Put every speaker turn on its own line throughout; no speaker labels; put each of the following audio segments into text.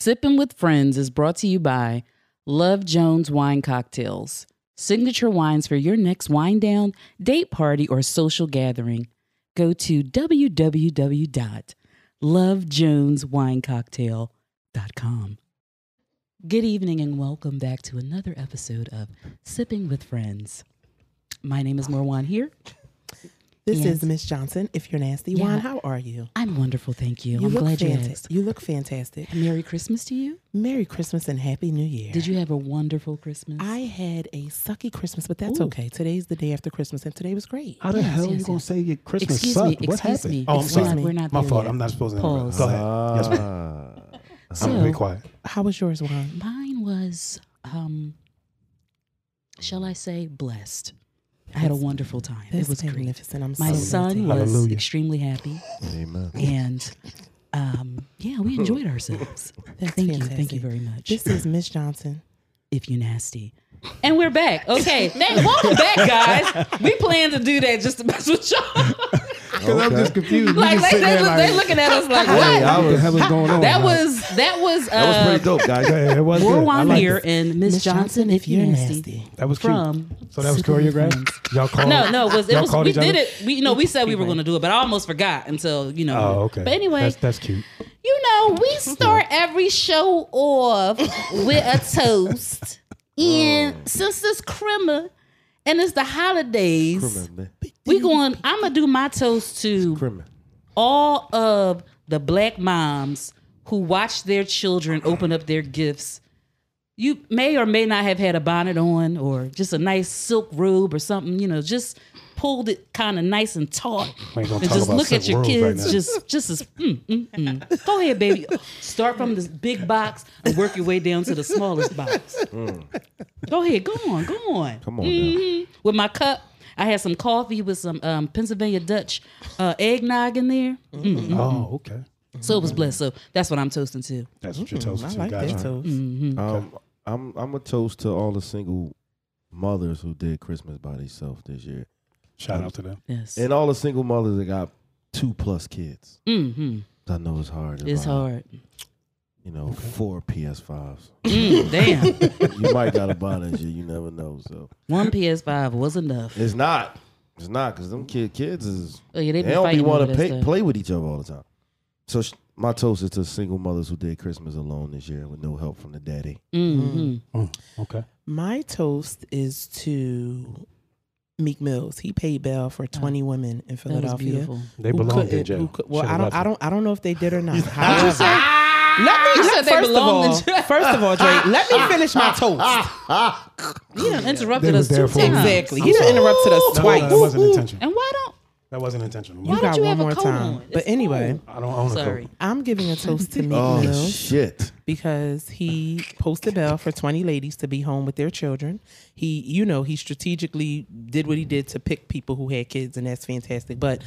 Sipping with Friends is brought to you by Love Jones Wine Cocktails, signature wines for your next wine down, date party, or social gathering. Go to www.lovejoneswinecocktail.com. Good evening and welcome back to another episode of Sipping with Friends. My name is Marwan here.
This
Yes.
is Miss Johnson. If you're nasty,
Yeah.
Juan, how are you?
I'm wonderful, thank you.
You
I'm
look
glad you
fanta-
asked.
You look fantastic.
Merry Christmas to you.
Merry Christmas and Happy New Year.
Did you have a wonderful Christmas?
I had a sucky Christmas, but that's
Ooh. Uh,
okay. Today's the day after Christmas, and today was great.
How the
Yes,
hell you
yes,
gonna
yes.
say your Christmas
excuse
sucked?
me,
what
excuse
happened?
me.
Oh, I'm
excuse
sorry.
me. We're not
My
there
fault.
yet.
I'm not supposed to.
Pause.
Interrupt. Go ahead. Yes, ma'am.
Ah,
I'm gonna
So-
be quiet.
How was yours, Juan?
Mine was, um, shall I say, blessed. I had a wonderful time. It
That's
was great.
magnificent. I'm
My
so
son
glad.
was
Hallelujah.
extremely happy,
Amen.
and um, yeah, we enjoyed ourselves.
That's
Thank you, thank you
fantastic.
very much.
This is Miss Johnson.
if you nasty. And we're back. Okay, thank, welcome back, guys. We plan to do that just to mess with y'all.
Because I'm just confused. You
like
just
they,
sitting
they,
there
look,
like,
they looking at us like
Hey,
what?
I
what the
was,
hell is going on?
That was that was
that was
uh,
pretty dope, guys.
Yeah, it was good. I
Warwan
liked
here
it.
and Miss
Miss
Johnson. If you're nasty,
That was cute.
from
So that was
Sipping with
choreographed. Y'all called.
No, no, it was it
y'all
was
called
we
each other?
did it. We you know we said we were going to do it, but I almost forgot until you know.
Oh, okay.
But anyway,
that's, that's cute.
you know, we start every show off with a toast, and since it's Crimmer and it's the holidays,
Crimin, man.
we going. I'm gonna do my toast to
Crimin.
all of the black moms who watch their children open up their gifts. You may or may not have had a bonnet on or just a nice silk robe or something, you know, just pulled it kind of nice and taut.
We ain't gonna
And
talk
just
about
look at
silk
your
robes right
kids,
now.
just just as mm, mm, mm. go ahead, baby. Start from this big box and work your way down to the smallest box.
Mm.
Go ahead, go on, go on.
Come on
Mhm. With my cup, I had some coffee with some um, Pennsylvania Dutch uh, eggnog in there. Mm.
Oh, okay.
So it was blessed. So that's what I'm toasting to. Mm-hmm.
That's what you're toasting
I
to.
like that
Gotcha.
too.
Mm.
now. Um, I'm I'm a toast to all the single mothers who did Christmas by themselves this year,
Shout out to them.
Yes.
and all the single mothers that got two plus kids.
hmm
I know it's hard.
It's
about,
hard.
You know, four PS5s.
Mm, damn.
you might got a bonus year. You never know. So
One PS5 was enough.
it's not. It's not because them kid kids is
Oh, yeah, they
they,
be
don't be
fighting
want
over
to
that
pay,
stuff.
play with each other all the time. So sh- my toast is to single mothers who did Christmas alone this year with no help from the daddy.
Mhm.
Mm, okay.
My toast is to Meek Mills. He paid bail for 20 women in
Oh. That was
Philadelphia.
beautiful.
They
who
belonged in
couldn't-
jail.
who could- well,
Should've
I don't,
left
I
them.
don't, I don't know if they did or not. However,
Let me, you said they
first of
belonged
all,
in jail.
first of all, Dre, let me finish my toast.
You done
They
interrupted
was
us two
there for a
times.
reason.
Exactly. He done
sorry.
interrupted us
No,
twice.
No, that wasn't intentional.
And why don't
That wasn't intentional.
Why
You
don't
got
you
one
have a
more
coat
time.
on?
But
It's
anyway,
cold.
I don't own a
sorry?
coat.
I'm giving a toast to Meek
Oh
Mills
shit!
because he posted bail for 20 ladies to be home with their children. He, you know, he strategically did what he did to pick people who had kids, and that's fantastic. But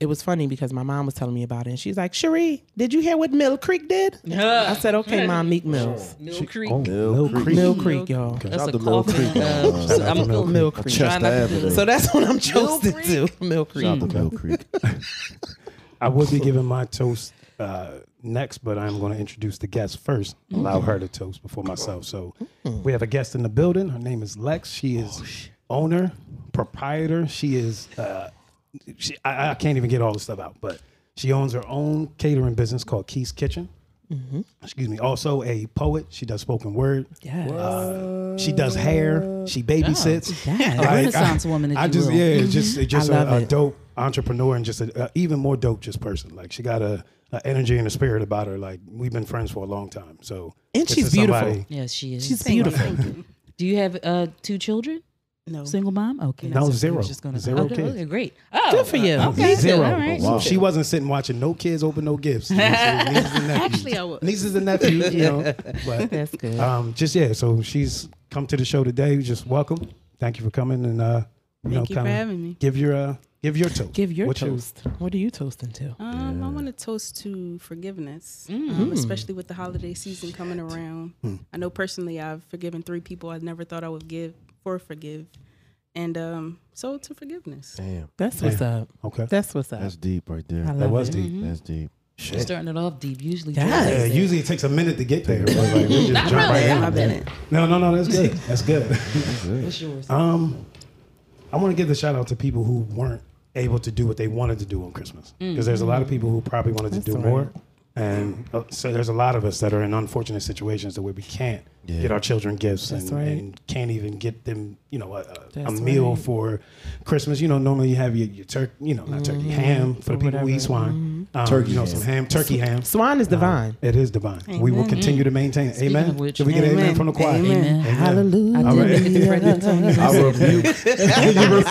it was funny because my mom was telling me about it, and she's like, "Cherie, did you hear what Mill Creek did?" I said, "Okay, mom, Meek Mills,
Mill Creek.
Oh,
Mill
Mill
Creek.
Creek.
Mill Creek, y'all."
That's
Shout
a
out to Mill
coffee.
Creek.
uh,
Shout
I'm
out
to Mill
feeling
Mill Creek.
Chester Avenue.
So that's what I'm toasted to, Mill Creek.
Shout out to Mill Creek.
I would be giving my toast uh, next, but I'm going to introduce the guest first.
Mm-hmm.
Allow her to toast before myself. So we have a guest in the building. Her name is Lex. She is
Oh,
owner, proprietor. She is. Uh, she, I, I can't even get all the stuff out, but she owns her own catering business called Keith's Kitchen.
Mm-hmm.
Excuse me. Also a poet. She does spoken word.
Yes.
Uh, she does hair. She babysits.
Yes. A
Renaissance woman, if
I
you
just
will.
yeah, it's just it's just
Mm-hmm. I love
a, a
it.
dope entrepreneur and just a, a even more dope just person. Like she got a, a energy and a spirit about her. Like we've been friends for a long time. So
And
this
she's
is somebody-
beautiful.
Yes, she is.
She's beautiful.
Do you have uh, two children?
No.
Single mom? Okay.
No
That's what I
zero,
was just gonna-
zero
Okay,
kids.
okay, great. Oh,
Good for you.
Okay,
Zero.
Good. All right.
So she wasn't sitting watching no kids open no gifts. Nieces and nephews.
Actually, I would.
Nieces and nephews, you know. But
That's good.
um, just yeah. So she's come to the show today. Just welcome. Thank you for coming and uh, you know,
Thank you for
kinda
having me.
Give your uh, give your toast.
Give your
What's
toast. What are you toasting to?
Um, I want to toast to forgiveness,
Mm.
Hmm.
um, especially with the holiday season coming around. I know personally, I've forgiven three people I never thought I would give or forgive, and um, so to forgiveness.
Damn,
That's what's up.
Okay,
That's what's up.
that's deep right there.
I love
that was
it.
deep.
That's deep.
You're starting it off deep. Usually,
Yes.
Jordan-
Yeah, usually it takes a minute to get there. but, like, we just
Not
jump
really,
right in.
my
bad.
No, no, no. That's good. That's good.
what's yours?
Um, I want to give the shout out to people who weren't able to do what they wanted to do on Christmas because there's a lot of people who probably wanted to do more, and uh, so there's a lot of us that are in unfortunate situations that where we can't
Yeah.
get our children gifts and,
right.
and can't even get them, you know, a, a, a
That's
meal
right.
for Christmas. You know, normally you have your, your turkey, you know, not turkey ham for the people who
Mm-hmm. whatever. Mm-hmm.
eat swine. Um,
Turkey
you know,
ham.
some ham, turkey ham. Um,
Swine is divine.
It is divine. We will
Amen.
continue to maintain it. Amen.
of which,
Did we get an amen,
amen,
from the choir?
amen.
Amen.
Hallelujah.
I
All
did
right.
make it right the time.
I rebuke.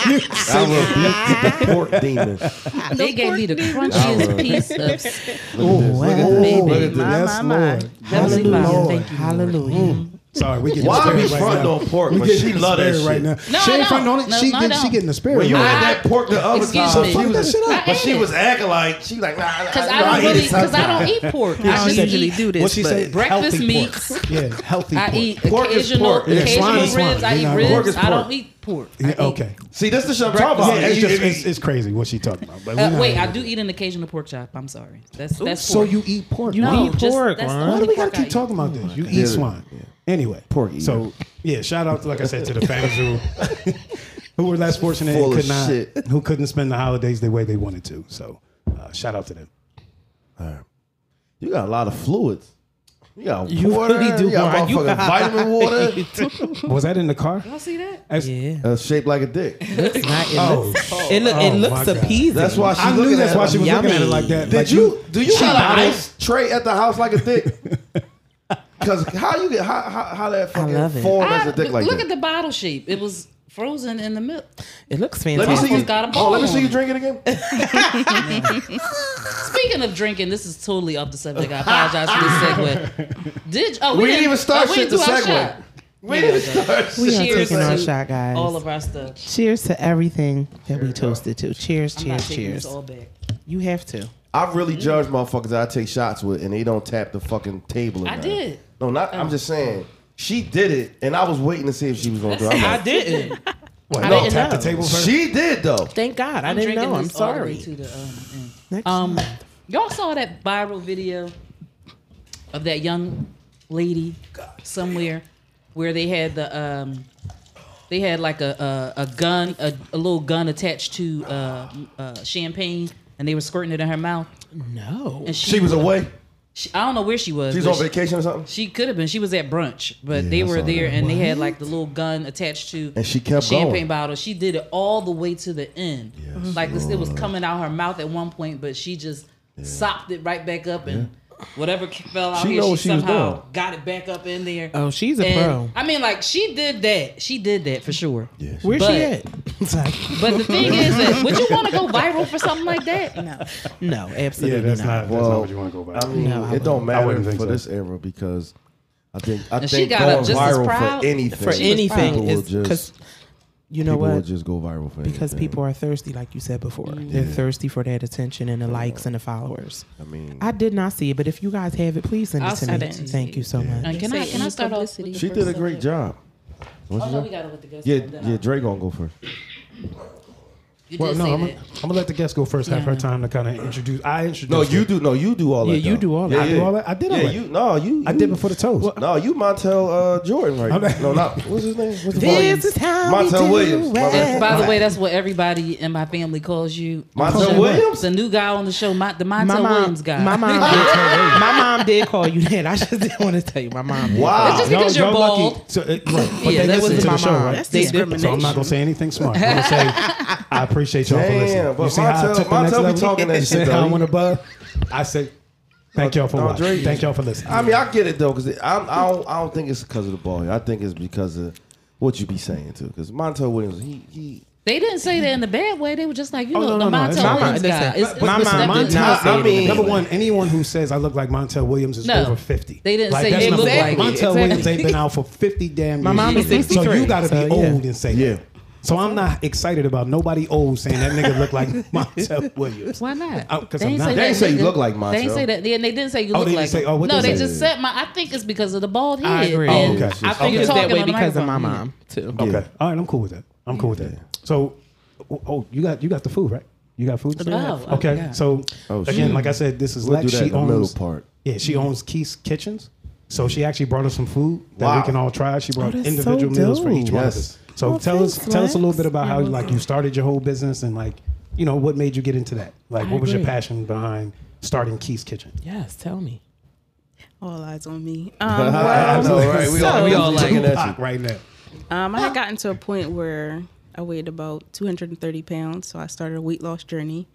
I rebuke the pork demon.
They gave me the
Our-
crunchiest piece of
Look at
Wow.
this. Look
Baby.
at this. Yes, Lord.
Heavenly
Hallelujah.
Father. Thank you. Lord.
Hallelujah.
Sorry, we get
Why
the
we
spirit right
fronting
now.
on pork,
We
but
get
she
the
love that
spirit right now.
shit.
No,
she
I
ain't fronting on
don't.
it.
No,
she,
no, I
getting, she
don't.
getting the spirit.
When you
right
had
now.
that pork the other
Excuse
time,
me.
she
Fuck
that
was,
shit up.
but she
I
was acting like she like.
Because I don't really, because I don't eat pork.
I
I
don't
just
usually
eat.
do this.
What she
but
say?
Breakfast
healthy
meats.
Pork. Yeah, healthy
I
pork.
eat
Pork is
occasional,
pork. Yeah,
occasional
swine
ribs.
is swine.
I
We
eat
not-
ribs.
pork is
I don't
pork.
eat pork. I
Yeah,
eat-
okay.
See, this is the shit I'm talking
Yeah,
about.
it's
You-
just
you-
it's, it's crazy what she talking about. But we
Uh,
not-
wait, I do eat an occasional pork chop. I'm sorry. That's that's
So
pork.
you eat pork?
You
right?
no,
eat
just,
pork,
That's the
Ron.
only
Why do we gotta
pork I
keep
eat.
talking about this? You eat
Yeah.
swine. Anyway,
Pork eater.
So yeah, shout out to like I said to the families who who were less fortunate
Full
and
of
could not
shit.
who couldn't spend the holidays the way they wanted to. So uh, shout out to them.
You got a lot of fluids. You got
You
water.
really do,
You got
Mark. You
motherfucking
got-
vitamin water.
Was that in the car?
Y'all see that?
That's-
Yeah.
Uh, shaped like a dick.
Looks not, it,
Oh,
looks, it, look, it
Oh, my
looks
God.
appeasing.
That's why she
I
looking
knew that's
at
why
it.
she was looking at it
Yummy.
like that.
Did
Like,
you do you
she
got
bought
an
it?
ice tray at the house like a dick? Because how you get how how, how that
love
fucking
it.
form as
I-
a dick like
look
that?
at the bottle shape. It was frozen in the milk.
it looks
let me
fantastic.
see you.
almost got a
Oh, let me see
bone.
you drink it again.
Speaking of drinking, this is totally off the subject. I apologize for this segue. Did oh,
We
we,
didn't even start
oh, we
shit to
didn't do our
segue.
shot.
We didn't start.
We are
Cheers
taking
to
our shot, guys.
All of our stuff.
cheers to everything that we toasted to. Cheers,
I'm not
cheers,
taking this
cheers.
all back.
You have to.
I really judge motherfuckers that I take shots with and they don't tap the fucking table. or
I
nothing.
did.
No, not. I'm just saying. She did it, and I was waiting to see if she was gonna do it. I'm like,
didn't.
What,
I
no,
didn't
tap the
know.
table first.
she did though.
Thank God. I
I'm
didn't
drinking
know. I'm
this all the way
sorry.
to the, um, end.
Next
Um, y'all saw that viral video of that young lady somewhere where they had the um, they had like a a, a gun a, a little gun attached to uh, uh, champagne and they were squirting it in her mouth
no.
and she,
She was away.
she- I don't know where she was.
She's
but
on
she-
vacation or something.
She could have been. She was at brunch, but
Yeah,
they
I
were
saw
there
that.
and they had like the little gun attached to
And she kept
the champagne
going.
bottle. She did it all the way to the end. like this, it was coming out her mouth at one point, but she just sopped it right back up and whatever c- fell out
She
here,
know
she
what she was doing.
somehow got it back up in there.
Oh, she's a
And,
pro.
I mean, like she did that. She did that for sure.
Yeah, she-
Where's
but-
she at? It's like,
But the thing is that would you want to go viral for something like that?
no. No,
Yeah,
absolutely
that's
not.
not, that's
Well,
not what you want to go by.
I mean,
No, I
it don't
I
matter
wouldn't
for
think so.
this era because I think I
And she
think
got
going
up just as
viral
proud-
for anything
For
She was
anything.
proud.
People will
It's
just
because, you know
people will
what?
just go viral for
Because
anything.
people are thirsty, like you said before. They're thirsty for that attention and the likes and the followers.
I mean,
I did not see it, but if you guys have it, please send
I'll
it to
send
me.
it to
Thank you so much.
And can I can I start off? With,
she did a great job. What's
oh
his
no,
name?
we gotta let the guests.
yeah,
know that.
yeah. Dre gonna go first.
You
well,
did
no,
say
I'm
that.
gonna, I'm gonna let the guest go first. Have her time to kind of introduce. I introduced.
No, you
her.
do. No, you do all
Yeah,
that.
you
though.
do all
Yeah,
that.
I do
yeah.
all that? I did
Yeah,
already.
you. No, you.
I
you-
did before the toast.
No, you Montel uh, Jordan right
Okay.
now. No, not what's his name? What's the
This is how we
Montel
do
Williams. My
it.
bad.
By the way, that's what everybody in my family calls you.
Montel
The-
Williams?
the new guy on the show, my, the Montel
my mom,
Williams guy.
My mom, did, my mom did call you that. I just didn't want to tell you. My mom. Did.
Wow.
It's just because
Y'all-
you're
y'all lucky.
bald.
So, it, right. But
Yeah,
they
that
listen
wasn't
to
my
the show,
mom.
right?
That's
They did. So I'm not
discrimination.
gonna say anything smart. I'm gonna say I appreciate y'all for listening.
Damn, but
you see how I
Montel-
took the next
Montel be
level?
talking that
You see
shit,
how I
though.
went above. I said, thank y'all for
No,
watching.
Dre-
Thank y'all for listening.
I mean, I get it though, because I, I don't, I don't think it's because of the ball. I think it's because of what you be saying too. Because Montel Williams, he he.
they didn't say that in a bad way. They were just like, you
Oh,
know,
no,
the
no, no. It's
Montel
my mom.
Williams guy.
Listen,
It's-
but-
it's
my mom-
accepted.
Montel-
I, I mean,
Number one, anyone who says I look like Montel Williams is
No,
over fifty.
they didn't
like,
say
that's
they
number
look
one.
like it.
Montel
Exactly.
Williams ain't been out for fifty damn years.
My mom is
So
63,
you got to
so,
be
yeah.
old and say
Yeah.
that. So I'm not excited about nobody old saying that nigga look like Montel Williams.
Why not?
Oh, 'cause
They
I'm
didn't
not-
say
They
that
ain't say you
nigga-
look like
They didn't
Montel.
say that. Yeah, and they didn't say you
Oh,
look
they didn't
like
say-
him.
oh, what
no,
they
they
say?
just said my. I think it's because of the bald head.
I agree.
and
Oh, okay.
I think
Okay.
it's
it's that
talking
way
on the
because of my
microphone.
mom too.
Okay. All right, I'm cool with that. I'm cool with that. So, oh, you oh, got you got the food right? You got food?
have food.
okay.
Yeah.
So
Oh,
again,
shoot.
like I said, this is
We'll
Lex.
do that
She
in the middle
owns
part.
Yeah, she owns Keith's Kitchens. So she actually brought us some food that we
Wow.
can all try. She brought
Oh, that's so
individual meals for each one of
Yes.
us. So
Well,
tell us
thanks,
tell us a little
Lex.
bit about how
You're
like you started your whole business and like, you know, what made you get into that? Like what was your
agree.
passion behind starting Keith's Kitchen?
Yes, tell me.
All eyes on me. Um,
I know, right? We all, we all
It's
looking
hot
at you.
right now.
Um, I had gotten to a point where I weighed about 230 pounds, so I started a weight loss journey,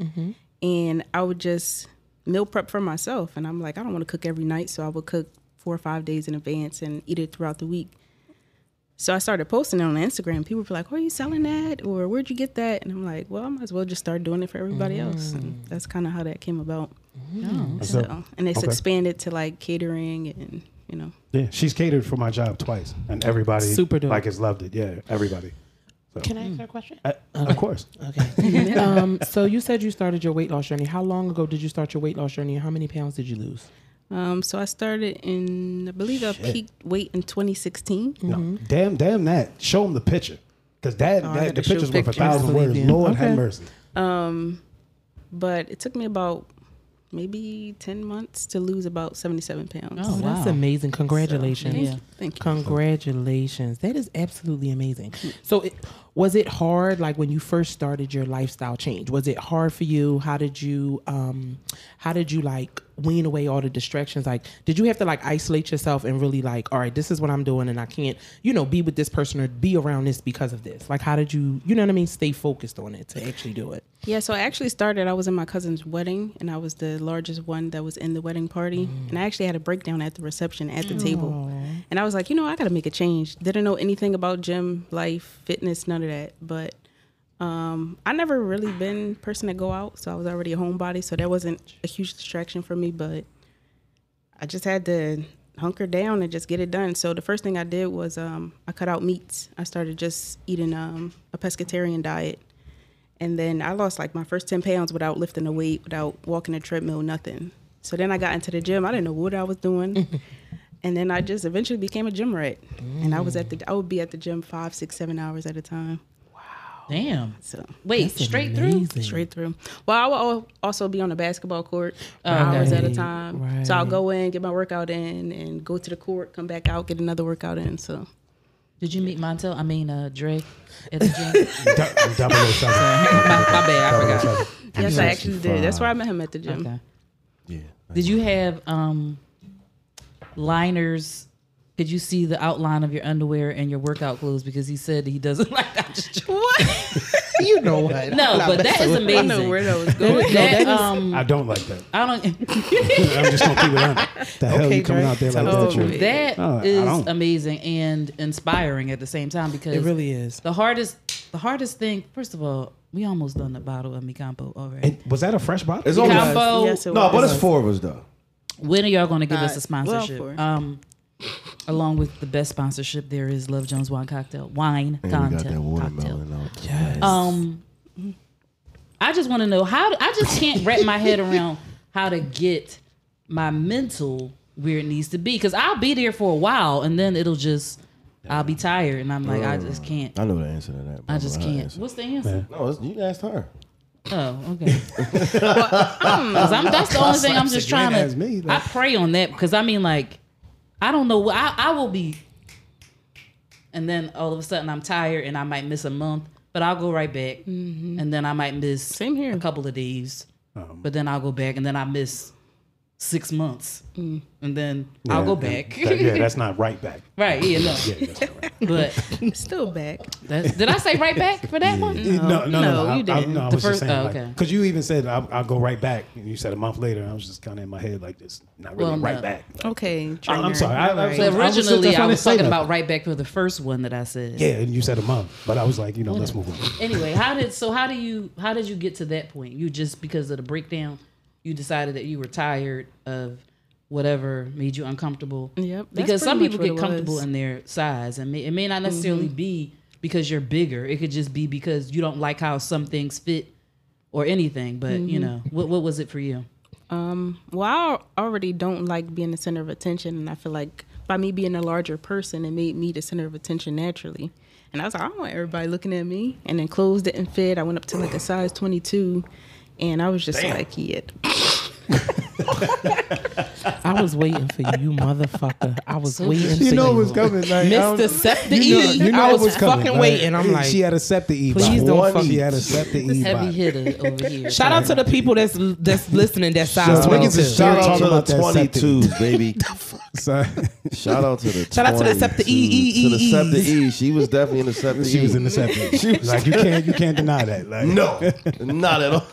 and I would just meal prep for myself. And I'm like, I don't want to cook every night, so I would cook four or five days in advance and eat it throughout the week. So I started posting it on Instagram. People were like, "Where are you selling that?" or "Where'd you get that?" And I'm like, "Well, I might as well just start doing it for everybody else." And that's kind of how that came about.
So-
So, and it's
Okay.
expanded to like catering and you know.
Yeah, she's catered for my job twice, and everybody
Super dope.
like has loved it. Yeah, everybody.
Can I ask a question?
Uh, Of course.
Mm. Okay. um, so you said you started your weight loss journey. How long ago did you start your weight loss journey? and How many pounds did you lose?
Um, so I started in, I believe I peaked weight in 2016.
No, damn, damn that. Show them the picture, because that,
Oh, I
that
had
the
to show
picture's worth a
pictures.
thousand words.
Believe you.
Lord
Okay.
have mercy.
But it took me about maybe 10 months to lose about 77 pounds.
Oh,
That's
wow.
amazing. Congratulations.
Thank
Yeah.
you. Thank you.
Congratulations. That is absolutely amazing. So, it, was it hard, like when you first started your lifestyle change? Was it hard for you? How did you, um, how did you like wean away all the distractions? Like, did you have to like isolate yourself and really like, all right, this is what I'm doing, and I can't, you know, be with this person or be around this because of this? Like, how did you, you know what I mean, stay focused on it to actually do it?
Yeah, so I actually started, I was in my cousin's wedding, and I was the largest one that was in the wedding party. And I actually had a breakdown at the reception at the table. And I was like, you know, I got to make a change. Didn't know anything about gym, life, fitness, none of that. But um, I never really been person to go out, so I was already a homebody, so that wasn't a huge distraction for me. But I just had to hunker down and just get it done. So the first thing I did was um, I cut out meats. I started just eating um, a pescatarian diet. And then I lost like my first 10 pounds without lifting a weight, without walking a treadmill, nothing. So then I got into the gym. I didn't know what I was doing. and then I just eventually became a gym rat. And I was at the, I would be at the gym five, six, seven hours at a time.
Damn.
So
Wait, straight through.
Amazing.
straight through. Well, I will al- also be on the basketball court for
Okay.
hours at a time.
Right.
So I'll go in, get my workout in, and go to the court, come back out, get another workout in. So
Did you meet Montel? I mean, uh, Dre at the gym.
Du- Double O seven.
my, my bad. I forgot.
yes, I actually did. That's where I met him at the gym.
Okay.
Yeah.
Did you have um liners? Could you see the outline of your underwear and your workout clothes? Because he said he doesn't like that. Just what?
You know what?
No, but that is
I
amazing.
know where that was going.
That, um,
I don't like that.
I don't.
I'm just gonna keep it on. The hell you coming
Dre.
out there
Tell
like that?
us
Trey?
the truth.
That is
No, I don't.
amazing and inspiring at the same time because
It really is.
the hardest. The hardest thing. First of all, we almost done the bottle of Micampo already.
And was that a fresh bottle?
It's only
Combo.
Yes, it
no,
was.
but it's four of us though.
When are y'all going to give us a
Uh, well,
sponsorship?
for-
um, along with the best sponsorship, there is Love Jones Wine Cocktail Wine Cocktail. cocktail.
out. Yes.
Um, I just want to know how. I just can't wrap my head around how to get my mental where it needs to be because I'll be there for a while and then it'll just. I'll be tired and I'm like I just can't.
I know the answer to that. but
I
I'm
just
not gonna
can't.
answer.
What's the answer?
No, it's, you asked her.
Oh, okay. Because I'm that's the only thing I'm just trying
As
to.
me,
I
like,
pray on that because I mean, like, I don't know. I I will be, and then all of a sudden I'm tired and I might miss a month, but I'll go right back, and then I might miss
Mm-hmm. Same here.
a couple of days,
Um.
but then I'll go back and then I miss six months,
Mm.
and then I'll
yeah,
go
and
back.
that- yeah, that's not right back.
right? Yeah, no.
Yeah, that's not right.
But
Still back.
that's, did I say right back for that one?
No, no, no,
no,
I,
you
I-
didn't.
no, I
The
was
first-
just saying,
oh,
like,
okay.
because you even said I'll, I'll go right back. And you said a month later, and I was just kind of in my head like this, not really
Well,
right
no.
back.
Okay.
I'm
trainer.
sorry, I- I-
Alright.
So
I was just-
originally
that's why
I
I
was
didn't say
talking
nothing.
about right back for the first one that I said.
Yeah, and you said a month, but I was like, you know, let's move on.
anyway how did so how do you how did you get to that point you just because of the breakdown you decided that you were tired of whatever made you uncomfortable
Yep, that's
because some
pretty
people get
much what it
comfortable
was.
in their size and may, it may not necessarily be because you're bigger it could just be because you don't like how some things fit or anything but you know what, what was it for you
well, I already don't like being the center of attention, and I feel like by me being a larger person, it made me the center of attention naturally. And I was like, I don't want everybody looking at me. And then clothes didn't fit. I went up to like a size 22. And I was just like, yeah.
I was waiting for you, motherfucker. I was waiting for
You know
you.
what's coming, like, I don't-
Mr. Septa
Um, You know,
E.
you know
I
it
was
coming,
fucking
like,
waiting. I'm like,
she had a septa E.
please
bot.
don't
One,
fuck
She
me.
had a septa E.
Heavy
bot.
hitter over here.
shout out to the people that's that's listening. That size
Shout out.
twenty
Niggas
two.
is shout
Shout
Shout out
talking
to the
about that
22s, baby.
So,
Shout out to the
Shout out to the Septa E, E,
22s, To the
E,
Septa
E.
E. She was definitely in the Septa E.
she was in the septa. She was like you can't you can't deny that. Like
No, not at all.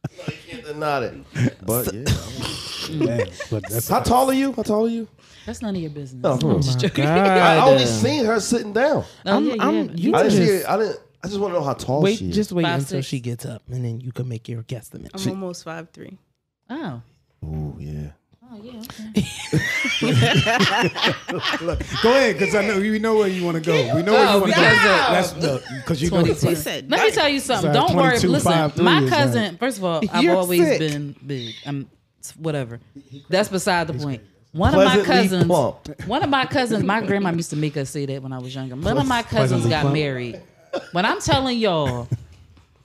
No, you can't deny it. But yeah.
man, but that's
How tall are you? How tall are you?
That's none of your business.
Oh, hmm. I only seen her sitting down.
Oh,
I'm-
yeah, yeah.
I'm- you
I didn't see
just
it. I didn't. I just want to know how
Oh,
tall
wait.
she is.
Just wait
Five,
until
six.
she gets up, and then you can make your guesstimate.
I'm almost five three.
oh.
Ooh, yeah.
Oh, yeah. okay.
Go ahead, because I know you know where you want to go. We know where
Oh,
you want to go.
wow.
That's because you know.
22.
said,
Let me tell you something.
Sorry,
Don't worry.
22,
Listen,
five, three
my
is
cousin. First of all, I've
You're
always
sick.
been big. I'm it's whatever. That's beside the point. One of my
Pleasantly
cousins.
plump.
One of my cousins. My grandma used to make us say that when I was younger. One of my cousins
Pleasantly
got
plump.
married. When I'm telling y'all,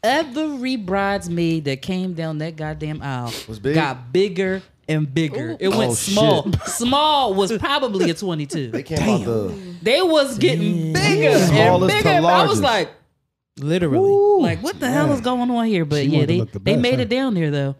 every bridesmaid that came down that goddamn aisle
Was big?
got bigger and bigger. It went
Oh,
small.
shit.
Small was probably a 22.
They
They,
came out the
was getting bigger and
Smallest to
bigger. And I was
largest.
like.
Literally,
Like, what the hell is going on here? But
She
yeah,
wanted to
they,
look the
they
best,
made
huh?
it down there though.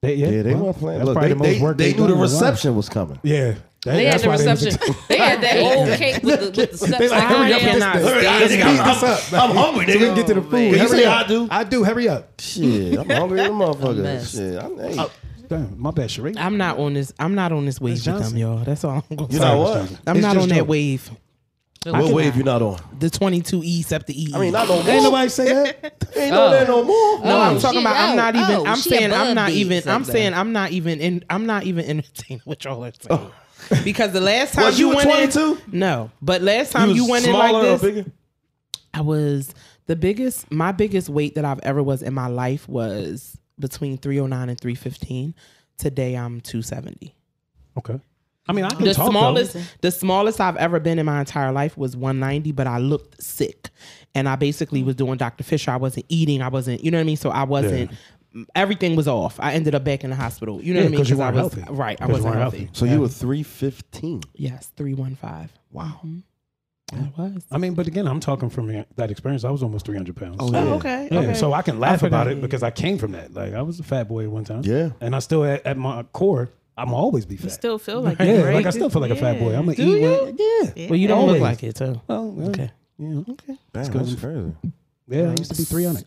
They,
yeah. They
well,
weren't playing.
That's
Look,
probably
they,
the most
they,
work
they
they've
knew the
done in a while.
reception was coming.
Yeah,
They had
that's
the
why was-
reception. They had that old cake with the with the steps.
like,
behind
hurry
up,
it.
cannot
this-
stay.
I think I'm,
Speed
I'm,
this up.
I'm hungry.
So
Nigga.
we can get to the
Oh, man.
food.
You
Hurry
say
up.
I do.
I do. Hurry up.
Shit, I'm hungry, as a motherfucker.
mess.
Shit, I'm, hey,
Damn, my bad, Sheree.
I'm not on this. I'm not on this wave with them,
Johnson.
y'all. That's all I'm gonna
you
say.
know
Sorry,
what?
Mr. Jones.
I'm
It's
not
just
on that
joke.
wave.
What wave you not on?
The 22E, Septa E.
I mean, not no more.
Ain't nobody say that.
Ain't on there no more.
No, I'm
Oh,
talking
she-
about. I'm
oh,
not even.
oh,
I'm
she
saying. I'm
above
not
being
even. I'm
something.
saying. I'm not even. In, I'm not even entertaining what y'all are saying. Because the last time
Was you
went
22?
in, no. But last time you, went in like
smaller or
this,
bigger?
I was the biggest. My biggest weight that I've ever was in my life was between 309 and 315. Today I'm 270.
Okay. I mean, I can
The
talk.
smallest,
though.
the smallest I've ever been in my entire life was 190, but I looked sick, and I basically was doing Dr. Fisher. I wasn't eating. I wasn't, you know what I mean. So I wasn't. Everything was off. I ended up back in the hospital. You know what I mean?
'cause you
I
weren't
was
healthy.
right. I
'Cause you
wasn't
weren't
healthy.
healthy.
So you were 315.
Yes, three one five.
Wow.
I was.
I mean, but again, I'm talking from e-, that experience. I was almost 300 pounds.
Oh,
So-
yeah.
okay.
Yeah, so I can laugh
forgot,
about it
yeah.
because I came from that. Like I was a fat boy at one time.
Yeah.
and I still at, at my core, I'm always be
You
fat.
still feel like
yeah,
it, right?
like I still feel like a fat boy. I'm gonna eat. what- Yeah.
well, you don't
Always.
look like it, so
Well, yeah.
okay.
Yeah.
Damn,
good.
that's crazy.
Yeah, I used to be 300.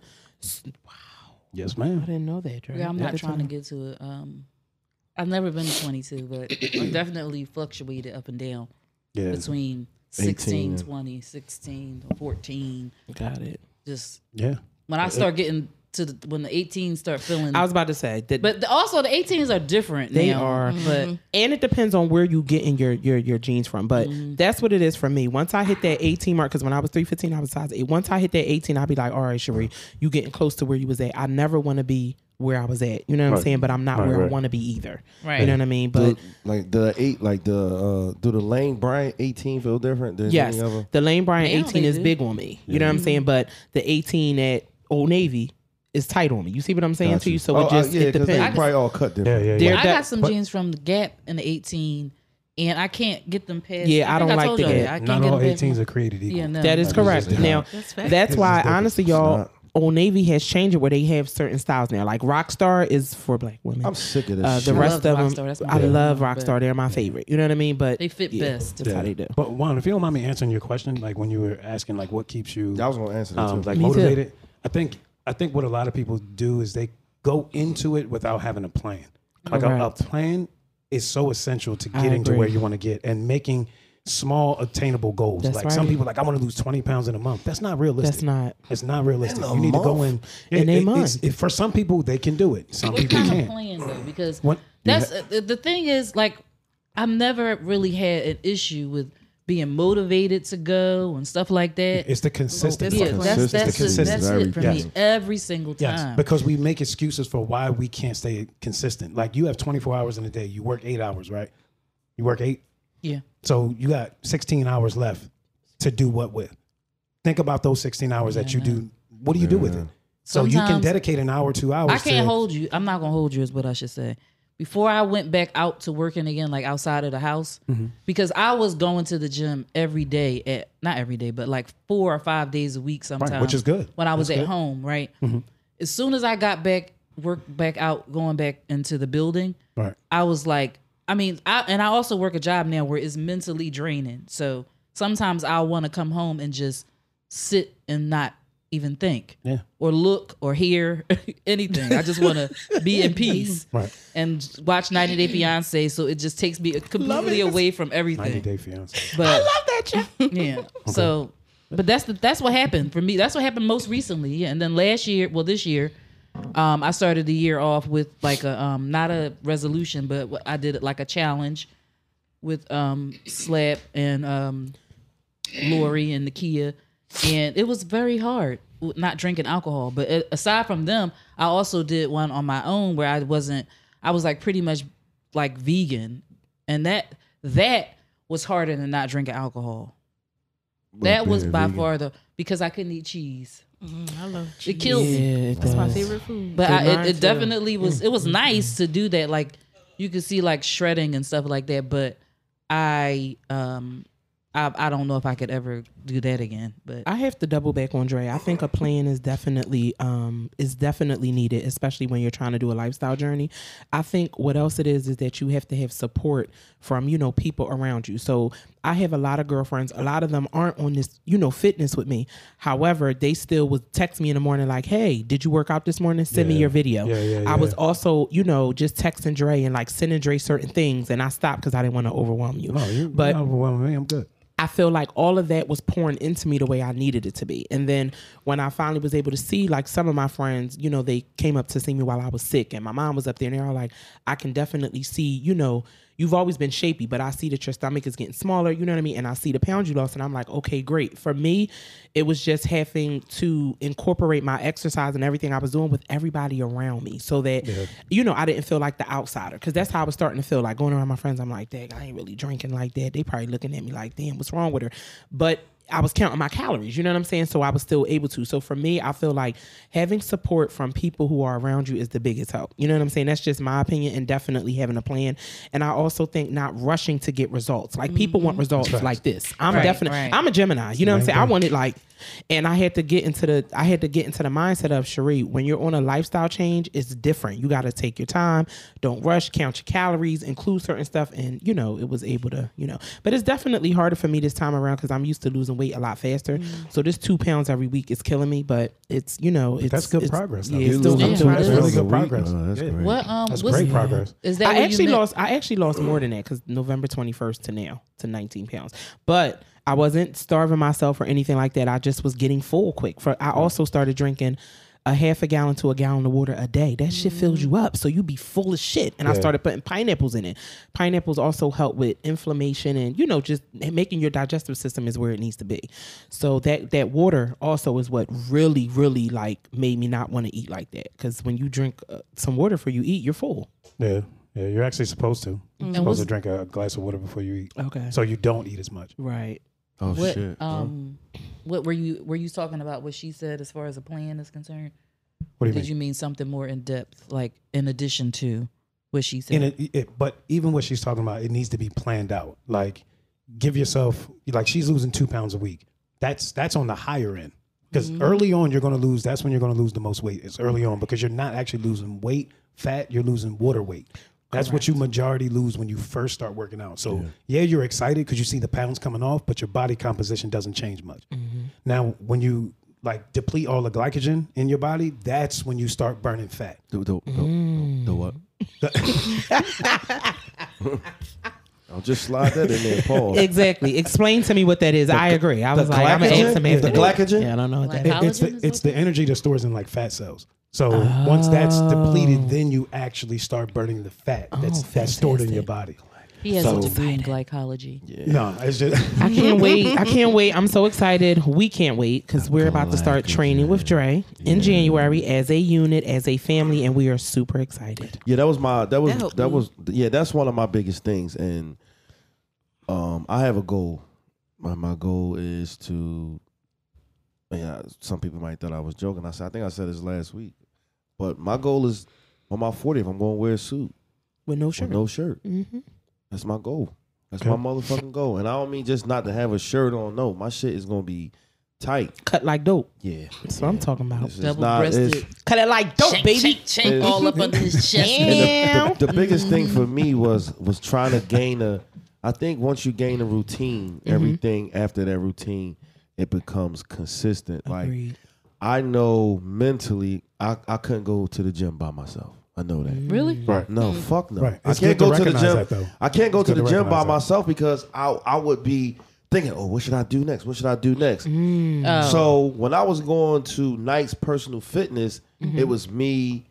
Yes,
I
ma'am.
didn't know that. Dre.
Yeah, I'm
At
not
the
trying to
time.
get to it. Um, I've never been to 22, but I've definitely fluctuated up and down
Yeah,
between 16,
18, yeah.
20, 16, 14.
Got it.
Just
yeah.
when I start getting to the, when the 18s start feeling.
I was about to say that,
but the, also the 18s are different.
They
now,
are.
But
and it depends on where you getting your your your jeans from. But
Mm.
that's what it is for me. Once I hit that eighteen mark, because when I was three fifteen, I was size eight. Once I hit that eighteen, I'd be like, all right, Sheree, you getting close to where you was at. I never want to be where I was at. You know what I'm saying? But I'm not where I
right.
want to be either.
Right.
You know what I mean? But
But like the eight, like the uh, do the Lane Bryant 18 feel different than
yes,
any other?
the Lane Bryant
Now
eighteen
they
is
do.
big on me. You know what I'm saying? But the eighteen at Old Navy is tight on me. You see what I'm saying to you? So
Oh,
it just
uh, yeah,
it
'cause They
depends.
probably all cut
Yeah,
different.
yeah,
They're
yeah.
I
that-
got some jeans from the Gap in the 18, and I can't get them past.
Yeah, I
think
don't like
told
the
y'all
Gap.
that. I can't
Not
get
all
them past-
18s are created equal.
Yeah, no.
That is
Like, this
correct.
is
now,
different.
That's fact.
that's
This is
why,
different.
honestly, y'all, Old Navy has changed it where they have certain styles now. Like Rockstar is for black women.
I'm sick of this.
uh, the
shit.
I
rest
love
of
Rockstar.
them,
That's my
I
favorite
love
one, but-
Rockstar. They're my favorite. You know what I mean? But
They fit
yeah,
best.
That's how they do.
But Juan, if you don't mind me answering your question, like when you were asking, like what keeps you,
I was gonna answer that
um,
too.
like
Me too.
motivated. I think I think what a lot of people do is they go into it without having a plan. Like a, a
Correct.
plan is so essential to getting to
agree.
where you want to get and making small attainable goals.
That's
like some
right.
people, like I want to lose twenty pounds in a month. That's not realistic.
That's not.
It's not realistic.
In a
You need to go in.
month?
In a
it- it's-
month.
it- for some people, they can do it. Some
What
people
kind of
can't.
plan though? Because
What-
that's uh, the- the thing is like I've never really had an issue with being motivated to go and stuff like that.
It's the consistent.
yeah,
part.
that's that's,
Consistency
it-
is
that's
very
it for
Yes.
me every single
Yes,
time.
because we make excuses for why we can't stay consistent. Like you have 24 hours in a day. You work eight hours, right? You work eight.
yeah,
So you got 16 hours left to do what with. think about those 16 hours that you do. What do you do with it? So you can
Sometimes-
dedicate an hour, two hours.
I can't
to,
hold you. I'm not gonna hold you is what I should say. Before I went back out to working again, like outside of the house,
Mm-hmm.
because I was going to the gym every day at not every day, but like four or five days a week sometimes.
which is good. Mm-hmm.
When I was at home, right? As soon as I got back work back out, going back into the building,
Right.
I was like, I mean, I and I also work a job now where it's mentally draining. So sometimes I want to come home and just sit and not even think,
Yeah.
or look or hear anything. I just want to be in peace,
Right.
And watch 90 Day Fiance. So it just takes me completely away from
90
everything.
Day Fiance.
But I love that show. Yeah. So, but that's the, that's what happened for me. That's what happened most recently. Yeah. And then last year, well, this year, um, I started the year off with like a um, not a resolution, but what I did it like a challenge with um, Slap and um, Lori and Nakia, and it was very hard w- not drinking alcohol. But a- aside from them, I also did one on my own where I wasn't. I was like pretty much like vegan, and that that was harder than not drinking alcohol. That was
being
by
vegan.
far the because I couldn't eat cheese.
Mm, I love cheese.
It killed me.
It's my favorite food.
But I,
mine
it,
too.
it definitely was. It was nice to do that. Like you could see like shredding and stuff like that. But I, um, I, I don't know if I could ever do that again. But
I have to double back on Dre. I think a plan is definitely um is definitely needed, especially when you're trying to do a lifestyle journey. I think what else it is is that you have to have support from, you know, people around you. So I have a lot of girlfriends. A lot of them aren't on this, you know, fitness with me. However, they still would text me in the morning like, Hey, did you work out this morning? Send me your video.
Yeah, yeah,
I was
yeah.
also, you know, just texting Dre and like sending Dre certain things and I stopped because I didn't want to overwhelm you.
No, Oh, you,
but
but, you're not overwhelming me. I'm good.
I feel like all of that was pouring into me the way I needed it to be. And then when I finally was able to see, like some of my friends, you know, they came up to see me while I was sick and my mom was up there and they're all like, I can definitely see, you know, you've always been shapy, but I see that your stomach is getting smaller, you know what I mean? And I see the pounds you lost and I'm like, okay, great. For me, it was just having to incorporate my exercise and everything I was doing with everybody around me so that, you know, I didn't feel like the outsider because that's how I was starting to feel like going around my friends. I'm like, dang, I ain't really drinking like that. They probably looking at me like, damn, what's wrong with her? But I was counting my calories, you know what I'm saying? So I was still able to. So for me, I feel like having support from people who are around you is the biggest help. You know what I'm saying? That's just my opinion and definitely having a plan. And I also think not rushing to get results. Like people want results like this. I'm
Mm-hmm. Right,
definitely
right.
I'm a Gemini. You know what I'm saying? I wanted like and I had to get into the I had to get into the mindset of Cherie, when you're on a lifestyle change, it's different. You gotta take your time, don't rush, count your calories, include certain stuff, and you know, it was able to, you know. But it's definitely harder for me this time around because I'm used to losing weight a lot faster.
Mm.
So this two pounds every week is killing me, but it's you know, it's
that's good
it's-
progress, though.
Yeah, it's
You
still,
lose
I'm
two
doing
pounds
it.
That's really
Pounds a
good
week?
progress.
Oh, that's
Yeah.
great.
what um
That's
what's-
great progress.
Is that
I
what you
actually
meant?
lost. I actually lost more than that because November twenty first to now to nineteen pounds. But I wasn't starving myself or anything like that. I just was getting full quick. For I also started drinking a half a gallon to a gallon of water a day. That shit fills you up, so you be full of shit. And I started putting pineapples in it. Pineapples also help with inflammation and you know just making your digestive system is where it needs to be. So that that water also is what really really like made me not want to eat like that because when you drink uh, some water for you eat, you're full.
Yeah. Yeah. You're actually supposed to. You're supposed
what's-
to drink a glass of water before you eat.
Okay.
So you don't eat as much.
Right.
Oh
What
shit.
uh,
um what were you were you talking about? What she said as far as a plan is concerned?
What do you
Did
mean?
you mean something more in depth, like in addition to what she said?
And it, it, but even what she's talking about, it needs to be planned out. Like, give yourself like she's losing two pounds a week. That's that's on the higher end because early on you're going to lose. That's when you're going to lose the most weight. It's early on because you're not actually losing weight, fat. You're losing water weight. That's what you majority lose when you first start working out. So yeah, you're excited because you see the pounds coming off, but your body composition doesn't change much. Now, when you like deplete all the glycogen in your body, that's when you start burning fat.
Do, do, do, do, do what?
Mm.
I'll just slide that in there, Paul.
Exactly. Explain to me what that is. I agree. I was like, I'm gonna
glycogen?
ask Samantha.
The glycogen?
Yeah, I don't know what that is.
Like-
It-
Collagen
it's the,
is
it's the energy that stores in like fat cells. So once that's
Oh.
depleted, then you actually start burning the fat that's that's stored in your body.
he has a degree in glycology.
No, it's just
I can't wait. I can't wait. I'm so excited. We can't wait because we're about to start training with Dre in January as a unit, as a family, and we are super excited.
Yeah, that was my that was
That
that,
helped me.
was yeah, that's one of my biggest things and um I have a goal. My my goal is to yeah, some people might thought I was joking. I said, I think I said this last week, but my goal is on my 40th, I'm going to wear a suit,
with no
with
shirt.
no shirt. That's my goal. That's my
Okay.
motherfucking goal. And I don't mean just not to have a shirt on. No, my shit is going to be tight.
Cut like dope.
Yeah.
That's what I'm talking about.
It's- it's
Double
not- it's-
breasted.
Cut it like dope,
Shank,
baby.
shank, shank all up under his chest.
And the, the, the biggest thing for me was was trying to gain a. I think once you gain a routine, everything after that routine, it becomes consistent. Like
Agreed.
I know mentally, I, I couldn't go to the gym by myself. I know that.
Really?
Right.
No, fuck no.
Right.
I
It's
can't
good to
go to the
recognize
gym.
that, though.
I can't go
It's
to
good
the
to
gym by
recognize that.
myself because I I would be thinking, oh, what should I do next? What should I do next?
Oh.
So when I was going to Knight's personal fitness, it was me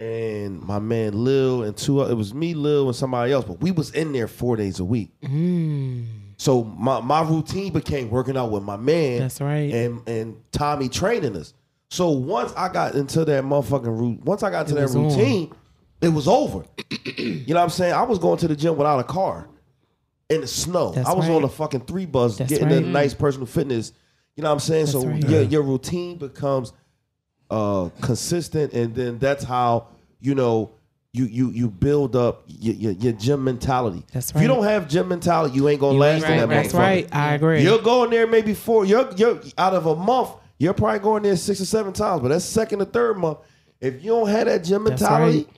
and my man Lil and two. It was me, Lil, and somebody else. But we was in there four days a week.
Mm.
So my, my routine became working out with my man.
That's right.
And and Tommy training us. So once I got into that motherfucking route, once I got into that
was on.
routine, it was over. you know what I'm saying? I was going to the gym without a car in the snow.
That's
I was
right.
on a fucking three bus
That's
getting
right.
a nice personal fitness. You know what I'm saying? so
right.
your, your routine becomes uh, consistent, and then that's how you know you you you build up your, your, your gym mentality.
That's
If you
right.
don't have gym mentality, you ain't gonna last in
right, right.
that
That's
motherfucker.
right. I agree.
You're going there maybe four. You're you're out of a month. You're probably going there six or seven times, but that's second or third month. If you don't have that gym
That's
mentality,
right.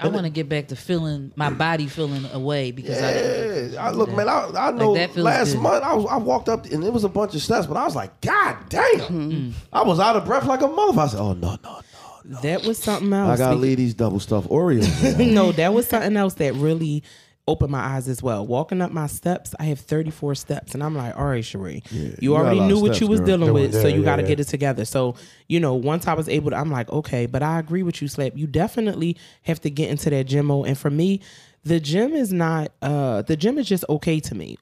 I want to get back to feeling my body feeling away because I didn't.
Yeah, I look, man. I, I know
that feels
last
good.
month I was I walked up and it was a bunch of steps, but I was like, God damn,
Mm-hmm.
I was out of breath like a mother. I said, Oh no, no, no.
That was something else.
I gotta
because-
leave these double stuffed Oreos. man.
no, that was something else that really opened my eyes as well. Walking up my steps, I have 34 steps, and I'm like, all right, Cherie,
you
you
got a
already
lot of
knew what
steps,
you was
girl.
dealing
Yeah,
with, so
yeah,
you
yeah,
got to
yeah.
get it together. So, you know, once I was able to, I'm like, okay, but I agree with you, Slap. You definitely have to get into that gym mode. And for me, the gym is not, uh, the gym is just okay to me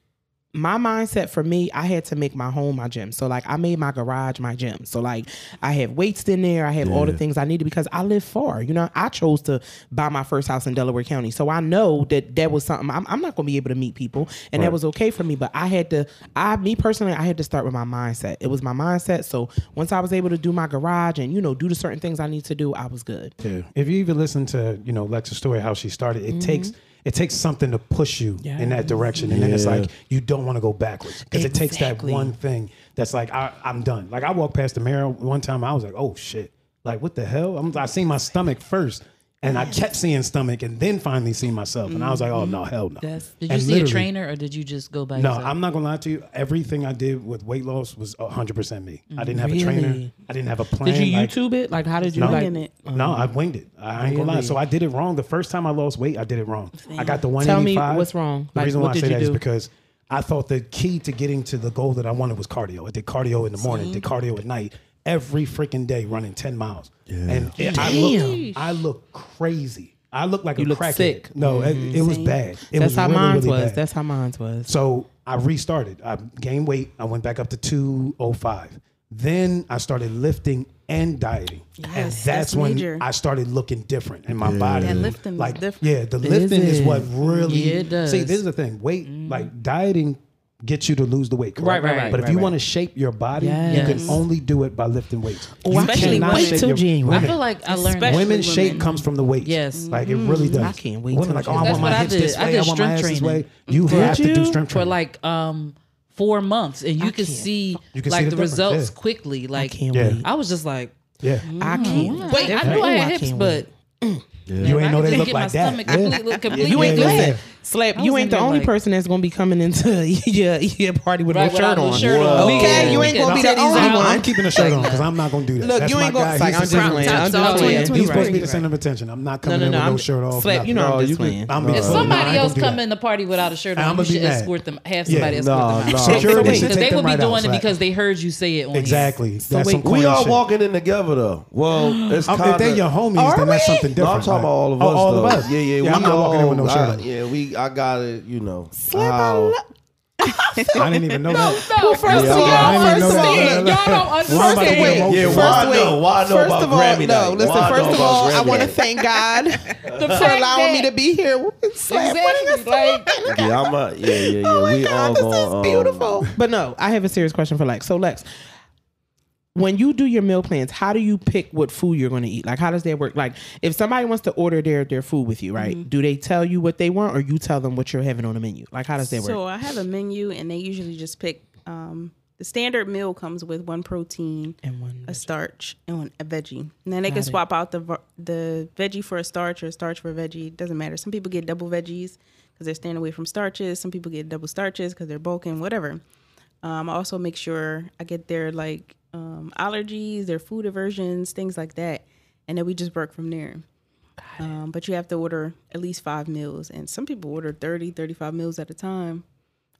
my mindset for me, I had to make my home my gym. So like I made my garage my gym. So like I have weights in there. I have all the things I needed because I live far. You know, I chose to buy my first house in Delaware County. So I know that that was something I'm, I'm not going to be able to meet people, and that was okay for me. But I had to, I me personally, I had to start with my mindset. It was my mindset. So once I was able to do my garage and you know do the certain things I need to do, I was good.
Yeah. If you even listen to, you know, Lex's story, how she started,
Mm-hmm.
it takes it takes something to push you in that direction. And then it's like you don't want to go backwards. Because it takes that
Exactly.
one thing that's like, I, I'm done. Like I walked past the mirror one time, I was like, oh shit. Like what the hell? I'm, I seen my stomach first. And I kept seeing stomach and then finally seen myself. And I was like, oh no, hell no.
Did you
And
see a
literally-
trainer or did you just go by
No,
yourself?
I'm not gonna lie to you. Everything I did with weight loss was 100% me. I didn't have a trainer.
Really?
I didn't have a plan.
Did you
like-
YouTube it? Like how did you
no,
like?
Winging it.
no, I winged it. I ain't gonna lie.
Really?
So I did it wrong. The first time I lost weight, I did it wrong. I got the
Tell me
185.
what's wrong.
The
Like,
reason why I
what
say
did you
that is
do?
because I thought the key to getting to the goal that I wanted was cardio. I did cardio in the morning, did cardio at night, every freaking day running 10 miles. And it, I
Damn.
look I look crazy. I look like
You
a
look
crackhead.
sick. Mm-hmm.
No, it- it, was bad. It
That's
was
how
really,
mine
really
was.
bad.
That's how mine was.
So I restarted. I gained weight. I went back up to 205. Then I started lifting and dieting. and that's,
Yes, that's
when
major.
I started looking different in my body.
That lifting is
like,
different.
Yeah, the lifting is
it?
what really
Yeah, it does.
See, this is the thing. Weight,
Mm.
like dieting gets you to lose the weight.
Right,
correct?
right, right,
But if
right,
you
right.
want to shape your body, you
Yes.
can only do it by lifting weights.
Oh,
You
I can't
cannot
wait
shape
till
your-
January.
I
Women,
feel like I learned.
Especially-
women
Especially
shape
women.
comes from the weight.
Yes.
like it really does.
I can't wait
Women
till
are like, oh, I
January.
want
Mm-hmm.
my
That's what I
hips this
did. I
way. I,
did
want my
strength
ass this
training.
way. You have to
you?
do strength
for
training.
like um four months and you could
can't
see
You can see
like
the
the,
difference,
results
yeah.
quickly like I,
can't
Yeah.
wait.
was just like
yeah.
I can't
wait I knew I
Oh,
had
I
hips
can't
but
You ain't know they
just
look
get
like
my
that.
stomach
Yeah.
completely, completely
You ain't
Yeah, yeah,
flat.
listen,
yeah.
slap.
I
You
was
ain't
in
the
there
only
like-
person that's gonna be coming into your your party with
Right,
no shirt
without no
on. Oh,
shirt on.
Okay,
Yeah.
you ain't
Yeah.
gonna be the
Titties
only
out.
I'm
one.
keeping a shirt on because I'm not gonna do that.
Look,
That's
you
my
ain't gonna.
guy.
Like,
He's
I'm
the
just
center-
playing. I'm
Crop
just
tops
playing.
off.
He's supposed to be
Right.
the center of attention. I'm not
No,
coming
no,
in
no.
with no
I'm
shirt off.
slap.
nothing.
You know
No,
I'm
you
just
could-
playing.
I'm be
if
cool.
somebody
Uh, Nah, I ain't
else
gonna do
come
that.
in the party without a shirt on
I'ma
you
be
should
mad.
escort them have
Yeah.
somebody escort
Nah,
them out
nah.
So-
Security
so wait,
should
because
take
they
them
would be
right
doing it
outside.
because they heard you say it on here.
Exactly.
So
That's
wait,
some corny
we all
shit.
walking in together though. Well, it's
Um,
kinda,
if they're your homies,
Are
then that's
we?
something
No,
different.
I'm talking about
right?
all of us.
Oh, all
though.
of us.
Yeah, yeah.
yeah
we
I'm not
all,
walking in with no
I,
shirt on.
Yeah, we. I got it. You know.
I
how-
I didn't even know that.
Well, first
Yeah,
of
I
all,
didn't
first
know
of
that.
all,
Yeah,
look,
yeah,
y'all don't
yeah. Well, I'm
understand.
about
First
to get
wait,
emotional.
Yeah,
first
why I
wait,
know- why I know
first
about
of all, no.
Grammy night?
Listen,
Why I know
first of
about
all, I
Grammy
want to
night?
thank God for
fact
allowing me
that-
to be here. Slap, what is
Exactly. Like,
Yeah, I'm a, yeah, yeah, yeah.
Oh my
we
God,
all um,
this
going,
is beautiful. but no, I have a serious question for Lex. So Lex, when you do your meal plans, how do you pick what food you're going to eat? Like, how does that work? Like, if somebody wants to order their their food with you, right? Do they tell you what they want, or you tell them what you're having on the menu? Like, how does that
So
work?
I have a menu, and they usually just pick. Um, the standard meal comes with one protein,
And one
a starch, and one, a veggie. And then they can
Got it.
swap out the v- the veggie for a starch or a starch for a veggie. It doesn't matter. Some people get double veggies because they're staying away from starches. Some people get double starches because they're bulking. Whatever. Um, I also make sure I get their like um, allergies, their food aversions, things like that, and then we just work from there. Um, but you have to order at least five meals, and some people order 30, 35 meals at a time.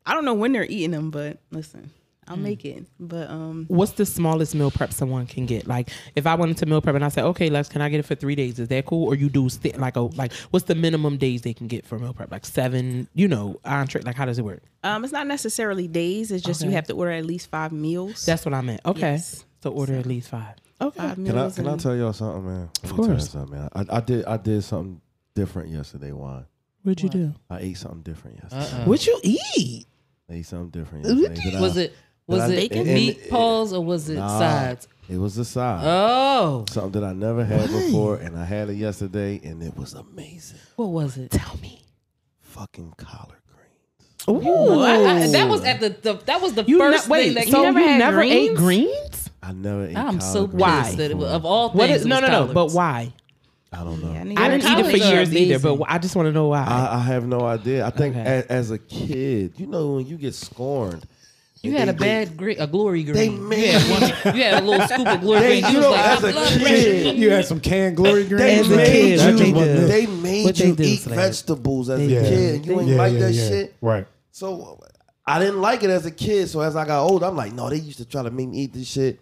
I don't know when they're eating them, but listen, I'll make
Mm.
it. But um,
What's the smallest meal prep someone can get? Like, if I wanted to meal prep and I said, okay, Lex, can I get it for three days? Is that cool? Or you do sti like a like, what's the minimum days they can get for meal prep? Like seven, you know, entree. Like, how does it work?
um, it's not necessarily days. It's just you
Okay.
have to order at least five meals.
That's what I meant. Okay,
Yes.
so order at least five. Okay,
five
Can I
meals.
can I
and-
tell y'all something, man? Of
course.
something, man. I, I did I did something different yesterday. Why?
what'd you do?
I ate something different yesterday.
Uh-uh.
What'd you eat?
I ate something different yesterday. Did I-
Was it was
I-
it
and-
meatballs or was it
Nah,
sides?
It was the side.
Uh,
Oh,
something that I never had before, and I had it yesterday, and it was amazing.
what was it?
Tell me.
Fucking collard greens.
Ooh, I- I- that was at the, the that was the first
wait,
thing that
so
you
never
you
had
never ate
greens?
greens?
I never ate.
I'm
collard
so
greens
Why?
pissed that it was,
before.
of all things.
What is
it
no
was
no no? But
collards.
why?
I don't know.
Yeah, need
I
to
didn't
order
eat it for
collards are
years either, but
amazing.
I just want to know why.
I, I have no idea. I think
Okay.
as, as a kid, you know, when you get scorned,
You
and
had
they-
a bad gre- a glory green.
They
you,
made
had one, you had a little scoop of glory
They-
green. You was
you know,
like,
as
my
a
blood
kid,
pressure.
You had some canned glory greens.
They
As a
made
kid,
That's
you.
what
they do.
They made
What they
you
do,
eat
Slash.
vegetables as a
Yeah.
kid. You ain't like that shit.
Right.
So I didn't like it as a kid. So as I got older, I'm like, no, they used to try to make me eat this shit.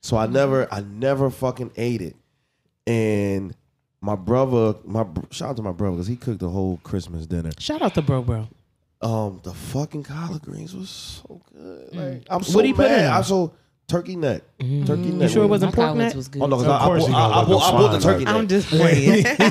So I never, I never fucking ate it. And my brother, my br- shout out to my brother because he cooked the whole Christmas dinner.
Shout out to bro bro.
Um, the fucking collard greens was so good. Like, I'm so
What do you put in
mad.
them?
I'm so turkey neck, turkey
You
neck.
sure it
with-
wasn't
My
pork
collards
neck?
was good.
Oh no, 'cause
Of
I, I,
course
bought-
you
I,
gonna
I,
let
bought-
them
I bought the
swine,
turkey
like-
neck.
I'm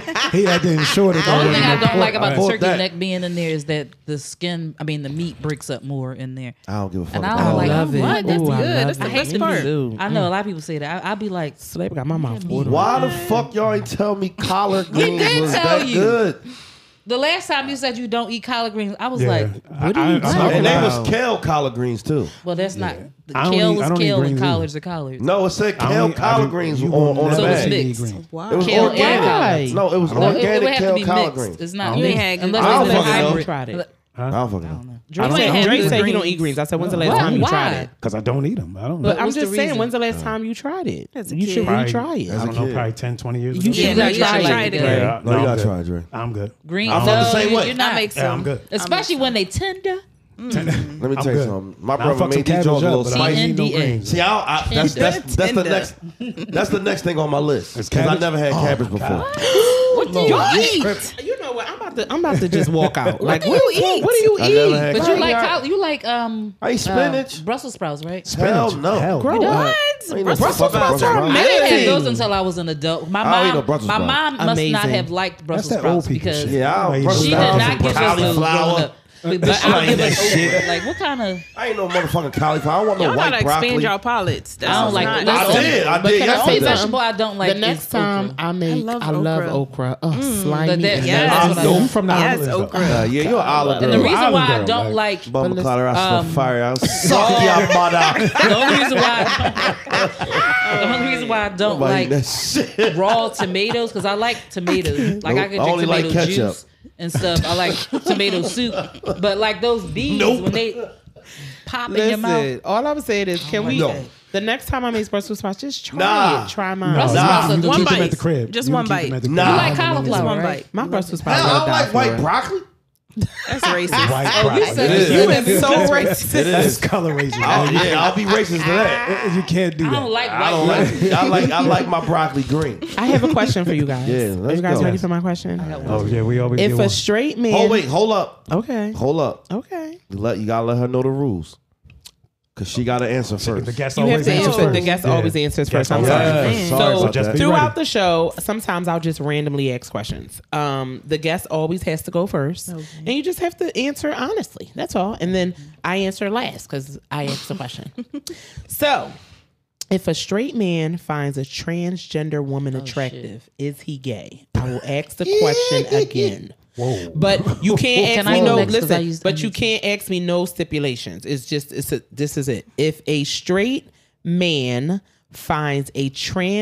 just playing.
he had to ensure that
The only thing I
they
don't like about the
Pork
turkey
neck.
neck being in there is that the skin, I mean, the meat breaks up more in there.
I don't give a fuck.
And I
about
don't
all
like-
that.
love it.
What? That's
Ooh, I
good.
love
That's the
it.
best
Me
part.
too.
I know a lot of people say that. I, I'd be like,
Slave got my mouth watering.
Why the fuck y'all ain't tell me collard greens
did
was
tell
that
you.
good?
the last time you said you don't eat collard greens, I was
Yeah.
like,
I-
what are
I-
you talking
I'm not
about?
And they
Wow.
was kale collard greens too.
Well, that's not. The
I don't
kale
eat- I
is
don't eat
kale and
greens either.
collards are collards.
No, it said
I
kale
only- I
collard
didn't-
greens
you
on,
won't
on the
never
So it was
see
bag.
me
mixed.
green.
Wow.
It was
Kale and
organic.
collard.
No, it was
No,
It, it
it- it
would
organic
have to
kale
be
collard
mixed.
greens.
It's not.
You
mixed,
ain't had good-
unless
I
it's
don't
a
think so.
hybrid.
Tried it.
I don't fucking know.
Drake
don't
said-
know.
Drake
Dre
good
said he
greens.
don't eat greens. I said, when's the last
Why?
time you tried
Why?
it?
Because I don't eat them. I don't.
But
But
I'm
what's
just
the
saying,
reason?
when's the last time you tried it?
As a
You should
kid.
retry it.
I don't know.
kid.
Probably 10, 20 years ago.
You should
Yeah, you
retry
should try
it.
it.
Dre.
Yeah,
No, you
I'm
gotta
good.
try it, Dre.
I'm good.
Green.
I'm
no,
the same way.
You're
I
not.
make
Yeah,
some.
I'm good.
Especially when they tender.
Let me
I'm
tell you
good.
something.
Now,
My
I fuck
brother
some
made these
cabbage
joints a
up,
little
but I
spicy.
ain't eat no
CNDA.
greens.
See, I, I, that's, that's, that's, the
Tender.
next. That's the next thing on my list
It's
because I
cabbage? Oh
never had cabbage before.
What do you eat?
You know what? I'm about to. I'm about to just walk out. Like, what
do you eat?
What do you
I
eat?
never had
But you
cabbage.
like collard, you like um
I eat spinach.
uh, Brussels sprouts, right?
Hell no.
Hell
Grow
no.
up.
I ain't no fucking
Brussels sprouts
Brussels
are
sprouts.
I didn't have
Amazing.
those until I was an adult. My
I don't eat
mom,
no Brussels
my
sprouts.
mom must not
Amazing.
have liked Brussels
that old
sprouts
people
because
shit.
Yeah, I
I
don't
eat
Brussels
she did
sprouts.
not give us those growing
cauliflower.
up. But, but
I
I
ain't
was
that shit.
like, what kind of?
I ain't no motherfucking cauliflower. I don't want no
Y'all gotta
white
expand
broccoli.
y'all palates. That's
I don't like.
not,
that's
I
the only-
did. I
because
did
The only
yesterday.
vegetable I don't like
the
is
next time
okra.
I make, I
love
love, okra. Ugh, slimy.
But that-
and
yeah,
nasty.
that's what I
No,
like.
I'm from the
Yes,
islands, though.
okra.
Uh, yeah, you're an olive
And
girl.
the reason
Island
why I
girl,
don't like
Like, Bum clotter, I
um,
smell fire. I suck your mother.
the only reason why the only reason why I don't
Like,
like
that shit.
raw tomatoes because I like tomatoes. Like I
Nope.
can drink
I only like
tomato
ketchup.
juice and stuff. I like tomato soup, but like those beans
Nope.
when they pop in your mouth.
Listen, all I'm saying is, can we?
No.
The next time I make Brussels sprouts, just try
Nah.
it. Try mine.
Brussels
Nah.
sprouts are
You
One
keep
delicious.
them
bite.
at the crib.
Just
You
one
keep them
bite.
at the
Nah.
crib.
You
like
I don't know
cauliflower,
Just one
right?
bite.
My Brussels sprouts.
Hell, I don't
are
like
dyed
white
for it.
broccoli.
That's racist.
White
You
broccoli.
said
It
You
is.
is so racist.
It
That's
is.
coloration.
I'll, yeah, I'll be racist to that.
You can't do
I
that.
don't like
I don't
white.
like. it. I like. I like my broccoli green.
I have a question for you guys.
Yeah,
Are
let's
you guys
go.
ready for my question?
Oh yeah, we always
If
get
a
one.
straight man.
Oh wait, hold up,
Okay.
hold up.
Okay.
You Let you gotta let her know the rules, cause she gotta answer first.
the guest
You have
always
to
answers
answer. The
first.
guest
Yeah.
always answers
Guest
first. I'm
always
sorry.
Yeah,
Man.
sorry
So
about
just
that.
be-
Throughout
ready.
the show, sometimes I'll just randomly ask questions. Um, the guest always has to go first, and you just have to answer honestly. That's all. And then I answer last because I asked the question. so, If a straight man finds a transgender
Oh,
woman attractive, is he gay? I will ask the question again.
Whoa.
But you can't
Can
ask
I
me
go
no.
next? 'Cause I
Listen,
used- I
but you
used-
can't ask me no stipulations. It's just it's a, this is it. If a straight man finds a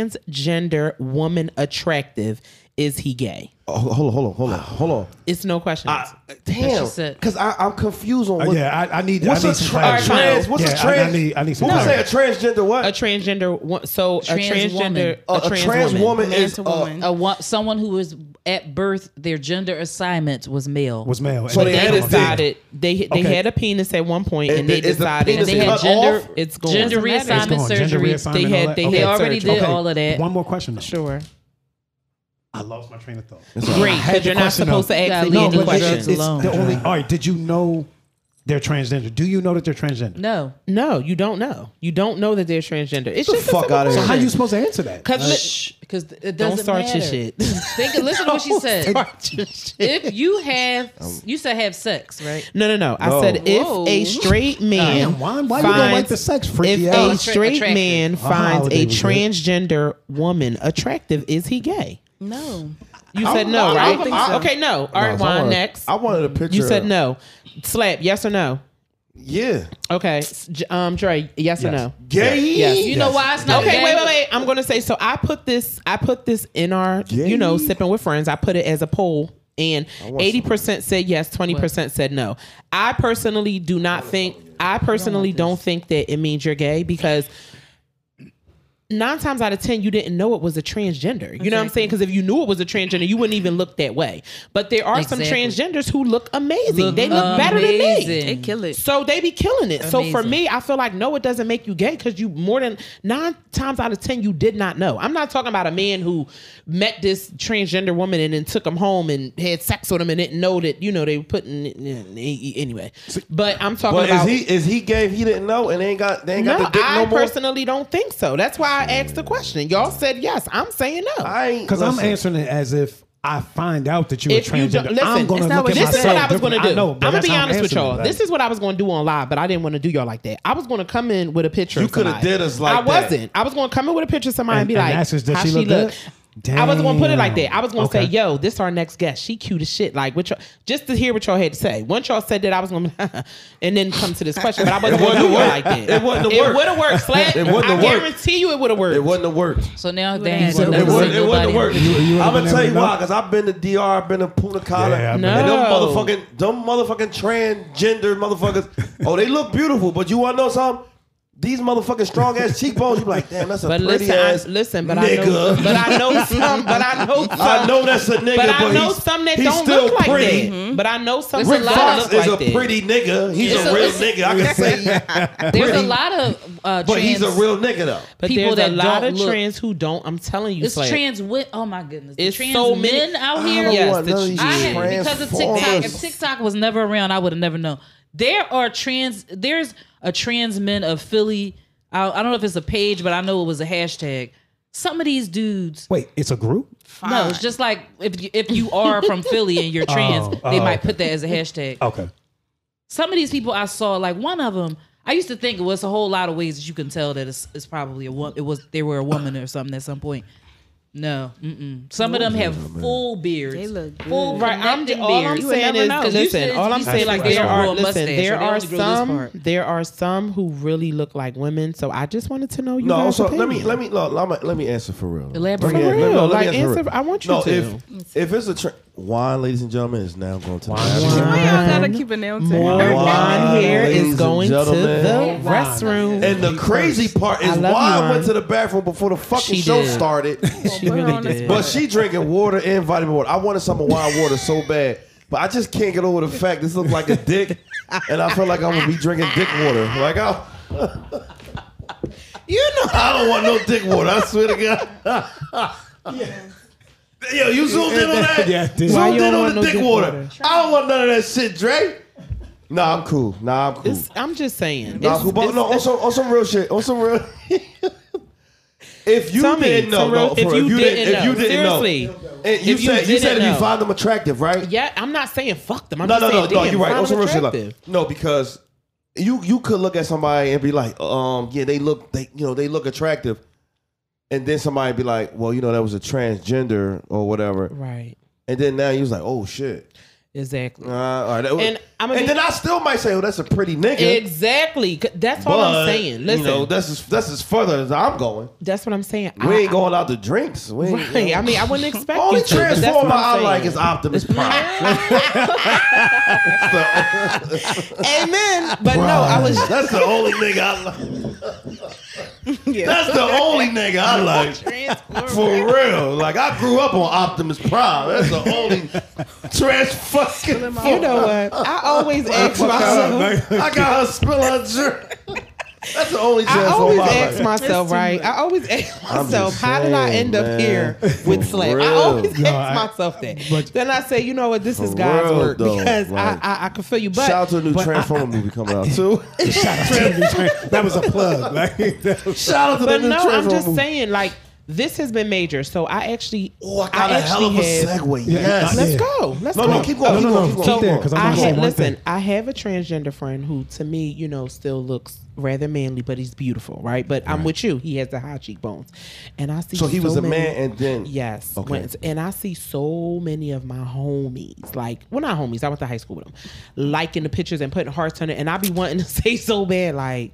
transgender woman attractive, is he gay?
Oh, hold on, hold on, hold on, hold on.
It's no question.
I, damn,
said.
because I'm confused on
Uh,
what.
yeah, I, I need.
What's
I need
a
some
tra-
clarity.
trans? What's
Yeah,
a
I-
trans?
I, need. I need some.
What was
clarity.
that? A transgender what?
a transgender. wo- So
Trans
a
woman.
transgender.
A- a trans woman
Man
is
to
uh,
woman.
A one, someone who was at birth, their gender assignment was male.
Was male.
So
And
they
They
had a
decided they they
Okay.
had a penis at one point,
And
and,
the-
they
is the
decided
penis
they had
cut
gender,
off?
it's gone.
gender
Doesn't matter.
reassignment
It's
gone. Gender
surgery.
reassignment,
They
all
had-
that?
they
they
had
already
surgery.
did
Okay,
all of that.
One more question. Though.
sure.
I lost my train of thought.
Great, because
had the
you're not
question
supposed
up.
to ask
Gotta
me
leave the
any
but
questions
it's,
questions.
it's
alone.
the only. All right. Did you know they're transgender? Do you know that they're transgender?
No.
No, you don't know. You don't know that they're transgender. It's
the
just a
fuck
simple
outta here.
So how
question.
you supposed to answer that?
Cause li-
Because it doesn't
don't start
matter.
your shit.
Think, listen to what she said.
Start your shit.
If you have, you said have sex, right?
No, no, no. I
No.
said if
Whoa.
a straight man
Damn, why- why you don't
finds,
like the sex, freaky
if a
ass?
straight
Attractive.
man
Her
finds
holiday
a
was good.
transgender woman attractive, is he gay?
No.
You said no,
I
right?
don't think so.
Okay, no. All right,
No, so I
Juan,
wanted-
next.
I wanted a picture.
You said
of-
no. Slap, yes or no?
Yeah,
Okay, S- J- um, Dre, yes, or no?
gay.
You know why it's not
Okay,
gay?
wait, wait, wait. I'm gonna say so. I put this. I put this in our, you know, sipping with friends. I put it as a poll, and eighty percent said yes, twenty percent said no. I personally do not think. I personally don't think that it means you're gay because nine times out of ten you didn't know it was a transgender. You know what I'm saying? Because if you knew it was a transgender, you wouldn't even look that way. But there are some
Exactly.
transgenders who look amazing. they look better than me.
Amazing.
They kill it.
So they be killing it. So for
Amazing.
me, I feel like no, it doesn't make you gay because you more than nine times out of ten you did not know. I'm not talking about a man who met this transgender woman and then took him home and had sex with him and didn't know that you know they were putting anyway. But I'm talking
But is
about
he is he gay? If he didn't know, and they ain't got they ain't
no.
got the dick
I
no more.
personally don't think so. That's why I asked the question. Y'all said yes. I'm saying no.
I ain't
Because I'm
listen.
answering it as if I find out that you're
if you
transgender.
don't listen,
I'm going to
that's not
look
what-
at
this
myself.
is what I was going
different.
to do.
know,
I'm
but
gonna
that's
be
how I'm
honest with
answering
y'all.
it.
This is what I was going to do on live, but I didn't want to do y'all like that. I was going to come in with a picture.
You
of somebody.
coulda did us like
I
that.
wasn't. I was going to come in with a picture of somebody and, be like,
that's just- does
"How
she look good?
I was going to put it like that. I was going to
Damn.
say, "Yo, this our next guest. She cute as shit." Like, what y'all, just to hear what y'all had to say. Once y'all said that, I was going to, and then come to this question. But I wasn't going to do y'all like that.
It wouldn't have
It
worked.
would have worked. Slap.
It wouldn't
I
have worked.
guarantee you, it would have worked.
It wouldn't have worked.
So now they
It
ain't
wouldn't-
never
It
seen
wouldn't, it wouldn't
nobody.
work.
You- you
I'm
would've
gonna
been
tell
there
you
with
why,
no-
because I've been to DR, I've been to Punta Cana,
Yeah, I've been
and
there.
them
No.
motherfucking, them motherfucking transgender motherfuckers. oh, they look beautiful, but you want to know something? These motherfucking strong ass cheekbones. You be like, damn, that's a
But
pretty
listen, I,
ass
listen, but I know,
nigga.
but I know some, but I know some.
I know that's a nigga,
But
but,
I know
he's,
some that
he's
don't
still
look like
pretty.
that. But I know some
There's
that
a
don't
lot of
Fox
look
is
like
a
that.
pretty nigga. He's
It's
a
a-
real
it's-
nigga. I can say,
There's a lot of uh,
but he's a
trans-
real nigga though.
But
people
there's
that
a lot
don't
of
look-
trans who don't. I'm telling you,
It's
Slay.
trans wi- Oh my goodness. The
It's
trans
so many- Oh,
men out
I
here.
don't
Yes,
want
the
none of these
I had, because of TikTok. If
Transformers.
TikTok was never around, I would have never known. There are trans. There's a trans men of Philly. I, I don't know if it's a page, but I know it was a hashtag. Some of these dudes.
Wait, it's a group?
No, it's just like if you, if you are from Philly and you're trans,
Oh,
they
oh,
might
okay.
put that as a hashtag.
Okay.
Some of these people I saw, like one of them, I used to think it was a whole lot of ways that you can tell that it's, it's probably a woman. It was they were a woman or something at some point. No, mm-mm. some of them have full beards.
They look
full
good.
Right, I'm
connecting
all I'm
beards.
You would
saying
never
is
know.
'cause
You
listen.
said-
All I'm
you
saying
said
like
they
there
just
are
grow a
listen.
mustache,
There
or they
are
only grow this
some.
part.
There are some who really look like women. So I just wanted to know you.
No,
guys
so let me
opinion.
let me no, let me let me answer for real.
Elaborate.
Let me-
For
let me-
real,
no, let me
like,
for
answer-
real.
I want you
no,
to.
If, if it's a tra- wine, ladies and gentlemen, is now going to
Wine.
the bathroom.
Why y'all gotta keep announcing?
More
it?
wine here
Ladies
is
and
going to
gentlemen.
the
Wine.
restroom.
And the
She
crazy
first.
part
I
is
love you,
wine went
Ron.
to the bathroom before the fucking
She
show
did.
started.
She
Put her
really
on the
did.
spot.
but she drinking water and vitamin water. I wanted some of wine water so bad, but I just can't get over the fact this looks like a dick, and I feel like I'm gonna be drinking dick water. Like I,
you know
I don't want no dick water. I swear to God. Yo, you zoomed in on that.
Yeah, I did.
Why you
zoomed in
don't
on
want
the
no
dick
dick
water.
water?
I don't want none of that shit, Dre. Nah, I'm cool. Nah, I'm cool.
It's, I'm just saying.
Nah,
It's-
who- but
it's-
no, on some, on some real shit. On some real. if you
Tell me,
didn't know,
some real-
no, for real, if you didn't, if you didn't know,
Seriously.
and you
If you
said you, said
didn't
if you
know.
find them attractive, right?
yeah, I'm not saying fuck them. I'm
No,
just
no, no,
saying,
no.
damn,
You're right.
find
On some
them
real shit, like-
attractive.
no, because you you could look at somebody and be like, um, yeah, they look they you know they look attractive, and then somebody be like, well, you know that was a transgender or whatever,
Right.
and then now you was like, oh shit,
Exactly.
uh, all right, that was-
And I'ma
and
be-
then I still might say, oh, that's a pretty nigga.
Exactly. C- That's all I'm
but,
saying. Listen,
you know, that's as, that's as further as I'm going.
that's what I'm saying.
We
I-
ain't going out to drinks. We ain't,
Right. I mean, I wouldn't expect
Only
you to, but that's what
transformer
I'm
I like
saying.
is Optimus Prime.
Amen. But no, I was
That's the only nigga I like. That's the only nigga I like. For real. Like, I grew up on Optimus Prime. That's the only trans fucking.
You know what? I always ask myself.
I got her spill her drink. That's the only
I
trans
always
I
ask
like.
myself, right? I always ask
I'm
myself,
just
how did I
saying,
end up
man.
here with
For
slap? I
real.
always
No,
ask
I-
myself that.
but-
then I say, you know what? This is
For
God's
real,
work
though,
because
like-
I, I I can feel you. But
Shout out to the new Transformer movie coming out, too.
that was a plug. Like, that was-
Shout out to the
but
new
no,
Transformer
I'm just
movie.
saying like. This has been major, so I actually,
Oh, I got a hell of a
actually have-
segue.
Yeah,
Yes.
yeah.
Let's go. Let's
No,
go. Oh,
no, keep going.
No,
keep
no,
going,
no,
keep going,
keep
keep
there,
going.
'cause I'm
I
gonna say
had,
one
listen,
thing.
I have a transgender friend who, to me, you know, still looks rather manly, but he's beautiful, right? But I'm with you. He has the high cheekbones, and I see.
So he was a
many-
man and then-
yes,
Okay.
went- and I see so many of my homies, like, well, not homies. I went to high school with them, liking the pictures and putting hearts on it, and I be wanting to say so bad, like,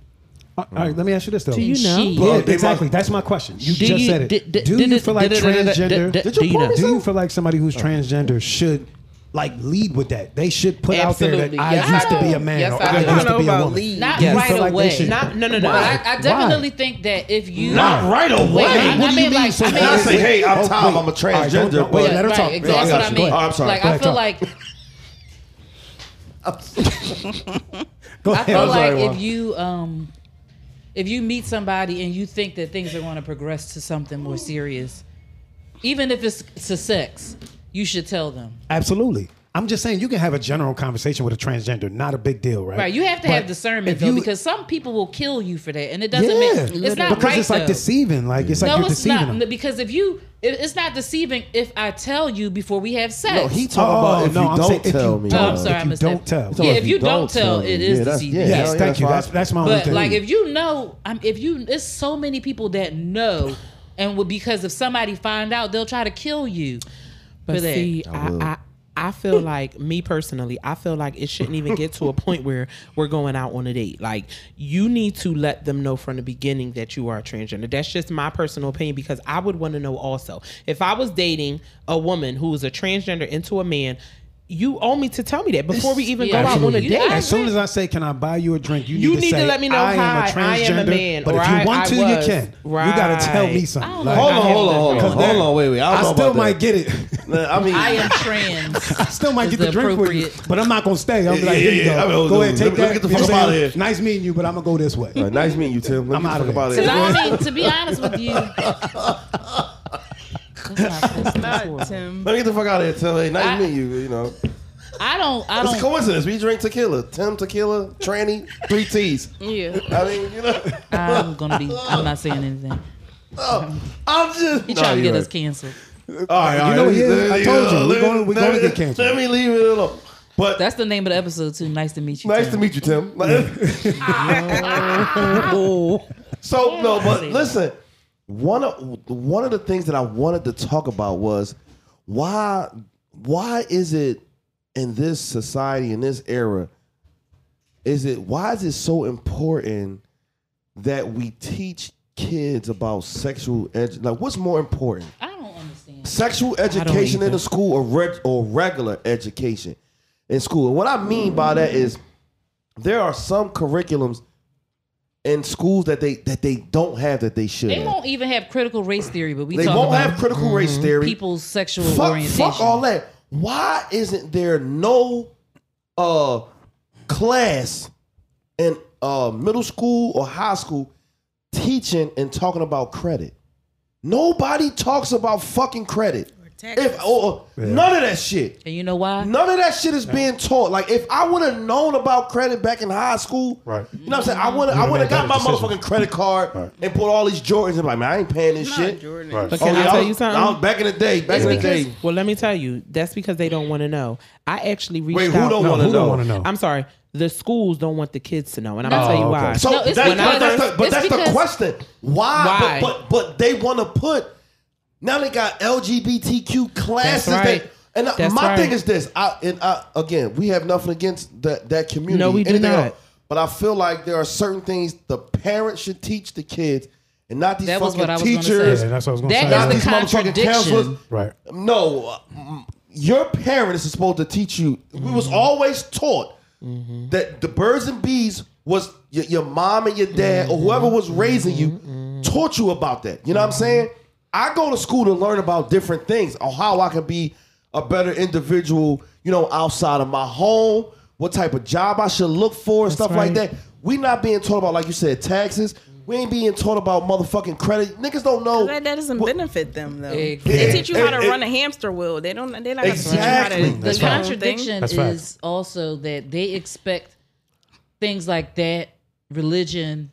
all right, let me ask you this though.
do you know?
she-
Yeah,
Well, they
exactly.
must-
That's my question. You
Do
just
you-
said it.
did- did-
do
did
you
it-
feel like
did it- did it- did
transgender?
it- did you pour
Do you
yourself?
feel like somebody who's transgender should like lead with that? They should put out there
Absolutely.
that I
Yes,
used
I
to be
do.
a man
Yes,
or
I
I,
do. I
used
don't
to be
know
a
about
woman.
lead.
Not
Yes.
You
right
feel like they
away.
should-
not, no, no, no.
but
I-
I, I definitely think that if you
Not right away.
Wait, I-
What
I
do
mean,
you
like,
so-
I mean,
Not say, hey, I'm
Oh,
Tom,
wait.
I'm a
All right, don't-
transgender,
don't- Wait,
but-
let her
right,
talk.
Exactly.
Yeah, I
That's
got
what I
you. Go
mean.
ahead. Oh, I'm sorry.
Like
Go
I
ahead,
feel
talk.
like
Go
I
ahead.
feel
I'm sorry,
like
Juan.
if you um if you meet somebody and you think that things are going to progress to something more serious, even if it's to sex, you should tell them.
Absolutely. I'm just saying you can have a general conversation with a transgender, not a big deal, right?
Right, you have to
But
have discernment
if
though,
you-
because some people will kill you for that, and it
yeah,
doesn't make it's not
because
right
it's like
though.
deceiving. Like it's like
no,
you're
it's
deceiving
not
them.
because if you, it, it's not deceiving if I tell you before we have sex.
No, he talking about if you
I'm
don't
saying if
tell
you
me.
Oh, I'm
don't-
sorry,
if
I
you
missed that.
don't tell.
Yeah, if you don't tell, it is
that's-
deceiving.
Yes,
yeah,
thank you.
why-
That's that's my only
But
thing.
like, if you know, I'm if you, it's so many people that know, and would because if somebody find out, they'll try to kill you.
But
for that.
see, I, I, I feel like me personally, I feel like it shouldn't even get to a point where we're going out on a date. Like you need to let them know from the beginning that you are transgender. That's just my personal opinion because I would want to know also if I was dating a woman who is a transgender into a man. You owe me to tell me that before we even
Yeah.
go out on a
Absolutely.
date.
I
as soon
agree.
as I say, "Can I buy you a drink?" You need,
You
to,
need to
say,
let me know,
I am a
"Hi, I am a
transgender,
man,"
But
or
if you
I-
want
I
to,
was.
you can. You got to tell me
Right.
I
something.
don't
Like,
know.
Hold on,
I have
hold on,
to-
hold on,
'cause
hold
that-
on, wait, wait. I,
I
don't know
still
about
might
that.
get it.
Nah, I mean,
I am trans.
I still might
Is
get the
the
drink for you,
appropriate-
but I'm not gonna stay. I'm
Yeah,
like, here
yeah,
you
yeah. I mean,
go.
oh,
Go
no,
ahead,
let
take
me- let me
that.
get the
You know
fuck
what I'm
up outta
saying?
here.
Nice meeting you, but I'm gonna go this way.
Like, uh, nice meeting you, Tim. Let
I'm
me
outta
talk about
here.
Because
it.
I mean, to be honest with you. That's not close to
Not
horrible.
Tim.
Let me get the fuck out of here, Tim. Hey, nice
I-
meeting you. You know,
I don't. I
it's a
don't.
coincidence. We drink tequila. Tim tequila, tranny, three T's.
Yeah.
I mean, you know,
I'm gonna be. I'm not saying anything.
I'm just.
He
Nah,
Uh, trying to
you're
get
right.
us canceled.
All right, all
You
right.
know
Let
he
me-
is.
let
I
me-
told you,
uh,
we're
let me-
going- we're
let
going to
me-
get canceled.
Let me leave it alone. But
That's the name of the episode too. Nice to meet you.
nice
Tim.
to meet you, Tim. so no, but listen, one of one of the things that I wanted to talk about was why why is it in this society in this era is it why is it so important that we teach kids about sexual edu- like what's more important
I don't understand.
sexual education in
either.
the school or reg- or regular education in school. And what I mean by that is there are some curriculums in schools that they that they don't have that they should.
They
have.
won't even have critical race theory, but we
They
talk
won't
about
have critical race theory.
people's sexual
fuck,
orientation.
fuck all that. Why isn't there no uh class in uh middle school or high school teaching and talking about credit? Nobody talks about fucking credit.
Taxes.
If oh, oh, none of that shit.
And you know why?
None of that shit is being taught. Like if I would have known about credit back in high school,
Right.
You know what I'm saying? I would I
would've
would
made
have got my
better decisions.
motherfucking credit card
Right.
and put all these Jordans. And like, man, I ain't paying this
Not
shit. Oh,
Jordan.
Right.
But can I
yeah,
tell
was-
you something?
I was back in the day. Back in the day.
Well, let me tell you, that's because they don't want to know. I actually reached
Wait, who
out.
don't
No,
want to
who don't
know? Oh,
want to know?
I'm sorry. The schools don't want the kids to know, and I'm gonna tell you why.
So
No, it's
that's,
because-
but that's the, but
it's
that's the
because-
question. Why?
Why?
But, but but they want to put now they got LGBTQ classes.
That's right.
that- and I-
That's
my
right.
thing is this. I and I again, we have nothing against that that community.
No, we do
anything
not.
else. but I feel like there are certain things the parents should teach the kids, and not these
That was
fucking
what I was gonna
teachers.
say.
Yeah, that's what I was gonna
That
say.
Not
is
these
the
motherfucking counselors.
contradiction.
Right.
No, uh, mm, your parents is supposed to teach you. We
Mm-hmm.
was always taught that the birds and bees was your, your mom and your dad
Mm-hmm.
or whoever was raising you taught you about that. You know what I'm saying? I go to school to learn about different things on how I can be a better individual. You know, outside of my home, what type of job I should look for and stuff like
right.
that. We not being taught about like you said taxes. We ain't being taught about motherfucking credit. Niggas don't
Oh,
know.
That, that doesn't benefit them though.
Exactly.
They teach you how
It- it-
to run a hamster wheel. They don't. They're not
Exactly.
gonna teach you how to.
the
do your own thing.
contradiction
That's fact.
is also that they expect things like that, religion,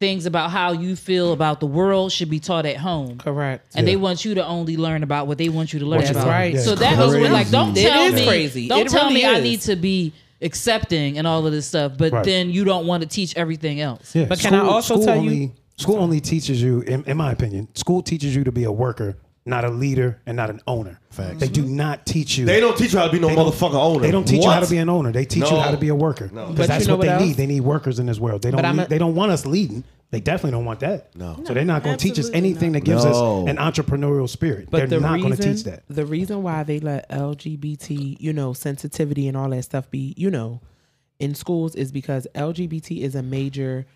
things about how you feel about the world should be taught at home.
Correct.
And they want you to only learn about what they want you to learn
you
about.
learn.
Right. Yeah,
so
it's
that was when, like,
crazy.
don't
It
tell
is
me,
crazy.
don't
It
tell
really
me I
is.
need to be accepting and all of this stuff, but
Right.
then you don't want to teach everything else.
Yeah.
But can I also tell you-
only- School only teaches you, in, in my opinion, school teaches you to be a worker, not a leader, and not an owner. Facts. They do not teach you.
They don't teach you how to be no motherfucking owner.
They don't teach you how
What?
to be an owner. They teach you how
No.
to be a worker.
No.
Because
But
that's
you know
what,
what else?
they need. They need workers in this world. They
But
don't.
I'm
Need,
a-
they don't want us leading. They definitely don't want that. No. So they're not going to teach us
Absolutely
anything
not.
that gives
No.
us an entrepreneurial spirit.
But the
they're not going to
reason,
teach that.
The reason why they let LGBT, you know, sensitivity and all that stuff be, you know, in schools is because LGBT is a major.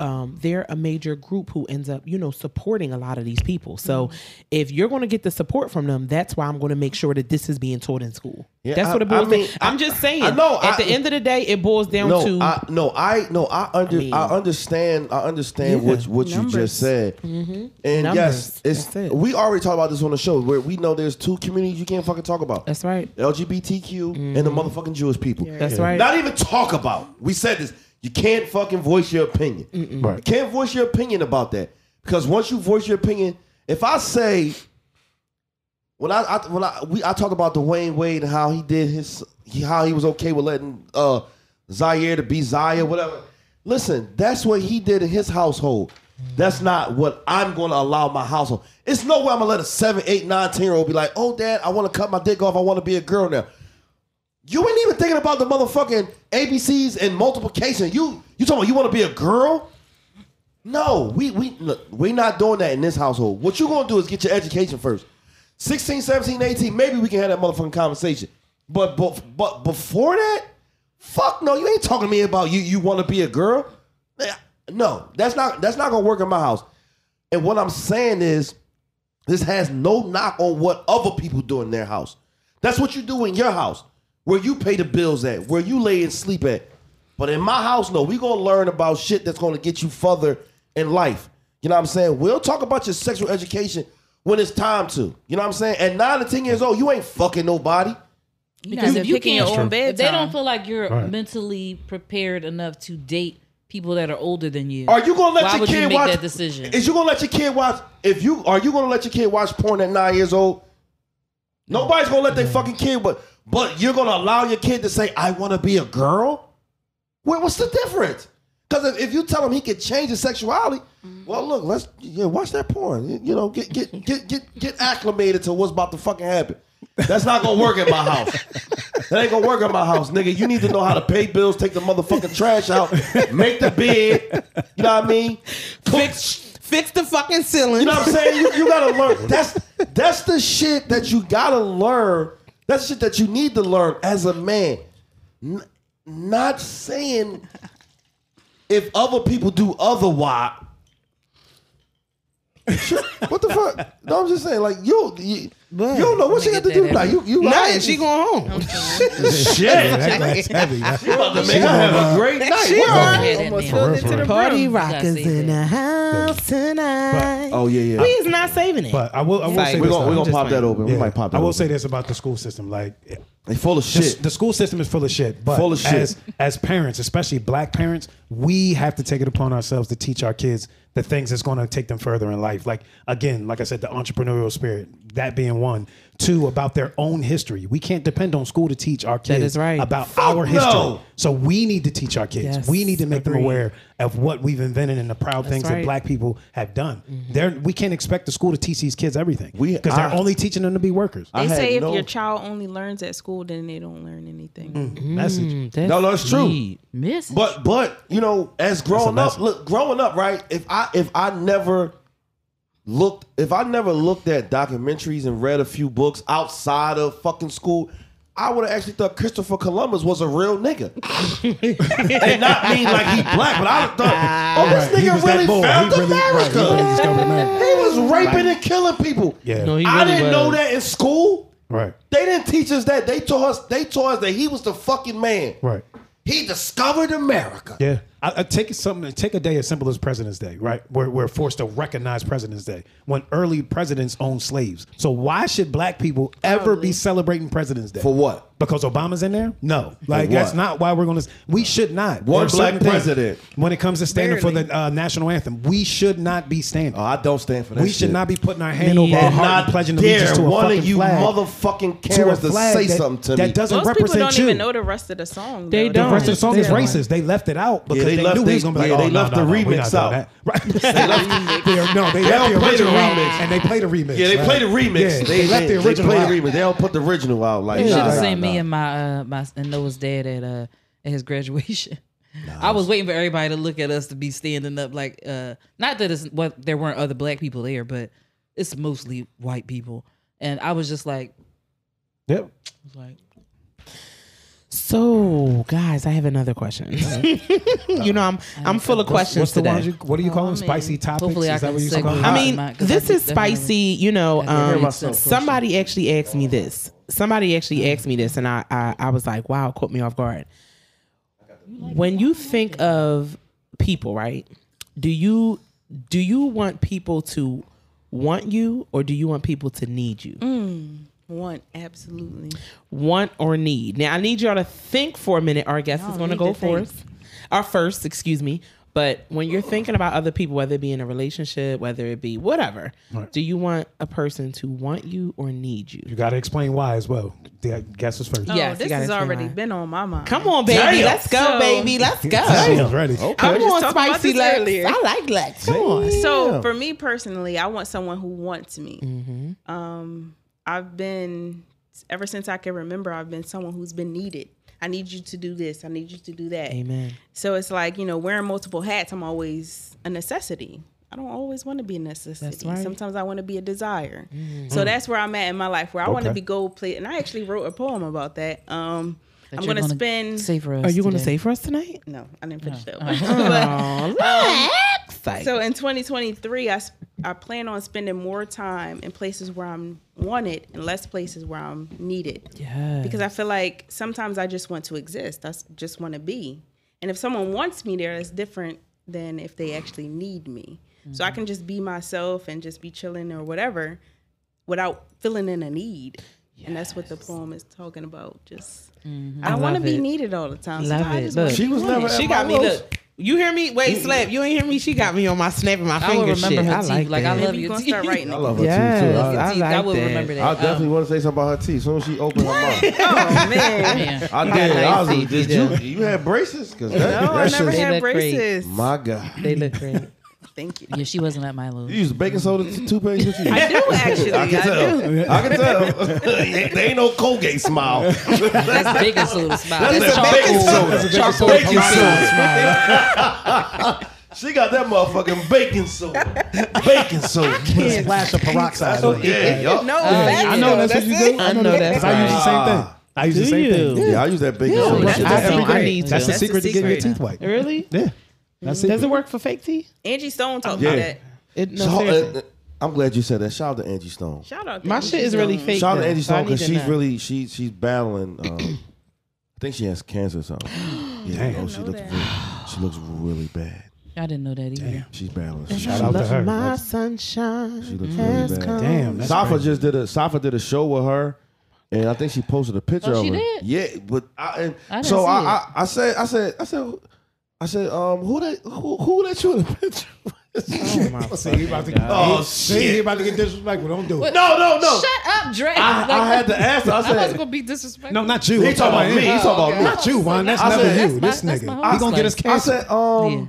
Um, they're a major group who ends up, you know, supporting a lot of these people. So, if you're going to get the support from them, that's why I'm going to make sure that this is being taught in school.
Yeah,
that's
I-
what it boils
I mean,
down. I'm just saying.
I know,
At the
I-
end of the day, it boils down
no,
to
I, no, I, no, I, under, I,
mean-
understand, I understand what what you
Numbers.
just said, and yes,
Mm-hmm. Numbers.
it's
That's it.
we already talked about this on the show where we know there's two communities you can't fucking talk about.
That's right.
LGBTQ and the motherfucking Jewish people.
That's Yeah. right.
Not even talk about. We said this. You can't fucking voice your opinion. You
Right.
can't voice your opinion about that because once you voice your opinion, if I say when I, I when I we I talk about Dwayne Wade and how he did his he, how he was okay with letting uh Zaire to be Zaire whatever. Listen, that's what he did in his household. That's not what I'm going to allow my household. It's no way I'm going to let a 7, 8, 9, 10 year old be like, oh, dad, I want to cut my dick off. I want to be a girl now. You ain't even thinking about the motherfucking ABCs and multiplication. You you talking about you want to be a girl? No, we we look, we not doing that in this household. What you gonna do is get your education first. 16, 17, 18, maybe we can have that motherfucking conversation. But but but before that, fuck no, you ain't talking to me about you you want to be a girl. Eh, No, that's not that's not gonna work in my house. And what I'm saying is, this has no knock on what other people do in their house. That's what you do in your house, where you pay the bills at, where you lay and sleep at. But in my house, no, we gonna learn about shit that's gonna get you further in life. You know what I'm saying? We'll talk about your sexual education when it's time to. You know what I'm saying? At nine to ten years old, you ain't fucking nobody.
Because
You-
they're
you
picking
can't-
your own
If they don't
bedtime.
feel like you're
Right.
mentally prepared enough to date people that are older than you,
Are you gonna let
why
your
would
kid
you make
watch
that decision?
Is you gonna let your kid watch? If you are you gonna let your kid watch porn at nine years old? Nobody's gonna let their fucking kid, but but you're gonna allow your kid to say, "I want to be a girl." What, what's the difference? Because if, if you tell him he could change his sexuality, well, look, let's yeah, watch that porn. You, you know, get get get get get acclimated to what's about to fucking happen. That's not gonna work at my house. That ain't gonna work at my house, nigga. You need to know how to pay bills, take the motherfucking trash out, make the bed. You know what I mean?
fix fix the fucking ceiling.
You know what I'm saying? You, you gotta learn. That's that's the shit that you gotta learn. That's the shit that you need to learn as a man. N- not saying if other people do otherwise, what the fuck? No, I'm just saying, like you, you, you don't know what she got to
Nigga,
do.
that-
Now you, you
Nah,
lying.
she going home.
That- that's heavy. That's-
Man, I have a great night.
She
Wow.
alright.
Yeah, that man.
Almost filled
real,
it
for
to the
real.
Party
brim.
rockers
You gotta say
in the house tonight.
Oh yeah, yeah.
we is not saving it.
But I will. I will
Like,
say
We're
this.
gonna,
though.
we
I'm
gonna
just
pop that
playing.
open. We
Yeah.
might pop that
I will
open.
say this about the school system. Like,
They full of
the,
shit.
the school system is full of shit. But
Full of shit.
As, as parents, especially black parents, we have to take it upon ourselves to teach our kids the things that's going to take them further in life. Like, again, like I said, the entrepreneurial spirit, that being one. Two, about their own history. We can't depend on school to teach our kids
is right.
about
Fuck
our history.
no.
So we need to teach our kids.
Yes,
we need to make
agreed.
them aware of what we've invented and the proud things
right. Mm-hmm.
that black people have done. They're, we can't expect the school to teach these kids everything
We-
because they're
I-
only teaching them to be workers.
I
They
had
say if
no-
your child only learns at school, then they don't learn
Mm.
anything.
Message.
Mm.
No, no, it's true.
Miss.
But but you know, as growing up,
message.
look, growing up, right? If I if I never looked if I never looked at documentaries and read a few books outside of fucking school, I would have actually thought Christopher Columbus was a real nigga. and not mean like he black, but I would've thought, oh,
Right,
this
he
nigga
was that
really
boy. He
found
really- right,
America.
he really discovered America.
He was raping and killing people.
Yeah.
No, he
I
really
didn't
was.
know that in school.
Right.
They didn't teach us that. They taught us. They taught us that he was the fucking man.
Right.
He discovered America.
Yeah, I, I take it something. Take a day as simple as President's Day, right? We're, we're forced to recognize President's Day when early presidents owned slaves. So why should black people ever be celebrating President's Day
For what?
Because Obama's in there? No, like
what?
that's not why we're going to. We should not.
One
There's certain
black
things-
president.
When it comes to standing for
Barely.
the uh, national anthem, we should not be standing.
Oh, I don't stand for that.
we
shit.
should not be putting our hand
Me
over our
And
heart
not
and pledging
dare
allegiance to a
one
fucking
of you
flag.
motherfucking
to a
Karens to,
flag
say
that-
something to
that
me.
doesn't
Most people
represent
don't
you.
even know the rest of the song.
They
though.
don't.
The rest of the song is
Yeah.
racist. They left it out because
they
they,
left
knew
the-
they was gonna be like,
yeah, they
oh, no,
left
no,
the
no, we
remix
not doing
out.
that. Right? they left, they are- no, they, left
don't
the
play the
original out,
remix.
and they played a remix.
yeah, they
right?
play the remix.
Yeah, they, left the original.
They
out.
play the remix. They don't put the original out. Like
You should
nah,
have
nah,
seen me
nah.
and my uh, my and Noah's dad at uh at his graduation. I was waiting for everybody to look at us to be standing up like uh not that it's what there weren't other black people there, but it's mostly white people. And I was just like,
Yep.
like
So, guys, I have another question. you know, I'm I'm full of questions
What's the
today.
ones you, what do you call them?
man.
Spicy topics?
Hopefully I
is that
can
what you
segue.
call them?
I
Hot
mean,
mic, 'cause
this
I
is
just Oh definitely-
spicy. You know,
I hear myself
um,
Uh-huh. question.
somebody actually asked me this. Somebody actually asked me this, and I, I, I was like, wow, caught me off guard. When you think of people, right? Do you do you want people to want you, or do you want people to need you?
One, absolutely.
want or need. Now I need y'all to think for a minute. Our guest is going to
need
go
to think.
first. Our first, excuse me. But when you're thinking about other people, whether it be in a relationship, whether it be whatever, do you want a person to want you or need you?
You got to explain why as well. The guess was first.
Oh,
Yes, you
this
gotta
has
explain
already
why.
been on my mind.
Come on, baby,
Damn.
let's go,
So-
baby, let's go.
Damn, ready.
Come
We were just
on,
talking about
spicy
this
Lex.
earlier.
I like Lex. Come on.
So for me personally, I want someone who wants me.
Mm-hmm.
Um, I've been ever since I can remember. I've been someone who's been needed. I need you to do this. I need you to do that.
Amen.
So it's like you know, wearing multiple hats. I'm always a necessity. I don't always want to be a necessity.
right.
Sometimes I want to be a desire. So that's where I'm at in my life, where I want to
Okay.
be gold plate. And I actually wrote a poem about that. Um, I'm
you're
gonna,
gonna
spend.
say for us.
Are Oh, you going to
today.
say for us tonight?
no, I didn't finish that one. But-
Oh, Lex. Like,
so in 2023, I, s- I plan on spending more time in places where I'm wanted and less places where I'm needed.
yeah.
Because I feel like sometimes I just want to exist. I s- just want to be. And if someone wants me there, it's different than if they actually need me. So I can just be myself and just be chilling or whatever without feeling in a need. And that's what the poem is talking about. Just I don't want to
love
be
it.
needed all the time.
Love
Sometimes I
it.
just
Look.
wanna
She
be
was never.
wanted.
at
She
my
got me.
roast.
Look, you hear me? Wait, slap. You ain't hear me? She got me on my snapping my
I will
finger shit.
remember her
I
teeth.
like,
Like, I
that.
love
Maybe
you.
gonna start writing
I
it.
love her
Yes,
too. too.
Your
I,
I
teeth. I
like
will
that.
remember that.
I
Um,
definitely want to say something about her teeth. As soon as she opened her mouth,
Oh man.
yeah.
I
got
did. I was
nice
like,
teeth,
did
you
you? You had braces? Cause that,
No, I
that shit-
never
They
had
look great.
braces.
My God,
They look great.
Thank you.
Yeah, she wasn't at Milo.
you use baking soda to toothpaste? What you use?
I do actually. I,
I can tell.
do.
I can tell. there ain't no Colgate smile.
That's big and soda smile. That's
That's a baking soda.
charcoal.
That's a baking
Charcoal.
soda. Baking
protein.
soda. She got that motherfucking baking soda. Baking soda.
Splash of peroxide. on it.
Yeah, yup.
No, that's
Oh, I know that's what you do.
I know that's
Because I use the
right.
same thing. I use the
Do
same
you?
thing.
Yeah, I use that baking soda.
but
shit.
I
Every
don't- I
day.
need
That's
to.
the
That's
secret to getting your teeth white.
Really?
Yeah. That's
Does
it.
it work for fake tea?
Angie Stone talked
Yeah.
about that.
It, no,
So, uh,
seriously.
uh, I'm glad you said that. Shout out to Angie Stone.
Shout out. to
My
Angie
shit is really
Stone.
fake.
Shout out
now,
to Angie
so I
Stone
need
because
to
she's
know.
really she she's battling. Um, I think she has cancer or something. Yeah,
Damn.
oh, she
know
looks
that.
really, she looks really bad.
I didn't know that either.
She's battling. She,
Shout out to
Love
her.
My sunshine
she looks
has
really bad.
come.
Damn, that's
Safa
crazy.
just did a Safa did a show with her, and I think she posted a picture
Oh,
of
she
her.
did?
Yeah, but I, and
I didn't
so
see
I,
it.
I I said I said I said I said um who that who who let you in the picture?
Oh my
See, he about to get,
Oh,
see, he about to get disrespectful. Don't do it.
no no no.
Shut up, Drake.
I, I had to ask her. I
I
said
wasn't gonna be disrespectful.
No, not you.
He
I'm
talking about me. He
him.
talking about me.
Not you, Juan. That's
I
never
said-
you.
That's
this
my- that's my
nigga. He gonna
homie.
get us
I
canceled.
said um.
Yeah.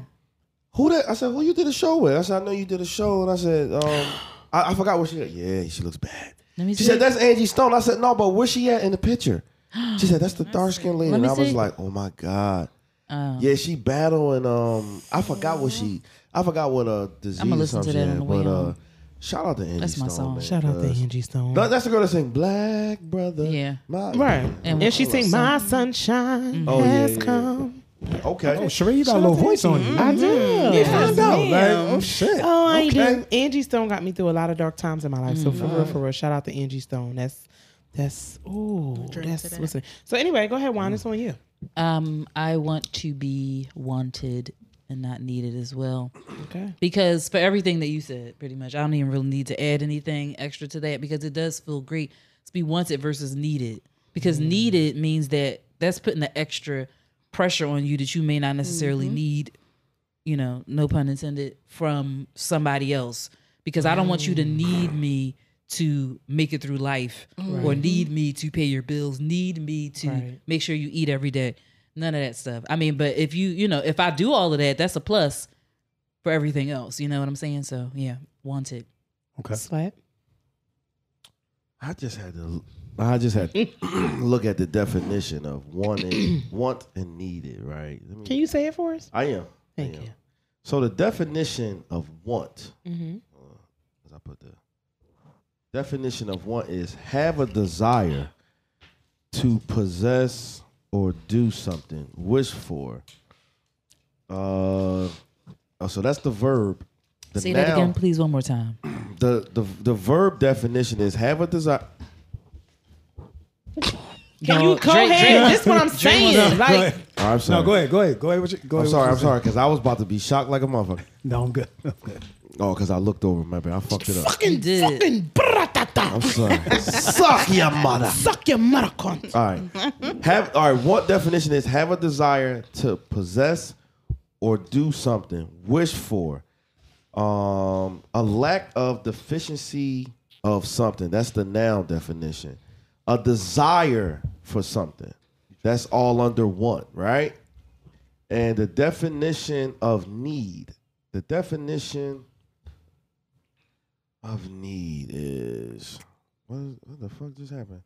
who that? I said, who you did a show with? I said, I know you did a show, and I said, um, I, I forgot where she. At. Yeah, she looks bad.
Let me
She
see.
said, that's Angie Stone. I said, no, but where's she at in the picture? She said, that's the dark skinned lady.
Let
And
me
I was
see.
like, oh my god.
Um,
yeah, she battling. Um, I forgot what she. I forgot what uh disease.
I'ma
or
listen to
something
that
she
on
had,
the way
but, uh,
home.
Shout out to Angie
That's my
Stone,
song.
man,
Shout out to
'cause-
Angie Stone.
No, that's the girl that sing Black Brother.
Yeah.
My,
Right. And,
And
she sang My Sunshine
Oh, yeah,
Has
yeah, yeah.
Come.
Okay.
Oh, Sheree, you got a little voice on you.
I
Mm-hmm.
do.
I know. Like, oh shit.
Oh, I ain't
Okay.
do. Angie Stone got me through a lot of dark times in my life. So for real, for real, shout out to Angie Stone. That's that's oh, that's what's it. So anyway, go ahead, Juan. It's on you.
Um, I want to be wanted and not needed as well.
Okay.
Because for everything that you said, pretty much, I don't even really need to add anything extra to that because it does feel great to be wanted versus needed. Because needed means that that's putting the extra pressure on you that you may not necessarily need, you know, no pun intended, from somebody else. Because I don't want you to need me to make it through life or need me to pay your bills, need me to
Right.
make sure you eat every day. None of that stuff. I mean, but if you, you know, if I do all of that, that's a plus for everything else. You know what I'm saying? So yeah, wanted.
Okay.
Slap.
I just had to. I just had to look at the definition of want and want and needed. Right? Let me-
Can you say it for us?
I am.
Thank
I am.
you.
So the definition of want, uh,
Mm-hmm.
as I put the definition of want is have a desire to possess or do something, wish for. Uh, oh, so that's the verb. The
Say that again,
noun-
please, one more time.
the the the verb definition is have a desire.
Can you go ahead? That's what I'm saying. Like
oh, I'm
No,
sorry.
go ahead. Go ahead. Go ahead. What you, go
I'm
ahead
sorry. I'm
what you
sorry because I was about to be shocked like a motherfucker.
said. No, I'm good. I'm good.
Oh, because I looked over. My bad. I fucked it up.
Fucking did.
I'm sorry. Suck your mother.
suck your mother cunt.
All right. Have all right. What definition is have a desire to possess or do something, wish for, um, a lack of deficiency of something. That's the noun definition. A desire for something. That's all under want, right? And the definition of need. The definition of need is what, is, what the fuck just happened?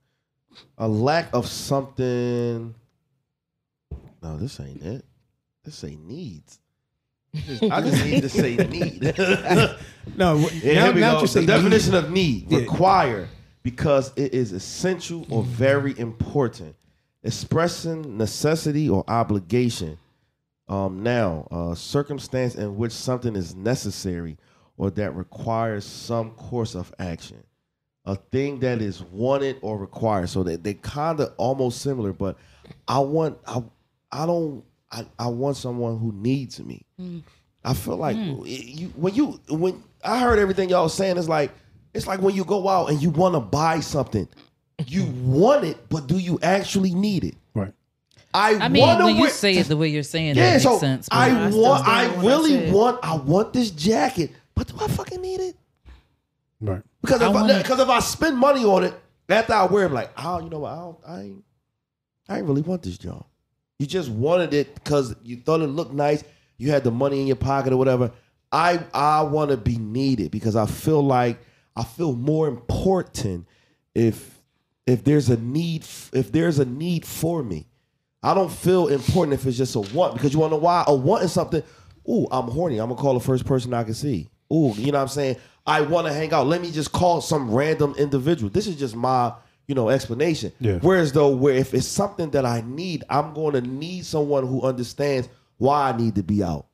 A lack of something. No, this ain't it. This ain't needs. I just need to say need.
No,
Yeah,
now,
here we
now
go.
you
The
say
definition of need require because it is essential or very important, expressing necessity or obligation. Um, now, uh, circumstance in which something is necessary or that requires some course of action, a thing that is wanted or required. So that they kind of almost similar, but I want I I don't I, I want someone who needs me. I feel like
Hmm.
it- you when you when I heard everything y'all was saying, it's like it's like when you go out and you want to buy something, you want it, but do you actually need it?
Right.
I,
I mean,
wanna
when you
wear-
say it the way you're saying
yeah,
it, makes
so
sense. but-
I
still
want, I
stand on what I
really
said.
want, I want this jacket, but do I fucking need it?
Right.
Because
I
if I,
wanna-
because if I spend money on it, after I wear it, I'm like, oh, you know what? I don't, I ain't, I ain't really want this job. You just wanted it because you thought it looked nice. You had the money in your pocket or whatever. I I want to be needed because I feel like I feel more important if if there's a need f- if there's a need for me. I don't feel important if it's just a want because you want to know why a want is something. Ooh, I'm horny. I'm gonna call the first person I can see. Ooh, you know what I'm saying? I want to hang out. Let me just call some random individual. This is just my you know explanation.
Yeah.
Whereas though, where if it's something that I need, I'm going to need someone who understands why I need to be out.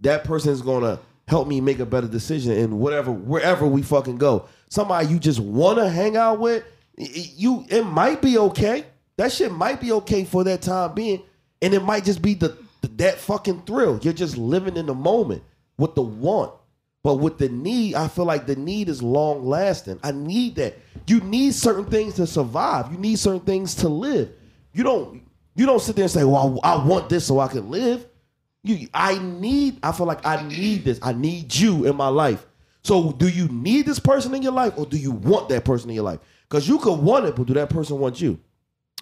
That person's going to help me make a better decision in whatever wherever we fucking go. Somebody you just want to hang out with, y- y- you it might be okay. That shit might be okay for that time being, and it might just be the, the that fucking thrill. You're just living in the moment with the want. But with the need, I feel like the need is long lasting. I need that. You need certain things to survive. You need certain things to live. You don't you don't sit there and say, "Well, I, I want this so I can live." You, I need. I feel like I need this. I need you in my life. So, do you need this person in your life, or do you want that person in your life? Because you could want it, but do that person want you?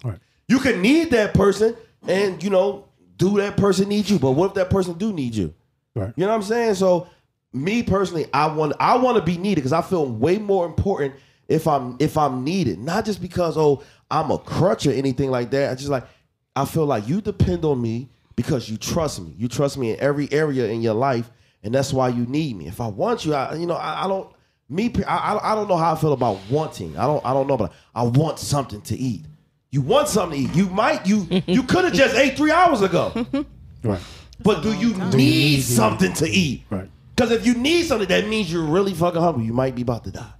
All right.
You could need that person, and you know, do that person need you? But what if that person do need you?
Right.
You know what I'm saying? So me personally, I want I want to be needed because I feel way more important if I'm if I'm needed, not just because oh I'm a crutch or anything like that. I just like I feel like you depend on me because you trust me. You trust me in every area in your life, and that's why you need me. If I want you, I you know I, I don't me pe- I, I- I don't know how I feel about wanting. I don't I don't know, but I want something to eat. You want something to eat. You might you you could have just ate three hours ago.
Right.
But do you need, something to eat?
Right.
Because if you need something, that means you're really fucking hungry. You might be about to die.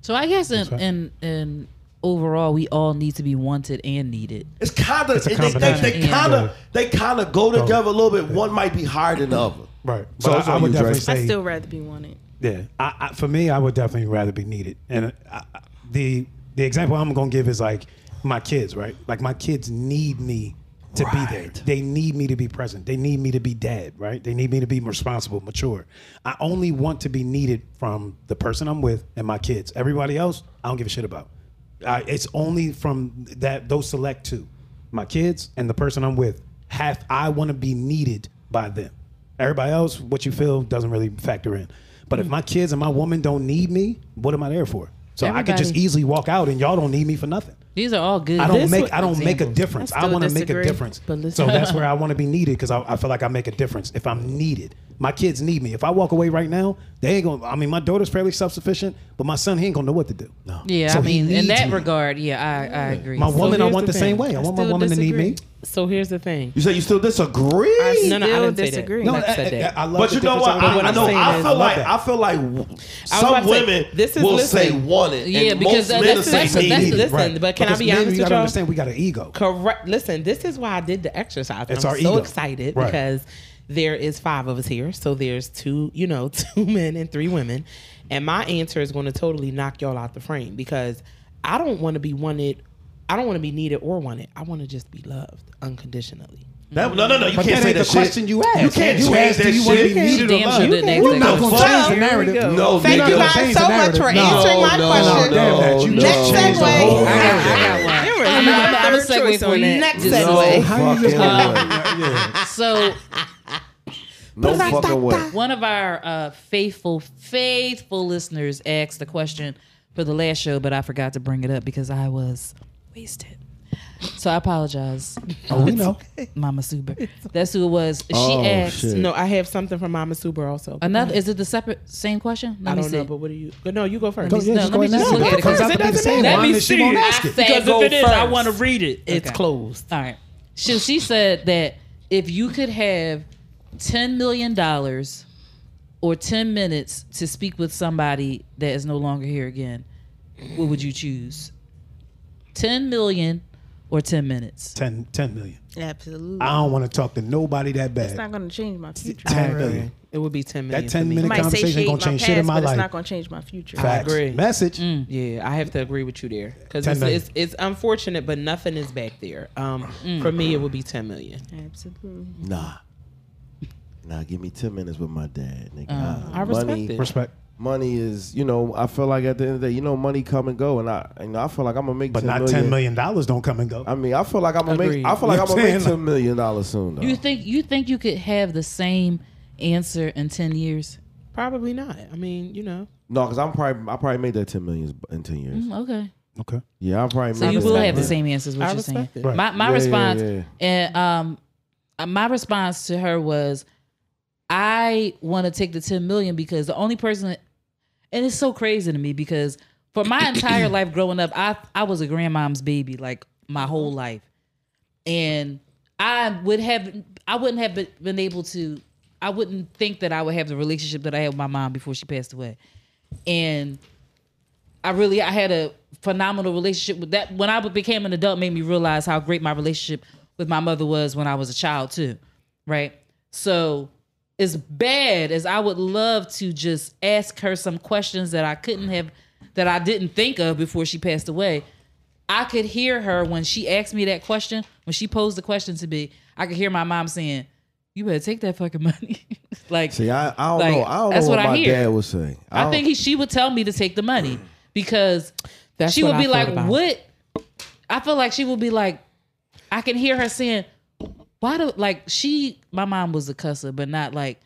So I guess in in, in overall, we all need to be wanted and needed.
It's kind of
a
they, they, they,
combination.
kind
Yeah.
of they kind of go together a little bit. One might be higher than the other.
Right. But
So
I-
it's
I,
on
would
you,
definitely
Dre.
I
say
still rather be wanted.
Yeah, I, I, for me, I would definitely rather be needed. And uh, I, I, the the example I'm gonna give is like my kids, right? Like my kids need me to be there. They need me to be present. They need me to be dad, right? They need me to be responsible, mature. I only want to be needed from the person I'm with and my kids. Everybody else, I don't give a shit about. I, it's only from that those select two, my kids and the person I'm with. Half I want to be needed by them. Everybody else, what you feel doesn't really factor in. But if my kids and my woman don't need me, what am I there for? So I could just
Everybody-
easily walk out and y'all don't need me for nothing.
These are all good.
I don't
This
make
would-
I don't make a
examples.
difference.
I
I
still
want to make a
disagree,
difference.
but listen-
So that's where I want to be needed because I, I feel like I make a difference if I'm needed. My kids need me. If I walk away right now, they ain't gonna. I mean, my daughter's fairly self sufficient, but my son he ain't gonna know what to do. No.
Yeah,
So
I
he
mean, in
needs
that
me.
regard, yeah, I, I agree.
my
So-
woman I
here's
want
the
the, same
thing.
way. I want my
still
woman to need me.
disagree.
So here's the thing.
You say you still disagree?
I-
No, no, I
Still
didn't
disagree.
say that.
No,
Lex said that.
I, I love
but
the
you know
difference.
what?
But
I,
what
I
I'm
know.
saying
I
is-
feel
love
like
that.
I feel like w-
about
some
to say,
women
this is-
will
listen.
say wanted,
Yeah,
and
because
most
that-
men will
that's-
say
that's- that's-
needed.
listen, but can I
Because
be
men,
honest
You
with
gotta
y'all?
understand we got an ego.
Correct. Listen, this is why I did the exercise.
It's
I'm
our
so
ego.
excited
Right.
because there is five of us here. So there's two, you know, two men and three women. And my answer is going to totally knock y'all out the frame because I don't want to be wanted. I don't want to be needed or wanted. I want to just be loved unconditionally.
That- no, no, no. You
But
can't
that
say
ain't
that
the
shit.
question you asked.
You can't
You
change
asked,
that
do you wanna
shit.
be needed?
She damn sure did that.
You're not
The
gonna
fuck?
change the narrative.
No,
Thank
nigga.
you
don't
guys
change
so
the
much for
narrative. No,
answering my
no,
question.
no,
Damn that, you
no,
just
Next
changed the
segue.
whole
I got, I got one.
There was
I'm,
no
I'm, I'm a
third choice
segue for
on
you.
that.
Next
Just-
segue. Uh,
No
How you
fucking
just
way.
So
No fucking way.
One of our uh, faithful, faithful listeners asked the question for the last show, but I forgot to bring it up because I was wasted. So I apologize,
Oh, we know.
Mama Super. That's who it was. She
Oh,
asked
shit.
No, I have something from Mama Suber also.
another. Is it the separate same question? Let
I
me
don't
see.
know, but what do you? but No, you go first.
Go, yeah,
no, let
just go
me
and
just
ask
look at
it. If
it
it comes
first.
out to be
Let
the same.
me
Why is she won't ask
I
it?
said go first.
read it. It's
Okay.
closed.
All right. So she said that if you could have ten million dollars or ten minutes to speak with somebody that is no longer here again, what would you choose? Ten million or ten minutes?
10, 10 million.
Absolutely.
I don't want to talk to nobody that
it's
bad.
not going to change my future.
Ten
It
million.
It would be ten
That
minutes.
ten minute
might
conversation ain't
satiate my
gonna change
past,
shit in my
but it's
life.
not going to change my future.
Facts.
agree.
Message.
Yeah, I have to agree with you there because
10
it's,
million.
it's it's unfortunate, but nothing is back there. Um,
Mm.
for me, it would be ten million.
Absolutely.
Nah. Nah, give me 10 minutes with my dad, nigga.
Mm,
I respect
money,
it.
Respect.
Money is, you know, I feel like at the end of the day, you know, money come and go, and I, you know, I feel like I'm gonna make.
But
10
not ten million dollars don't come and go.
I mean, I feel like I'm gonna
Agreed.
make. I feel like
You
I'm gonna
saying,
make
like-
ten million dollars soon. Though.
You think you think you could have the same answer in ten years?
Probably not. I mean, you know,
no, because I'm probably I probably made that ten million in ten years.
Mm, Okay.
Okay.
Yeah, I probably.
So
made
you
that
will
10
have the
million.
same answers. What
I
you're saying?
respect it.
Right.
My my
Yeah, yeah,
response
yeah.
and um, uh, my response to her was, I want to take the ten million because the only person, that, and it's so crazy to me because for my entire life growing up, I I was a grandmom's baby like my whole life, and I would have I wouldn't have been, been able to I wouldn't think that I would have the relationship that I had with my mom before she passed away. And I really I had a phenomenal relationship with that when I became an adult made me realize how great my relationship with my mother was when I was a child too. Right? So as bad as I would love to just ask her some questions that I couldn't have that I didn't think of before she passed away, I could hear her when she asked me that question, when she posed the question to me, I could hear my mom saying, You better take that fucking money. like
See, I, I don't
Like,
know. I don't
that's
know
what
what,
I
my
hear.
dad would say.
I,
don't-
think he, she would tell me to take the money because
That's
she
what
would
I
be
thought
like,
about.
"What?" I feel like she would be like, I can hear her saying, "Why do like she?" My mom was a cusser, but not like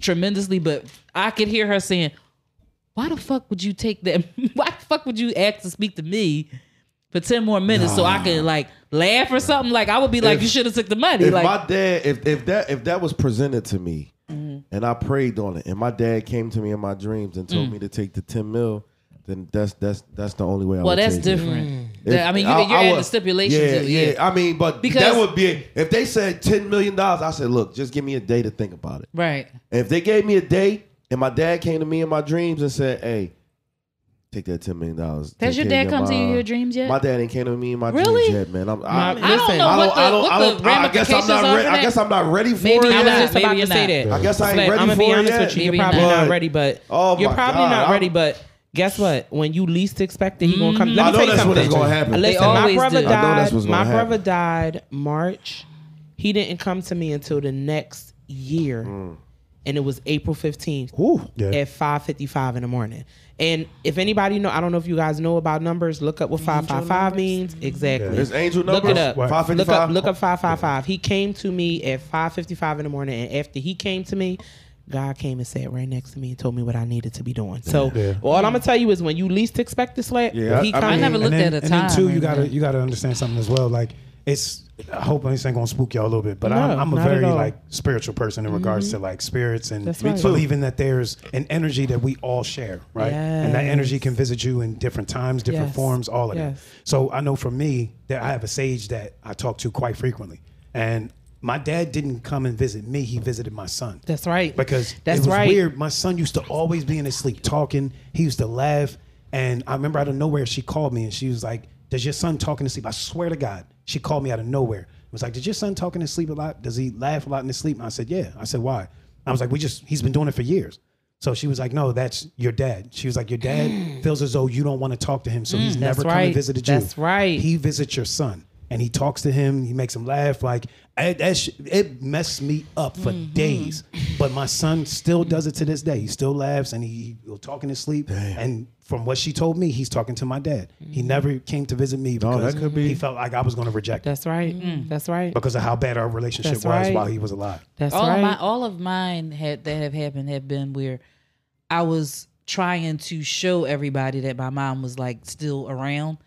tremendously. But I could hear her saying, "Why the fuck would you take that? Why the fuck would you ask to speak to me?" For ten more minutes, so I could like laugh or something. Like I would be like,
If-
"You should have took the money."
if
Like Mm-hmm.
my dad, if if that if that was presented to me, and I prayed on it, and my dad came to me in my dreams and
Mm.
told me to take the ten mil, then that's that's that's the only way. I
Well,
would
that's
take it.
different.
If-
That- I mean, you, you're adding the stipulation
Yeah,
to it.
yeah,
Yeah.
I mean, but
Because-
that would be if they said ten million dollars. I said, look, just give me a day to think about it.
Right.
And if they gave me a day, and my dad came to me in my dreams and said, hey. Take that ten million dollars.
Has your dad come to you in your dreams yet?
My dad ain't came to me in my
Really?
dreams yet, man. I'm,
My-
I,
I don't
Listen,
know
I
what
don't.
the,
I don't.
what
I
the
don't. I guess
ramifications
I'm
are
not. Re-
for
I
that.
guess I'm not ready for
Maybe
it.
I
I
was
was
yet.
just
just
about
about
to
to
say
say
that.
that.
I guess I ain't
Slay,
ready
I'm gonna
for
be
it
honest
yet.
with you. You're
Maybe
probably
not.
not,
But-
ready, but
Oh
you're
my
probably not
God,
ready.
I'm-
But guess what? When you least expect it, he gonna come. Let
I
me
know
tell you
that's what
something.
is gonna happen.
Listen,
They
my
always
brother
do. I
died.
know that's what's
my
gonna
brother
happen.
died March. He didn't come to me until the next year, and it was April 15th
Mm. Whew.
Yeah.
at 5:55 in the morning. And if anybody know, I don't know if you guys know about numbers. Look up what 555 means exactly.
It's angel
Look
numbers.
it up.
Five fifty
Look up,
five.
look up five five five. He came to me at five fifty five in the morning, and after he came to me, God came and sat right next to me and told me what I needed to be doing. So
Yeah.
all I'm gonna tell you is when you least expect this slap,
Yeah,
he
I- I
come.
mean-
I never
And
looked at
then-
a
And then
time
two,
or
you gotta
anything.
you gotta understand something as well. Like it's I hope this ain't gonna spook y'all a little bit, but
No,
I'm, I'm a
not at
very
all.
like spiritual person in regards to like spirits and
That's right. Me too.
believing that there's an energy that we all share, right? And that energy can visit you in different times, different
Yes.
forms, all of
Yes.
that. So I know for me that I have a sage that I talk to quite frequently, and my dad didn't come and visit me; he visited my son.
That's right.
Because
That's
it was
right.
weird. My son used to always be in his sleep talking. He used to laugh. And I remember out of nowhere, she called me and she was like, Does your son talk in his sleep? I swear to God, she called me out of nowhere. It was like, Did your son talk in his sleep a lot? Does he laugh a lot in his sleep? And I said, Yeah. I said, Why? I was like, We just, he's been doing it for years. So she was like, No, that's your dad. She was like, Your dad feels as though you don't want to talk to him. So he's
Mm, that's
never come
right.
and visited you.
That's right.
He visits your son and he talks to him. He makes him laugh. Like I, that sh- it messed me up for
Mm-hmm.
days. But my son still does it to this day. He still laughs and he, he'll talk in his sleep. And from what she told me, he's talking to my dad.
Mm-hmm.
He never came to visit me because
that could be-
he felt like I was going to reject him
That's right.
Mm.
That's right.
because of how bad our relationship
That's
was
right.
while he was alive.
That's
all
right.
of my all of mine had that have happened have been where I was trying to show everybody that my mom was like still around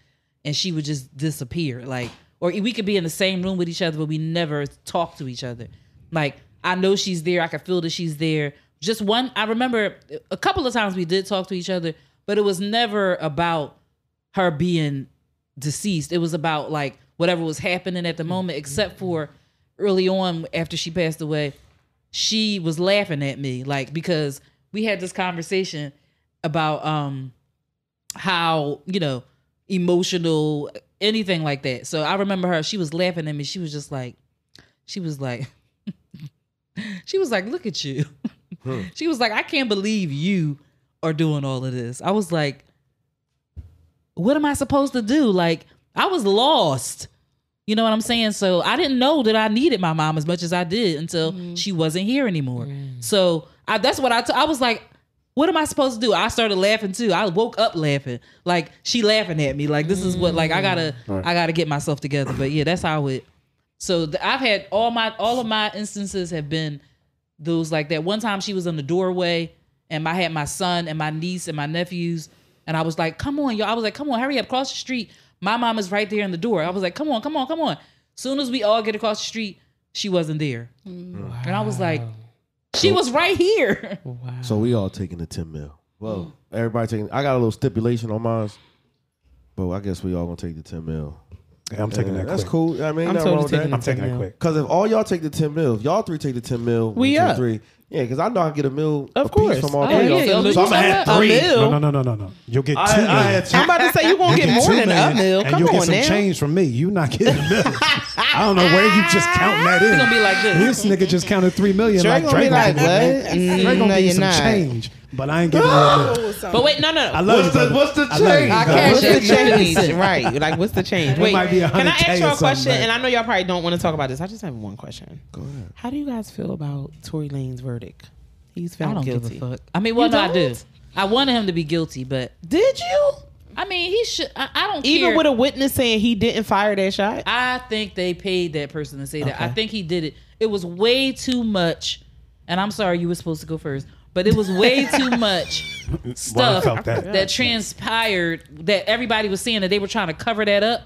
and she would just disappear like or we could be in the same room with each other but we never talk to each other like I know she's there I can feel that she's there just one I remember a couple of times we did talk to each other but it was never about her being deceased. It was about like whatever was happening at the moment, except for early on after she passed away, she was laughing at me like because we had this conversation about um how you know emotional anything like that. So I remember her. She was laughing at me. She was just like, she was like, she was like, look at you. She was like, I can't believe you are doing all of this. I was like, what am I supposed to do? Like, I was lost. You know what I'm saying? So I didn't know that I needed my mom as much as I did until she wasn't here anymore. So I, that's what I t- I was like, what am I supposed to do? I started laughing too. I woke up laughing. Like she laughing at me. Like this is what like I gotta I gotta get myself together. But yeah, that's how it. So th- I've had all my all of my instances have been those like that. One time she was in the doorway and I had my son and my niece and my nephews and I was like, "Come on, y'all!" I was like, "Come on, hurry up, cross the street." My mom is right there in the door. I was like, "Come on, come on, come on!" Soon as we all get across the street, she wasn't there, and I was like, "She was right here."
So we all taking the ten mil.
Mm.
Well, everybody taking. I got a little stipulation on mine, but I guess we all gonna take the ten mil.
Yeah, I'm taking that.
That's
quick.
cool. I mean,
I'm
nothing
totally
wrong with that.
taking
I'm taking that
Yeah.
quick.
Because if all y'all take the ten mil, if y'all three take the ten mil, one,
We
two,
up.
three. Yeah, because I know I can get a mil
Of
apiece
course.
from all
Oh,
three.
yeah,
y'all.
yo,
so I'm
you
gonna have
got a
three.
mil.
No,
I,
no, no, no, no, no. You'll get two.
I
million.
had two.
I'm about to say you gonna get,
You'll
more
two
than a
million,
mil.
and
Come
you'll
on
get some
now.
change from me. You not getting a million. I don't know where you just counting that in.
gonna be like this.
This nigga just counted three million.
Dre
like
gonna be
Drake
like,
gonna give
what?
me- Drake
No,
gonna give you
you're
some
not.
change, but I ain't giving you a million.
But wait, no, no.
I
no.
love you,
What's the
brother.
what's the
I love you,
change?
brother.
can't
What's the
Cash app.
change? right. Like, what's the change? Wait,
might be a
can I
100K
ask you
or
a question?
something, like-
And I know y'all probably don't want to talk about this. I just have one question. Go ahead. How do you guys feel about Tory Lane's verdict? He's
I
found
don't
guilty.
give a fuck. I mean, well,
You
no, I do.
don't?
I wanted him to be guilty, but
Did you?
I mean, he should. I, I don't
Even
care.
with a witness saying he didn't fire that shot?
I think they paid that person to say that. I think he did it. It was way too much. And I'm sorry, you were supposed to go first, but it was way too much
Well, I
stuff
felt
that.
that.
transpired that everybody was saying that they were trying to cover that up.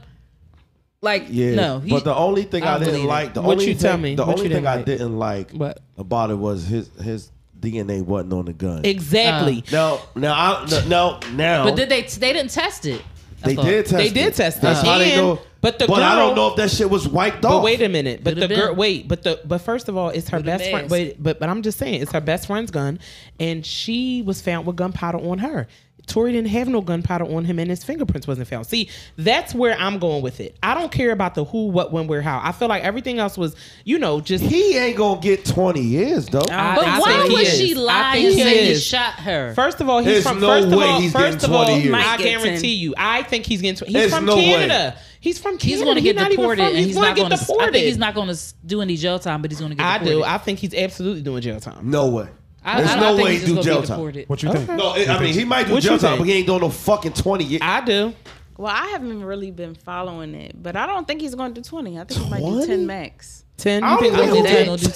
Like,
Yeah.
no, he,
but the only thing
I
I,
don't
didn't
believe it.
like, the
What
only
you
thing,
tell me?
the
What
only
you
thing
didn't
I
like?
didn't like
What?
about it was his his DNA wasn't on the gun.
Exactly.
No, no, I, no, no, now.
but did they? They didn't test it. I
They
thought.
did test
They
it.
did test it.
That's how they
And-
know.
but the
but I
girl-
don't know if that shit was wiped
But
off.
wait a minute. But
Could've
the
been.
girl. Wait. But the. But first of all, it's her
Could've
best
been.
friend. But, but but I'm just saying, it's her best friend's gun, and she was found with gunpowder on her. Tori didn't have no gunpowder on him, and his fingerprints wasn't found. See, that's where I'm going with it. I don't care about the who, what, when, where, how. I feel like everything else was, you know, just.
He ain't gonna get twenty years though.
I-
But
I
why
think he
would
is.
she
I
lie
think
and
he
say he
is.
shot her?
First of all, he's
There's
from.
no
first of
way
all,
he's
first
getting
of all,
20 years.
I
Might get
guarantee
10.
you, I think he's getting. 20. He's
There's
from
no way.
Canada. He's from Canada.
he's going to get
not even
deported,
from-
and he's
gonna
not
get
going to. I
deported.
think he's not going to do any jail time, but he's going to get.
I
deported.
do. I think he's absolutely doing jail time.
no way.
I-
There's
I- I
no
think
way
he's just
he do
gonna
jail
be
time.
deported.
What you think?
No, it, I mean he might do
What you
jail time,
think?
but he ain't doing no fucking twenty years.
I do.
Well, I haven't really been following it, but I don't think he's going to do 20. I think he might do
20?
10 max.
Ten.
I
You think
don't
we'll
think
do
that.
ten?
Gonna do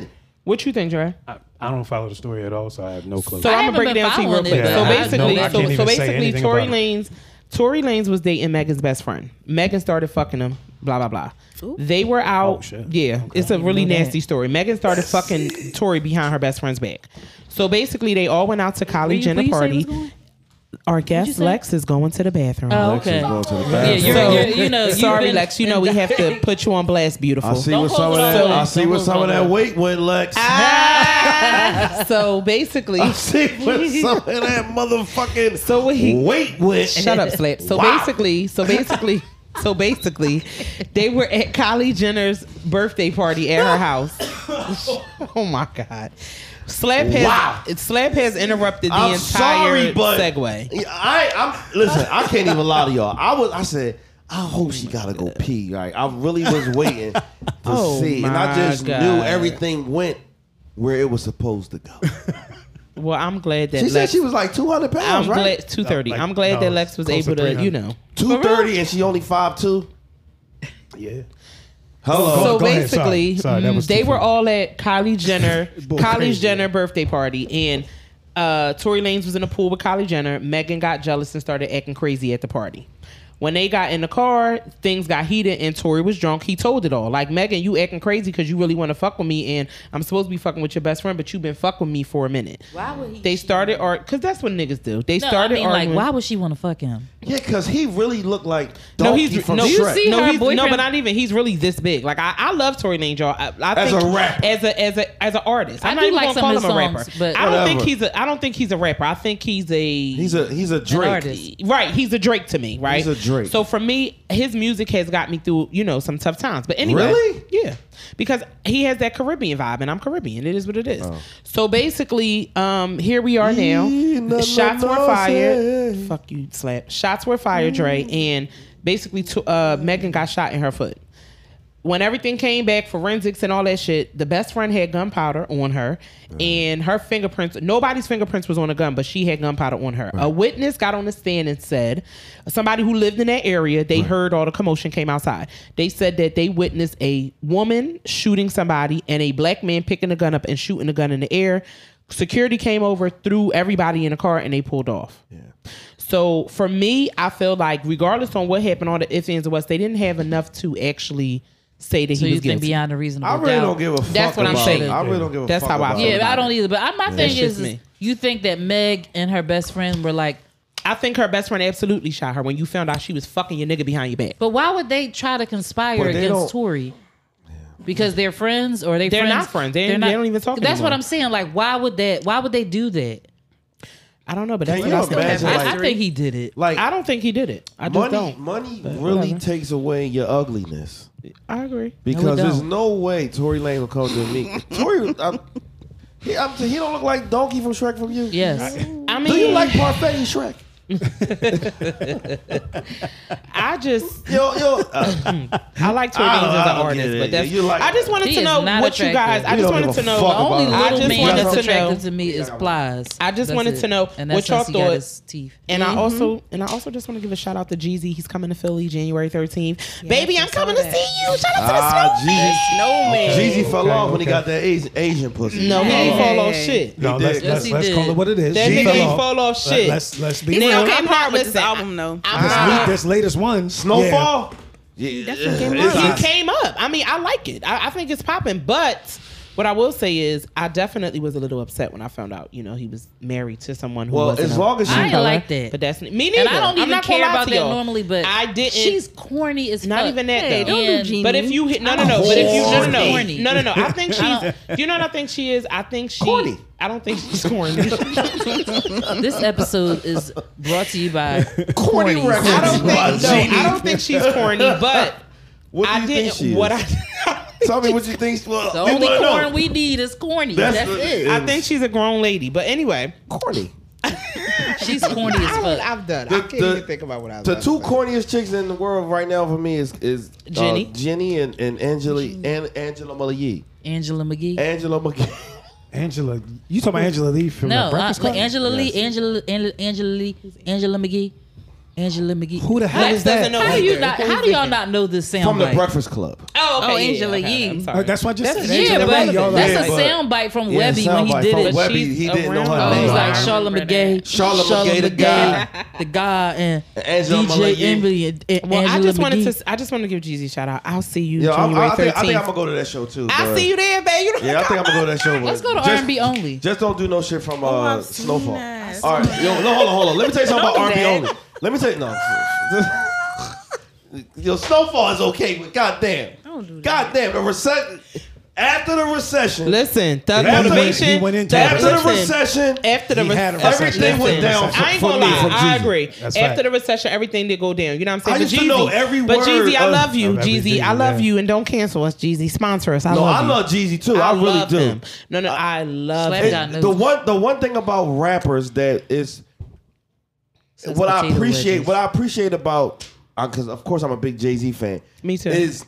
10.
What you think, Dre?
I, I don't follow the story at all, so I have no clue.
So
I
I'm
haven't
gonna break
been
it down to you real
following
quick.
it,
but
so
I-
basically,
no, I
so,
can't
so
even say
basically,
anything
Tory
about it.
Lane's Tory Lane's was dating Megan's best friend. Megan started fucking him. Blah blah blah.
Ooh.
They were out.
Oh, shit.
Yeah, it's a really
know that.
nasty story. Megan started fucking Tory behind her best friend's back. So basically, they all went out to college
you-
and
where
a
you say it was
party.
going?
Our guest
say?
Lex is going to the bathroom.
Oh, okay.
Going to the
Yeah,
bathroom.
you're,
So-
you're, you know, you've
Sorry,
been-
Lex. You know we have to put you on blast, beautiful.
I see
Don't
what
close
some of
it
that.
all
I
up.
see
Don't
what
close it
some of
all
that
up.
weight went, Lex.
Ah! so basically,
I see what some of that motherfucking
So he-
weight went.
shut up, slap. So
Wow.
basically, so basically, so basically, they were at Kylie Jenner's birthday party at her house. oh my god. Slap has
Wow.
Slap has interrupted the
I'm
entire
sorry, but
segue.
Yeah, I, I'm listen. I can't even lie to y'all. I was. I said. I hope she gotta go pee. Right. I really was waiting to
Oh
see, and
my
I just
God.
knew everything went where it was supposed to go.
Well, I'm glad that
She said
Lex,
she was like 200
I'm
pounds, right?
glad two thirty.
Like,
I'm glad
no,
that Lex was
close to
able to, you
300.
know.
230, and she only 5'2".
yeah.
Hello.
so
Oh, go ahead.
basically,
Sorry. Sorry, that was
they
too
were
funny.
all at Kylie Jenner,
Boy,
Kylie
crazy.
Jenner birthday party, and uh, Tory Lanez was in a pool with Kylie Jenner. Megan got jealous and started acting crazy at the party. When they got in the car, things got heated, and Tori was drunk. He told it all. Like Megan, you acting crazy because you really want to fuck with me, and I'm supposed to be fucking with your best friend, but you've been fucking with me for a minute.
Why would he
They started art because that's what niggas do. They
No,
started
I mean,
arguing.
like, why would she want to fuck him?
yeah, because he really looked like
No,
Donkey
he's
from
no,
Do you
Shrek.
see
no,
her
he's- no,
boyfriend-
but not even. He's really this big. Like I, I love Tory Lanez, y'all. I, I
As
think
a rapper.
as a as a as an artist. I'm
I
not
do
even
like
gonna
some
call
of
him a
his
rapper.
songs, but-
I don't think
Whatever.
he's a. I don't think he's a rapper. I think he's a.
He's a he's a Drake.
artist.
Right, he's a Drake to me. Right,
He's a Drake.
So for me, his music has got me through, you know, some tough times. But anyway,
Really?
yeah, because he has that Caribbean vibe, and I'm Caribbean. It is what it is.
Oh.
So basically, um, here we are now.
Ee, na, na,
Shots were
na,
fired.
say.
Fuck you, slap. Shots were fired, Dre, and basically, to, uh, Megan got shot in her foot. When everything came back, forensics and all that shit, the best friend had gunpowder on her, and her fingerprints. Nobody's fingerprints was on a gun, but she had gunpowder on her. A witness got on the stand and said, somebody who lived in that area, they heard all the commotion came outside. They said that they witnessed a woman shooting somebody and a black man picking the gun up and shooting the gun in the air. Security came over, threw everybody in the car, and they pulled off. So for me, I feel like regardless on what happened, all the ifs, ands, and whats, they didn't have enough to actually say that
So
he
you
was
think
guilty.
beyond a reasonable
I really
doubt?
don't give a fuck.
That's what I'm
about
saying.
it. I really don't give a
That's
fuck
how I
about
feel.
it.
Yeah, I don't either. But I, my thing
just
is, is
me.
you think that Meg and her best friend were like,
I think her best friend absolutely shot her when you found out she was fucking your nigga behind your back.
But why would they try to conspire
But they
against
don't-
Tory? Because they're friends, or they
They're
friends?
not friends. They- they don't even talk
That's what
anymore.
I'm saying. Like, why would that? Why would they do that?
I don't know, but
Can
that's
you
what I still
imagine,
have.
I, I
like-
think he did it.
Like
I don't think he did it. I just
money,
don't.
money really takes away your ugliness
I agree.
because
don't.
there's no way Tory Lane will come to me. Tory, I'm, he, I'm, he don't look like Donkey from Shrek from you.
Yes.
I mean,
Do you like parfait in Shrek?
I just
Yo, yo, uh,
I like Tory
I
Lanez
don't-
as
I
an
don't
artist,
get it.
but that's
You like-
I just wanted
He
to
is
know
not
what you guys.
attractive.
I just
We don't
wanted
give a
to know.
fuck
The only
about
I
little
just
man
wanted
that's
to know.
attractive to me is Plies.
I just
That's
wanted
it.
to know
and
what
that's
y'all
since he got
thought.
his teeth. Mm.
And I also and I also just want to give a shout out to Jeezy. He's coming to Philly January 13th. Baby, I'm coming to
that.
see you. Shout out to the
ah,
Snow.
Jeezy,
Snowman.
Jeezy fell
Okay,
off when he
okay.
got that Asian, Asian pussy.
No, he ain't
Hey.
fall off shit.
No,
He
let's
did.
Yes,
let's,
he
let's
did.
call it what it is.
That
She
nigga
fell
ain't
off.
fall off
Let-
shit.
Let's let's be
Now,
real.
okay,
I'm
I'm
not
part with this
listen,
album though.
This, new- this latest one,
Snowfall. Yeah,
definitely came
it's
out.
He
hot.
came up. I mean, I like it. I, I think it's popping. But what I will say is, I definitely was a little upset when I found out. You know, he was married to someone who
Well,
wasn't
as
a-
long as you-
I ain't
color.
like that.
But that's me neither.
and I don't
I'm
even
not gonna
care
lie
about
to
that
y'all.
normally, but
I didn't.
She's corny as
Not
fuck.
even that,
Hey,
though.
don't do
And-
Genie.
But if you hit no no no, but if you no no
Corny.
no no no no, I think
I
she's. You know what I think she is? I think she.
Corny.
I don't think she's corny.
This episode is brought to you by
Corny records.
I don't
Why,
think. No, I
Jeezy?
don't think she's corny. But
What do
I
you think she
didn't.
is?
What I.
Tell me what you think. Well,
the
you
only
wanna know.
corn we need is corny.
That's
That's,
the-
it.
I think she's a grown lady, but anyway,
corny.
She's corny as
I,
fuck.
I've done. I
The-
can't
the-
even think about what I've
The
done.
two corniest chicks in the world right now for me is is uh,
Jenny.
Jenny and and Angela and Angela Malie.
Angela McGee.
Angela McKee.
Angela. You talking about Angela Lee from
no,
the
uh,
Breakfast Club?
like Angela Lee, Angela, Angela, Angela Lee, Angela McGee, Angela McGee.
Who the hell
Like,
is that?
doesn't know
How do you
either.
not?
Who is
How do y'all
it?
not know this sound?
from the
bite?
Breakfast Club.
Oh, okay,
Oh,
yeah,
Angela
okay,
Yee.
I'm sorry.
Uh, that's why I just
That's-
said
Yeah,
Angela
but
Lee. Y'all
that's
like-
a
but-
sound bite from
Yeah,
Webby when he
soundbite
did
from
it.
Webby,
she's
he didn't know
around.
her
Oh,
name.
he's like
I
Charlotte
remember
McGay,
that.
Charlotte McGay, the guy.
the guy, and
Angela
DJ
Malie.
Envy and, and
Well,
Angela
I just
McGee.
wanted to. I just wanted to give Jeezy a shout out. I'll see you
Yo, I'm,
January
I, I think, I think I'm
13th.
gonna go to that show too.
I'll
bruh.
see you there, babe. You don't
Yeah, I think I'm gonna go to that show.
Let's
but
go to
just-
R&B only.
Just don't do no shit from uh,
Oh, I've seen
Snowfall.
that.
All right, yo, no, hold on, hold on. Let me tell you something about R&B only. Let me tell you, no. yo, Snowfall is okay, but goddamn,
Don't do that.
goddamn, the recession after the recession,
Listen, Thug
After the-
Motivation.
he went into
Thug-
after the
listen,
recession,
After the
He had a
recession,
recession.
Everything went down for-
I ain't
for
gonna
me
lie.
from
I
Jeezy.
agree.
That's
After
fact.
the recession, everything did go down. You know what I'm saying?
I
But
used
Jeezy,
to know every
but
word
Jeezy, I
of-
love you,
of every
Jeezy. I
Jeezy,
love
yeah.
you, and don't cancel us, Jeezy. Sponsor us. I
No,
love
I
you.
love Jeezy too. I, really
love
do.
him. No, no, I love
Slap
him.
down. God knows.
the one the one thing about rappers that is
Says
what I
potato
appreciate
wedges.
what I appreciate about because of course I'm a big Jay Z fan.
Me too.
Is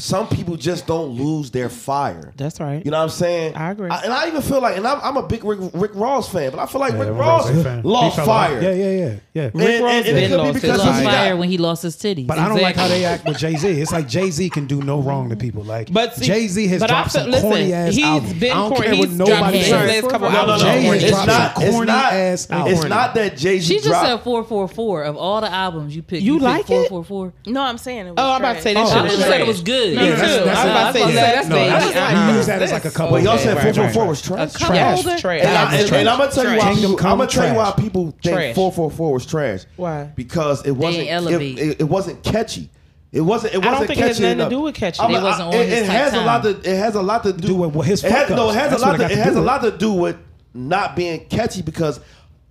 some people just don't lose their fire.
That's right.
You know what I'm saying?
I agree.
and I even feel like, and I'm, I'm a big Rick, Rick Ross fan, but I feel like
Yeah,
Rick
Rick
Ross
is a fan.
lost
He fell off.
fire.
Yeah, yeah, yeah, yeah.
And-
Rick Ross
and- and it
been
could be
lost his
He
because
lost
he got-
fire when he lost his titties.
But I don't like how
Exactly.
they act with Jay Z. It's like Jay Z can do no wrong to people. Like
But see-
Jay Z has
but I
dropped
feel-
some
listen,
corny ass
he's
albums.
been
I don't
corny-
care what
he's
nobody
dropped
says.
his
last couple
No, no,
albums.
no.
Jay has
It's
dropped
not.
some
It's
corny
not.
ass
It's
albums.
not that Jay
She
Z
just said
dropped.
four four four of all the albums you picked.
You
picked
like
four,
it?
four four.
No, I'm saying it was.
Oh, I'm about to
trash.
say that
Oh,
I was
shit was
she
said
trash.
it was good.
Me
Yeah,
too.
that's-
I was
that's
about
not-
to say
yeah,
that's
no,
baby.
that's-
Uh-uh.
you use that as like a couple.
but y'all
Okay,
said
right,
444
right.
was trash.
couple Trash. older?
Trash.
And, I,
That was
and, and I'm gonna tell you why.
Kingdom
People,
Come
I'm gonna tell you why
trash.
people think
Trash.
444 was trash.
Why?
Because it wasn't.
ain't elevate.
It, it, it wasn't catchy. It wasn't. It wasn't
don't think it has
catchy
nothing to
enough.
do with catchy.
I'm
It
a-
wasn't on
It,
his
it
type
has a
time.
lot to. It has a lot to do,
Do with- with his
It has, no,
fuck-ups.
it has
That's
a
what
lot.
it
To,
got
it
to
has
do
a
with.
lot to do with not being catchy because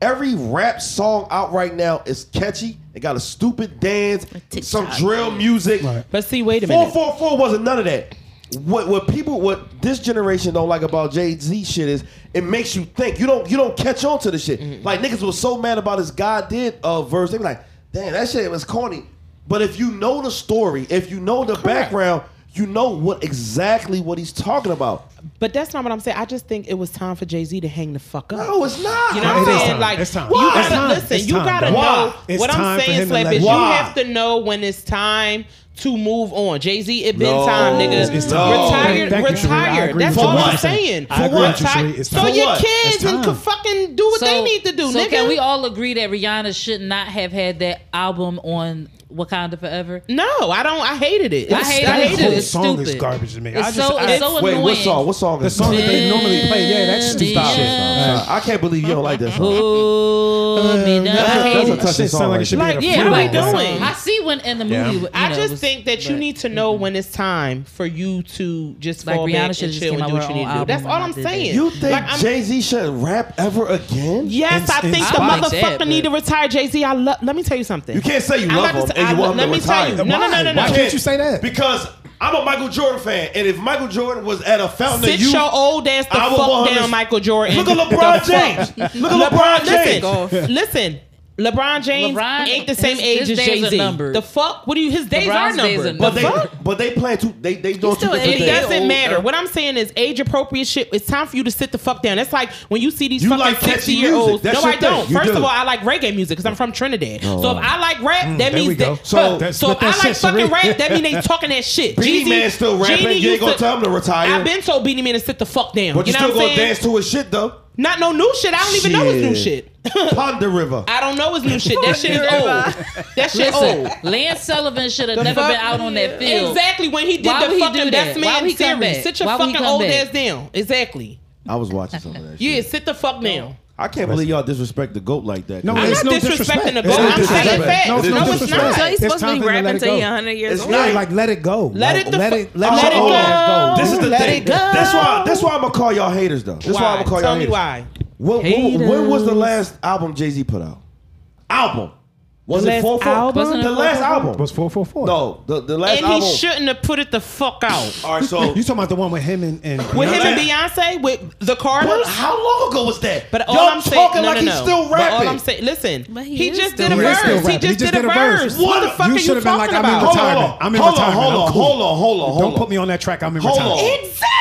every rap song out right now is catchy. It got a stupid dance, some drill music.
Right.
But see, wait a
Four
minute.
four four wasn't none of that. What what people what this generation don't like about Jay Z shit is it makes you think. You don't you don't catch on to the shit.
Mm-hmm.
Like niggas was so mad about his God did uh, verse. They be like, damn, that shit was corny. But if you know the story, if you know the background, you know what exactly what he's talking about.
But that's not what I'm saying. I just think it was time for Jay Z to hang the fuck up.
No, it's not.
You know what I'm
It is
saying?
time.
Like
It's time.
you
Why?
gotta
It's time.
listen.
It's
you
time,
gotta
dog.
Why?
know
It's
what
time
I'm
for
saying,
him to
Slap,
let
is
go.
you
Why?
have to know when it's time to move on. Jay Z, it been
No.
time, nigga.
It's time.
Retired,
Thank- thank you, Sheree. I
retired.
agree
That's
with
all
you.
I'm
For what?
saying.
I
For
agree
what?
with you,
Ti-
Sheree. It's
So
time.
your
It's
kids and
time.
could fucking do what they need to do,
so
nigga.
can we all agree that Rihanna should not have had that album on Wakanda Forever?
No, I don't. I hated it.
I hated
I
it.
hated
Dude,
whole
it.
it's
song is
stupid.
garbage to me.
It's
I just,
so-
I-
it's so
Wait, what
annoying.
song? What song?
the
is
song that
this?
they normally play, yeah, that's stupid.
Stop it.
Yeah.
I can't believe you don't like that song.
Oh, me now. I
That's
hate
a
it.
That
touching
shit
song
sound like
right
it should
Like,
be
yeah,
at a
how we
funeral.
doing?
I see when in the movie.
Yeah.
you know,
I just
was-
think that you
but- mm-hmm.
need to know when it's time for you to just
Like
fall
Rihanna
back and
should've just
chill
came
and
out
do
with
what you
her
need
own
to do. That's
album
all
and
I'm
not did that.
saying.
You think
Like, I'm-
Jay Z shouldn't rap ever again?
Yes,
It's-
I think
it's-
the
I like that,
motherfucker
but-
need to retire Jay Z. I love. Let me tell you something.
You can't say you
I'm
love
about
him
to say-
and you
I-
want him
let
to
me tell
retire.
you. No, no, no, no, no.
Why can't you say that?
Because I'm a Michael Jordan fan, and if Michael Jordan was at a fountain,
Sit
of youth,
your old ass the
I would
fuck
want him
down,
to-
Michael Jordan.
Look at
The fuck-
LeBron James. Look at LeBron James.
Listen, listen. LeBron James
LeBron-
ain't the same
his-
age
his
as
days are
Jay Z.
numbered.
The fuck? What do you? His days are
LeBron's days are
numbered.
But they,
Fuck?
but they playing two. They they doing two
still
different
an
It
They
things.
idiot.
doesn't
old,
matter.
uh,
What I'm saying is age appropriate shit. It's time for you to sit the fuck down. That's like when you see these
You
fucking
like catchy
60 year olds.
music. That's
No,
your
I don't.
thing. You
First
do. Mm,
of all, I like reggae music because I'm from Trinidad. so if I like rap, that
there we
means
go.
that.
So
So,
that's-
so if
but
I
that's
like
it, Sheree.
fucking rap, that mean they talking that shit.
Beanie
Jeezy-
Man still rapping.
Jeezy
You ain't
used
gonna tell him to retire.
I've been told Beanie Man to sit the fuck down.
But
you
you,
know
still
what
gonna
I'm saying?
dance to his shit though.
Not no new shit. I don't even know his new shit.
Ponder River.
I don't know his new shit. That shit is old. That shit
Listen,
old.
Lance Sullivan should have never
fuck?
been out on that field.
Exactly when he did
Why would
the
he
fucking
do that?
best
Why
man
would he come
series.
back?
Sit your
Why would he
fucking
come
old
back?
ass down. Exactly.
I was watching some of that.
Yeah,
shit.
sit the fuck down.
I can't believe y'all disrespect the goat like that.
No,
dude.
I'm
it's
not
no
disrespecting
disrespect.
the
It's
goat.
no
I'm saying
disrespect.
facts.
No, it's
No,
no
it's
disrespect.
not.
So he's
It's
supposed to
time
be
for him
rapping
let it
till
go.
he 100 years
It's
old.
not
Like, like, let it go.
Let
Like,
it the
let
fu-
it let
I'm
your
an
old
old
ass
man. This is the
Let
thing.
it go.
That's why. That's why I'm gonna call y'all haters though. That's why I'm gonna call y'all
Tell me
haters.
why.
What, what, when was the last album Jay Z put out? Album. Was
The
it
last
four four?
album?
Wasn't it
The last
444?
album
was four four four.
No, the the last
And he
album.
shouldn't have put it the fuck out.
All right, so
You talking about the one with him and, and
With him and
that-
Beyonce, with the
But
Carters.
how long ago was that?
But all
Y'all
I'm saying,
talking
no, no,
like he's
no.
still
But all
rapping.
I'm saying, listen,
But
he,
he is
just
still
did a
rapping.
He
verse.
is still
He
rapping.
just did a verse. What the
You
fuck are you
should've been like,
talking
I'm in
about?
hold on,
retirement. I'm in
hold on,
retirement.
hold
I'm
on,
cool.
hold on, hold on, hold on.
Don't put me on that track. I'm in
Hold
retirement.
on.
Exactly.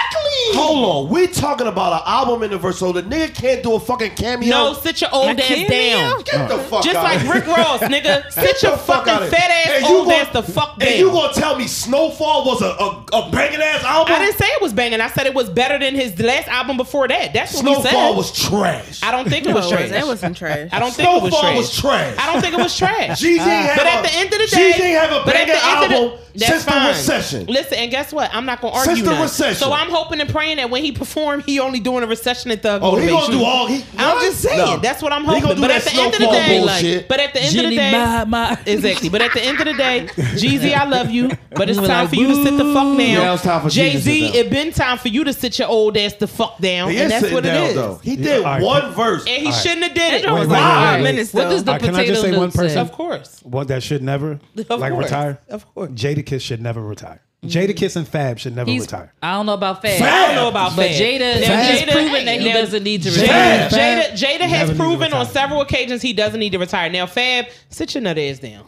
Hold on, we talking about an album in the verse, so the nigga can't do a fucking cameo.
No, sit your old ass down.
get the fuck
Just
out
like Rick Ross, nigga. Sit your fucking fat ass old ass the fuck down.
And you gonna tell me Snowfall was a a, a banging ass album?
I didn't say it was banging. I said it was better than his last album before that. That's what we said.
Snowfall was trash.
I don't think it Oh, was
No, it
trash.
wasn't- That was some trash.
I don't think it was
Snowfall
trash.
was trash.
I don't think it was trash.
Uh,
Jeezy had
But
a,
at the end of the day,
Jeezy ain't have a
but at
banging
the end of the-
album
that's
since
fine.
the recession.
Listen, and guess what? I'm not gonna argue.
Since the
none.
recession.
So I'm hoping and praying that when he perform, he only doing a recession at the.
Oh, he gonna do all he.
I'm
What?
just saying.
No.
That's what I'm
He gonna
hoping.
do
But at
that
the end of the
Snowfall
day,
bullshit.
like, but at the end of
Jenny,
the day,
my, my.
Exactly. But at the end of the day, Jeezy, I love you. But it's time for you to sit the fuck down.
Yeah, it's time for Jeezy
Jay
to sit
Z,
down.
it been time for you to sit your old ass the fuck down.
He
and
is
that's
sitting
what
down,
it is.
though. He
Yeah,
did
all right.
one verse.
And he
right.
shouldn't have did it.
That was
wait,
like
wait,
five
wait.
minutes
What does the
though.
Uh,
potato
can I just say
note
one
say?
person?
Of course.
What that should never
Of
like
course.
retire.
Of course.
Jada Kiss should never retire. Jada Kiss and Fab should never
He's,
retire.
I don't know about Fab,
Fab!
I don't know about
but
Fab.
Jada
Now,
has
Jada-
proven that he
now,
doesn't need to
Jada,
retire.
Jada,
Fab
Jada
never
has
need to
proven on
retire.
several occasions he doesn't need to retire. Now, Fab, sit your nut ass down.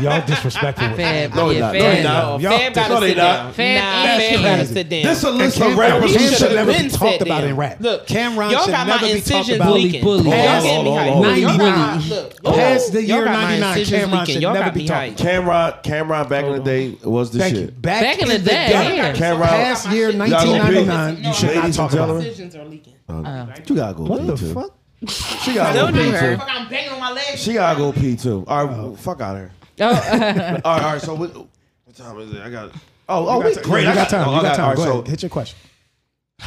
Y'all disrespectful. with
Fab,
that.
No, he
yeah,
not. No, he
Fab.
not.
Y'all
Fab got
no,
to
they
sit
not.
down.
Fab
nah,
is
Fab got to
crazy.
sit down.
This a
And
list
Cam,
of rappers.
Cam
He
should've
should
should've
never
been
be talked
sat
about
down.
in rap.
Look,
Cameron
y'all
should
got
never
my
be talked
incisions
about.
leaking.
Bully, bully.
Y'all
Past-
getting me
Hold on,
hyped.
hold on,
Y'all
hold on.
got my- look, look.
Past the
Y'all
year
got my
99,
incisions
Cameron
leaking.
should
Y'all
never
got
be
me
talking.
hyped.
Cameron, Cameron back in the day was the
Thank you.
shit.
Back,
Back in the day, yeah.
Cameron,
Past year
Y'all
gonna be-
1999, you should not
Ladies
talk
and
about. it.
gentlemen.
Decisions are leaking.
you gotta go.
What
pee
the
too.
fuck?
She gotta
Don't
go
do
pee
her.
too.
Fuck, I'm banging on my legs.
She gotta go pee too. All right, fuck out of here.
Oh,
All right, all right. So what, what time is it? I got. Oh, oh,
You
we
got time.
great.
You got time.
oh,
You
I
got time.
all
Go
right,
ahead. Hit your question.
so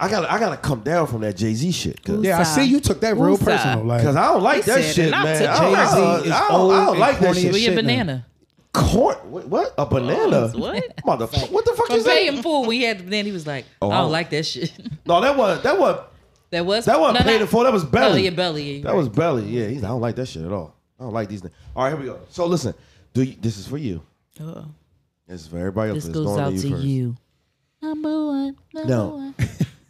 I got. I got to come down from that Jay Z shit. Cause,
Yeah, I
Usa.
see you took that real
Usa.
personal. Like,
Cause I don't like that
said
shit,
enough
man.
to
I don't, I don't-
Jay-Z is
I don't, I
old
don't like
and
that
corny
shit.
as
we a
Shit,
banana.
Corn? What? what? A banana?
What?
Motherfucker! What the fuck
From
is
Pay
that?
and Fool, we had then he was like, I
Oh, wow.
don't like that shit.
No, that was that was
That was
that wasn't
no,
paid
not-
in full. That was
Oh,
belly.
yeah, belly.
That was belly. Yeah, he's. I don't like that shit at all. I don't like these things. All right, here we go. So listen, do you, this is for you.
Uh-oh.
This is for everybody else.
This
It's
goes
going
out to
first.
you. Number one. Number
No.
one.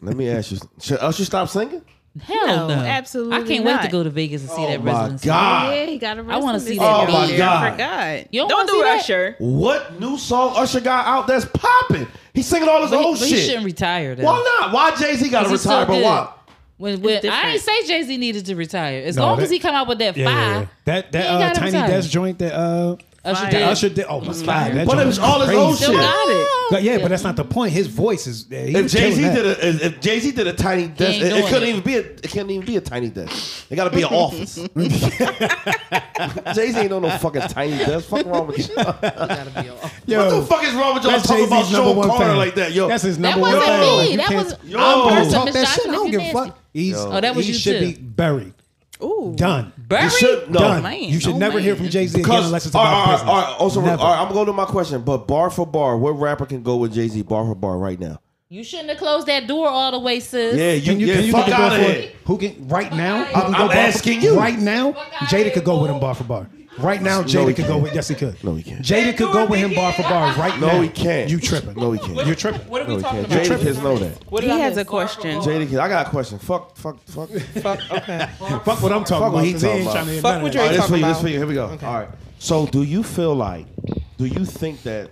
Let me ask you. Should Usher stop singing?
Hell no,
No, absolutely
I can't wait to
not.
go to Vegas and see that
oh my
residency.
god!
Yeah, he got arrested.
wanna see
this
that
year.
Oh, my God.
I forgot.
You don't
don't
wanna see
do
that?
Usher.
What new song Usher got out that's popping? He's singing all his
But he-
Oh,
old
but he
shit.
shouldn't retire. Though.
Why not? Why Jay Z got to
Because he's
retire?
so
But
good.
why?
When, when
different.
I didn't say Jay Z needed to retire. As
No,
long
that-
as he come out with that
yeah, yeah,
five,
yeah.
he
That
ain't
that uh,
gotta
tiny
retire.
desk joint that uh
Usher
Fire.
did.
Usher did. Oh my god, that
But
joint
Mm-hmm. it was all his old
crazy.
shit.
Got it.
But yeah, but that's not the point. His voice is. yeah, he
If
was
Jay Z
killing that.
did a if- if Jay Z did a tiny desk,
ain't
it, it
doing
couldn't
it.
even be a it can't even be a tiny desk. It got to be an office. Jay Z ain't on no fucking tiny desk. Fuck wrong with you. what
Yo,
the fuck is wrong with y'all
that's
talking
Jay-Z's number
about Sean
one
Carter
fan.
like that, yo?
That's his
That
number one
Yo,
fan.
wasn't me.
You
That
can't-
was
Yo.
I'm
Don't
person,
talk
Miss
that
Johnson,
shit. I
if
don't
you
give a
nasty.
fuck. He's,
Oh, that was
he
you
should
too.
be buried.
Ooh.
Done.
Barry?
You should no.
Done.
man.
You should
Oh,
never
man.
hear from Jay Z again
Because
unless it's
all
about
right, all right,
business.
all right. Also,
Never.
all right, I'm going to my question. But bar for bar, what rapper can go with Jay Z bar for bar right now?
You shouldn't have closed that door all the way, sis.
Yeah, you,
Can you,
yeah,
can you
fuck
get the
out of
door for
here.
it? Who can right now?
outta
He can
here.
go
I'm
bar for-
asking you.
Right now,
outta
Jada could go
here.
with him bar for bar. Right now, Jada
he
could go
can't.
with. Yes, he could.
No, he can't.
Jada could go with him bar for bar right
No,
now.
he can't.
You tripping?
No, he can't.
You're tripping.
What are we
No, he
talking
can't.
about?
Jada kids know that.
What
He
did I
has
miss?
a question.
Jada kids, I got a question. Fuck, fuck, fuck.
Fuck. Okay.
Fuck what I'm talking
Fuck what
about.
he
'cause
talking
ain't
about.
tryna hear
Fuck
none of
what
that.
Drake
All right, this
talking
for you, this
about.
for you. Here we go. All right. So, do you feel like, do you think that?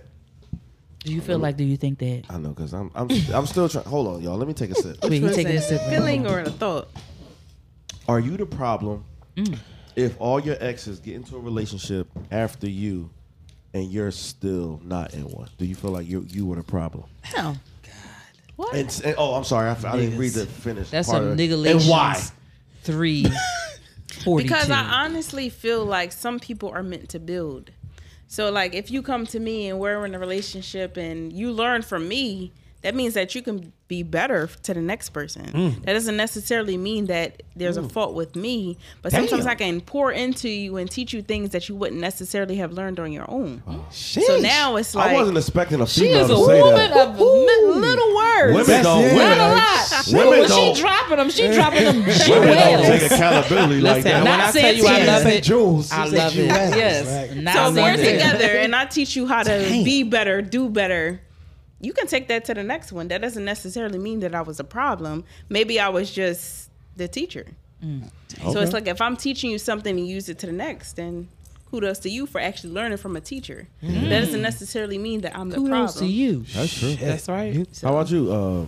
Do you feel like? Do you think that?
I know, cause I'm, I'm, I'm still trying. Hold on, y'all. Let me take a sip.
Wait, he's
Was
taking
it
a sip. right
feeling
now.
or a thought?
Are you the problem
Mm.
if all your exes get into a relationship after you, and you're still not in one? Do you feel like you you were the problem?
No.
And, s- and- oh, I'm sorry, I, f- I didn't read the finish.
That's
part
some
of-
nigga
And why?
Three. Forty-two.
Because I honestly feel like some people are meant to build. So like if you come to me and we're in a relationship and you learn from me, that means that you can be better to the next person. That doesn't necessarily mean that there's a fault with me, but sometimes I can pour into you and teach you things that you wouldn't necessarily have learned on your own. So now it's like
I wasn't expecting a
she
female
is a
to say
woman
that.
of mi- little words.
Women
That's
don't.
it.
Not a
Women,
lot.
Women
when
don't-
she dropping them, she dropping them. She
women don't
will.
take accountability like
Listen,
that.
when I tell you I
Not
love
Say
it,
Jules.
I
Say
love it.
Jules.
Yes.
Like,
Not
So if we're
one bit.
together and I teach you how to be better, do better. You can take that to the next one. That doesn't necessarily mean that I was a problem. Maybe I was just the teacher.
Mm.
So it's like if I'm teaching you something and you use it to the next, then kudos to you for actually learning from a teacher. That doesn't necessarily mean that I'm the
Mm. Kudos to
problem.
you.
That's true.
That's right.
How about you? Uh,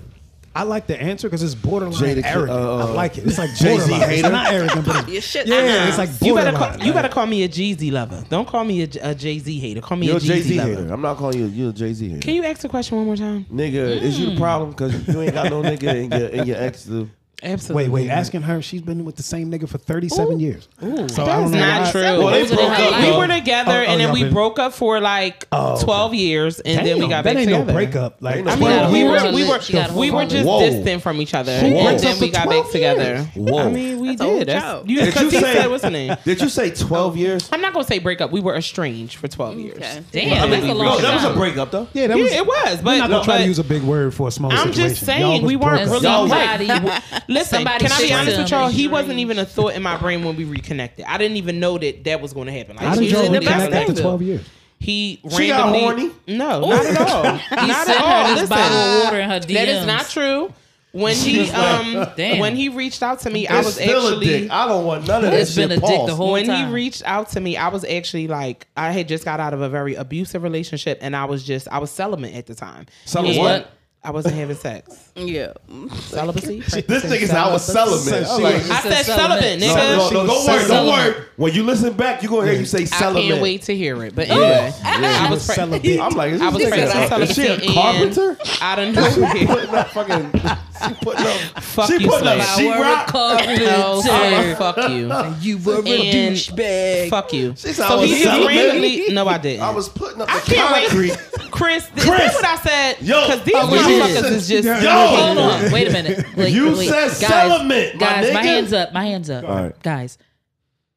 I like the answer because it's borderline
Jada-
arrogant.
uh,
I like it. It's like
Jay-Z
borderline. It's
hater?
not arrogant, but
Your shit.
yeah,
uh-uh.
it's like
You better
borderline.
call, you better call me a Jeezy lover. Don't call me a, a Jay Z hater. Call me a
you're a Jay Z
Jeezy lover.
hater. I'm not calling you. You're a Jay Z hater.
Can you ask the question one more time?
Nigga, is
Mm.
you the problem? Because you ain't got no nigga in your, in your ex. To,
Absolutely.
Wait, wait. Asking her, she's been with the same nigga for 37 years. so Oh, I
That's
don't know
not
why-
true.
Well, they broke
up,
we
though.
were together,
Oh, oh,
and then
y'all
we
been- Oh,
broke up for like twelve years, and then we
Damn,
got
that
back
ain't
together.
no breakup. Like,
Ain't no
I
She got
mean,
a
we
whole
were
other-
we were
she got a
we
whole
were
other-
just
Whoa.
distant from each other, and
breaks
then
up
we
for
got back
12
together.
Whoa.
I mean, we
That's a
did.
old
That's,
child.
you,
Did you
because he
say-
said what's the name?
Did you say 12 years?
I'm not gonna say breakup. We were estranged for twelve years.
Okay.
Damn, that's a long
No, that was a
time.
breakup though.
yeah, that
Yeah,
was.
it was,
I'm
but,
not gonna try
but
to use a big word for a small
I'm
situation.
just
Y'all
saying
was
we weren't
broke
really
up.
Y'all was-
right. Listen,
Somebody
can I be
fixed
honest
him
with y'all?
and
He
he
wasn't even a thought in my brain when we reconneconnected. I didn't even know that that was going to happen. Like,
How did
he
y'all
was in the
reconnect after
bathroom.
12 years?
He randomly
She got horny?
No, not at all.
He
not
sent
at all.
her this
Listen,
bottle of water in her DMs.
that is not true. When he um
Damn.
when he reached out to me, I
It's
was
still a
actually
dick. I don't want none of
It's
this
been
shit.
a dick
Pause.
the whole
when
time.
he reached out to me, I was actually like, I had just got out of a very abusive relationship, and I was just, I was celibate at the time.
Celibate?
And I wasn't having sex.
Yeah.
Celibacy.
This nigga's how I was celibate. I'm like,
I said
said celibate.
celibate,
no,
nigga.
no, no, don't worry, don't
Celibate.
worry. When you listen back, you gonna hear
Mm.
you say
I
celibate.
can't wait to hear it. But anyway, I was pre-
celibate.
I'm like, is
I
this
was
nigga
pregnant.
a- is she a
and
carpenter?
I don't know.
Putting up fucking, she putting up,
Fuck
she
you,
putting up
Slay.
sheet
Our
rock.
No,
carpenter.
fuck you.
You were a
And-
douchebag.
Fuck you.
She said I
so
was
he just
celibate.
randomly. No, I didn't.
I was putting up
I
the
can't wait.
concrete.
Chris, Chris,
Chris.
what I said.
Yo,
because these
I was-
motherfuckers is just.
Yo.
Hold on. Wait a minute. Wait,
You
wait.
said
guys,
celibate, my
Guys, my
nigga.
hands up. My hands up.
All right.
Guys,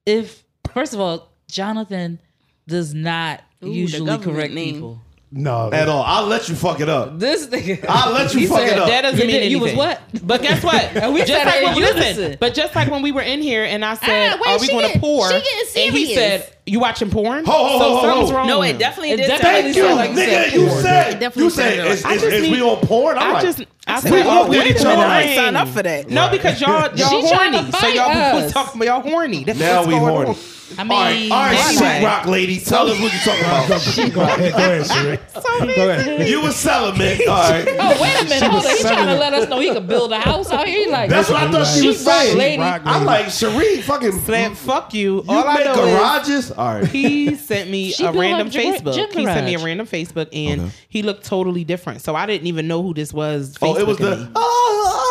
if, first of all, Jonathan does not
the
usually
government
correct
name.
people.
No,
At all, I'll let you fuck it up.
This nigga.
I'll let you
He
fuck it
said
up.
that doesn't
You
mean
did-
anything.
you was what?
But guess what?
And we
just
said
like
it
when,
in
listen,
unison.
but just like when we were in here and I said,
Ah, wait,
"Are we
she
going to
get-
pour?"
she getting
and he
serious.
said, "You watching porn?"
Ho, ho,
so
ho, ho,
something's
ho.
wrong.
No,
with
it
him.
definitely
It
did.
definitely
sound
Thank you,
sounded
like
you said
nigga. You
porn.
said
definitely
you
sounded
said
like-
is,
I
is,
just
is
need-
we on porn? I'm
I
like,
just, I
we
said,
all
"Oh,
did
wait
each
a minute,
other
I
right.
ain't sign up for that." No, because y'all, y'all
She trying to
horny. So
fight
y'all was
us.
talking about y'all horny. That's
now
what's
we
going
horny.
on.
I mean,
All right, all right,
anyway.
sheet rock lady, tell us what you talking about.
go ahead, go ahead, Sheree. Go ahead.
You was celibate. All right.
Oh, wait a minute. Hold on. He trying to let us know he could build a house out here. He like,
That's what I thought she was
Sheetrock
saying.
lady.
I'm like, Cherie, fucking.
Slam, fuck you.
You
All I
make
know is
garages? All right.
he sent me
She
a
feel
random
like Jim-
Facebook.
Jim
he sent me a
Farage.
random Facebook, and
Okay.
he looked totally different. So I didn't even know who this was.
oh, it was
Facebooking me.
the. Ah,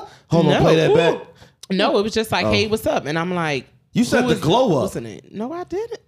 ah. Hold on,
No.
play that
Ooh.
back.
No, it was just like, hey, what's up? And I'm like,
Oh. You said
who
the
is
glow up.
Listening? No, I didn't.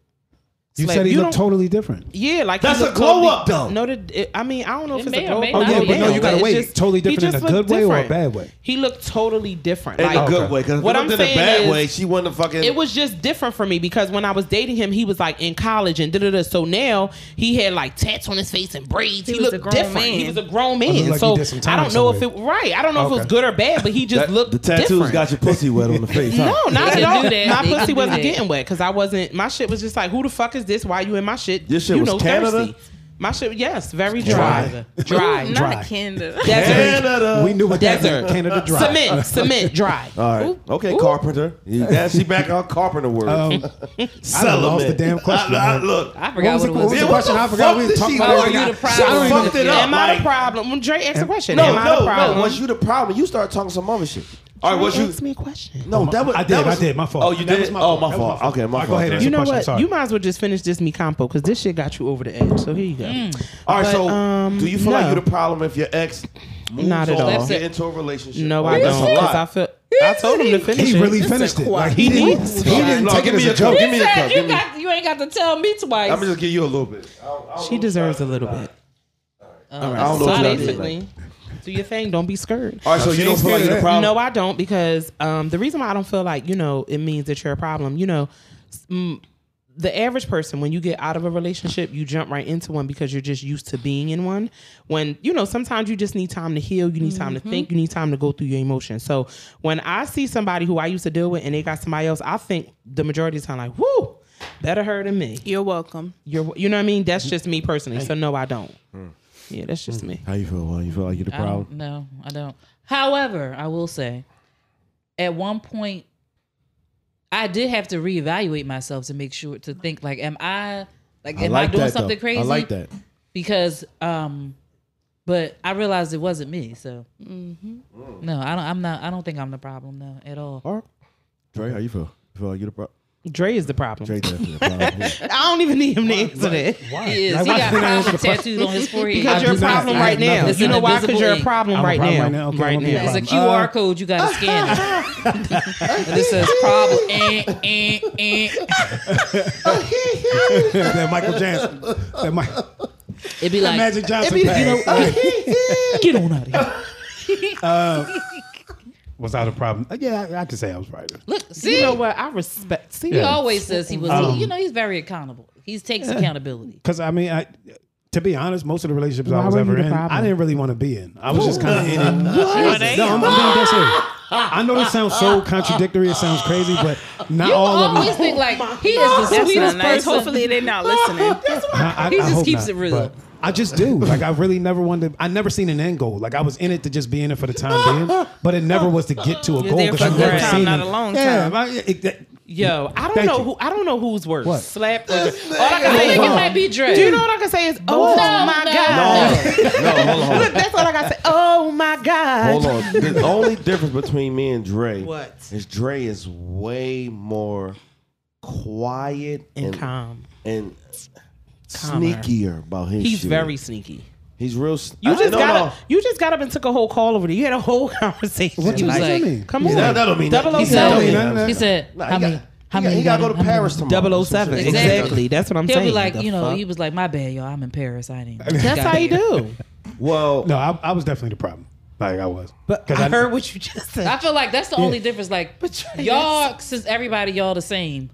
You
Slay,
said he
you
looked
don't-
totally different.
Yeah, like
That's
he
a
looked
glow up, though.
No, the, it, I mean, I don't know
It
if it's
may or
a glow up.
may Oh, not yeah, be. but no, you
gotta
It's
wait.
just-
Totally different
he just
in a
looked
good way or a
different.
bad way?
He looked totally different.
In
like,
a good way. Because
What
what
I'm
I'm in a
saying
bad
is-
way, she wouldn't have fucking.
it was just different for me because when I was dating him, he was like in college and da da da. So now he had like tats on his face and braids. He,
was
looked
a grown
different.
man.
He was a grown
looked
man.
like he
so
did some
I
time
don't know if it
somewhere.
right. I don't know if it was
Okay.
good or bad, but he just
That-
looked
the tattoos
different.
got your pussy wet on the face. Huh?
no, not
They
at all.
do that.
My
They
pussy
do
wasn't
that.
getting wet because I wasn't. My shit was just like, who the fuck is this? Why you in my shit?
Your shit
you
was Canada?
thirsty. My shit, yes, very dry,
Dry.
dry,
Not
Dry.
Canada.
desert,
Canada.
We knew what that
Desert.
meant. Canada Dry.
cement, cement, dry.
All right. Oh. okay, Carpenter. You- Now she back on Carpenter word.
Um,
Sell
lost the damn question,
I, I,
man.
look.
I
what
forgot
was
what,
the, what was
it
the
was.
Yeah, what
question?
the
I forgot.
fuck
We
did
talked
she
about
do?
it.
Are you
the
I don't
problem?
even-
Fucked it up.
Am I
like-
the problem? When Dre asked a question,
No,
am I
no,
the problem?
no. Once you the problem, you start talking some other shit. All right,
Dre
once you
asked me a question.
no, that was
I did,
That was,
I did, my fault.
Oh, you
That
did.
was my
oh,
fault. That
my
was
fault.
my fault.
Okay, my
All right,
fault.
go ahead,
Dre.
answer
You know
question,
what?
sorry.
You might as well just finish this mi compo because this shit got you over the edge. So here you go.
All right, so
But, um,
do you feel like
no.
you the problem if your ex moves
Not at
on,
all.
get into a relationship?
No,
Like,
I
that's
don't.
a
'cause
lot.
I feel I told him to finish.
He
it.
really finished it. Like
He
he didn't.
needs
He
to.
didn't
No,
take
give
it as
me
a
a joke.
joke.
Give me a cup. Give me. a-
got, you ain't got to tell me twice.
I'm gonna just give you a little bit. I don't- I don't
She
know
deserves a
what
little
y'all
bit.
did.
All right.
I don't know
so
what y'all did.
basically, Um, do your thing. Don't be scared.
All right, so you don't feel like you're the problem.
No, I don't because um, the reason why I don't feel like you know it means that you're a problem. You know, s- mm, the average person when you get out of a relationship, you jump right into one because you're just used to being in one. When you know, sometimes you just need time to heal. You need time to
Mm-hmm.
think. You need time to go through your emotions. So when I see somebody who I used to deal with and they got somebody else, I think the majority of the time like, whoo, better her than me.
You're welcome.
You're, you know what I mean? That's just me personally. So no, I don't.
Hmm.
Yeah, that's just me.
How you feel? Juan? You feel like you're the
Um,
I don't- No, I don't. However, I will say, at one point, I did have to reevaluate myself to make sure to think like, am I like, am I, doing something crazy?
I like that.
because, um, but I realized it wasn't me. So, Mm-hmm. no, I don't. I'm not. I don't think I'm the problem no at all.
All right. Dre, how you feel? You feel like you're the problem?
Dre is the problem.
Dre definitely the problem.
I don't even need him to answer that.
Why?
He is.
Like,
he
why
got
did I answer
problem
the question?
tattoos on his forehead.
Because
I
you're a
do not.
problem
I
right
have nothing.
now.
It's
You
an
know why? Because
invisible
you're a
ink.
problem
I'm a
right
problem right
now.
now. Okay,
Right
I'm gonna be a
now.
There's a
problem. Uh,
QR code. You got to scan it. and it says problem. Eh, eh, eh.
that Michael Jackson. That Mi-
It'd be like
Magic Johnson. pass.
oh,
get on out of here.
Uh, was I the problem? Uh, Yeah, I, I could say I was right.
Look, see,
You know what? I respect. See,
he
Yeah.
always says he was. you know, he's very accountable. He takes accountability.
Because I mean, I, to be honest, most of the relationships
Why
I was
were you
ever
the
in,
problem?
I didn't really want to be in. I was just kind of in it. No, I'm, I'm being dead serious. I know this sounds so contradictory. It sounds crazy, but not
You
all of
always
them.
think like he is the
Oh That's not
sweetest
nice.
person.
Hopefully they're not listening.
I, I-
He
I
just
hope
keeps
not,
it real.
but I just do. Like I really never wanted. I never seen an end goal. Like I was in it to just be in it for the time being, but it never was to get to a goal.
there
'cause
for a
you
good
never
time,
seen
not
it.
a long
Yeah,
time.
I- it- that-
yo, I don't
Thank
know
you.
who. I don't know who's worse.
What?
Slap. Or, all
I
I can say
think it
is,
might be Dre.
do you know what I can say is, oh
No,
my
no,
god.
no.
no, hold on, hold on.
Look, that's all I got to say. Oh my god.
Hold on. The only difference between me and Dre
What?
is Dre is way more quiet and,
And calm.
and
Calmer.
sneakier about his
He's
shit.
very sneaky.
He's real. s-
You
I-
just
no,
got
no.
up. You just got up and took a whole call over there. You had a whole conversation.
What you
Like-
say? me?
Come on.
That, that don't mean
Double
nothing.
O
He
seven.
He don't
said.
mean
He said.
Nah,
how
he
many?
got,
how
he got,
many?
he got to go to
how many-
Paris tomorrow.
Double 007.
Some shit.
Exactly.
Exactly. That's what I'm
He'll
saying.
be like,
The
you know,
fuck?
he was like, my bad, y'all. I'm in Paris. I ain't.
That's how you do.
Well,
No, I, I was definitely the problem. Like I was.
But
'Cause
I heard what you just said.
I feel like that's the only difference. Like
But Dre is-
y'all, since everybody y'all the same,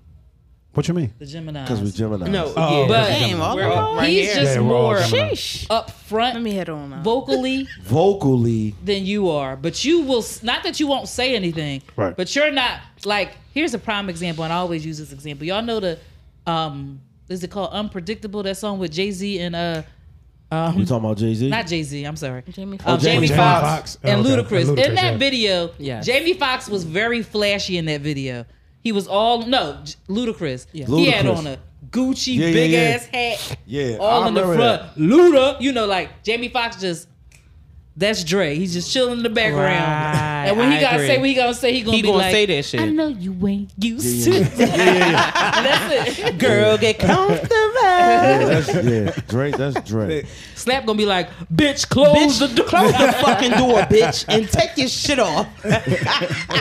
What you mean?
the Gemini.
because we're Gemini.
no,
Oh,
yeah.
But
Damn, all
We're all
right.
right
he's
here.
just
Yeah, we're all
more
Gemini.
Let
upfront
me head on. out.
vocally
vocally,
than you are, but you will not that you won't say anything,
Right.
But you're not like here's a prime example, and I always use this example. Y'all know the um is it called Unpredictable? That song with Jay Z and uh
you talking about Jay Z?
not Jay Z, I'm sorry, um,
Jamie Foxx.
Jamie,
Jamie
Foxx
Foxx. Oh,
and
okay.
Ludacris.
And Ludacris,
In that
yeah.
video,
Yes.
Jamie Foxx was very flashy in that video. He was all no J- Ludacris. He
Ludacris.
had on a Gucci
Yeah, yeah,
big
yeah.
ass hat,
Yeah,
all
I
in the front.
remember that.
Luda, you know, like Jamie Foxx just. That's Dre. He's just chilling in the background.
I,
and when he
I
gotta
agree.
say what he gonna say, he gonna
He
be
gonna
like,
say that shit.
I know you ain't used to it. That's it.
girl get comfortable.
Yeah, that's, yeah, Drake. That's Drake.
Slap gonna be like, bitch, close
bitch,
the door.
close the fucking door, bitch, and take your shit off.
Well,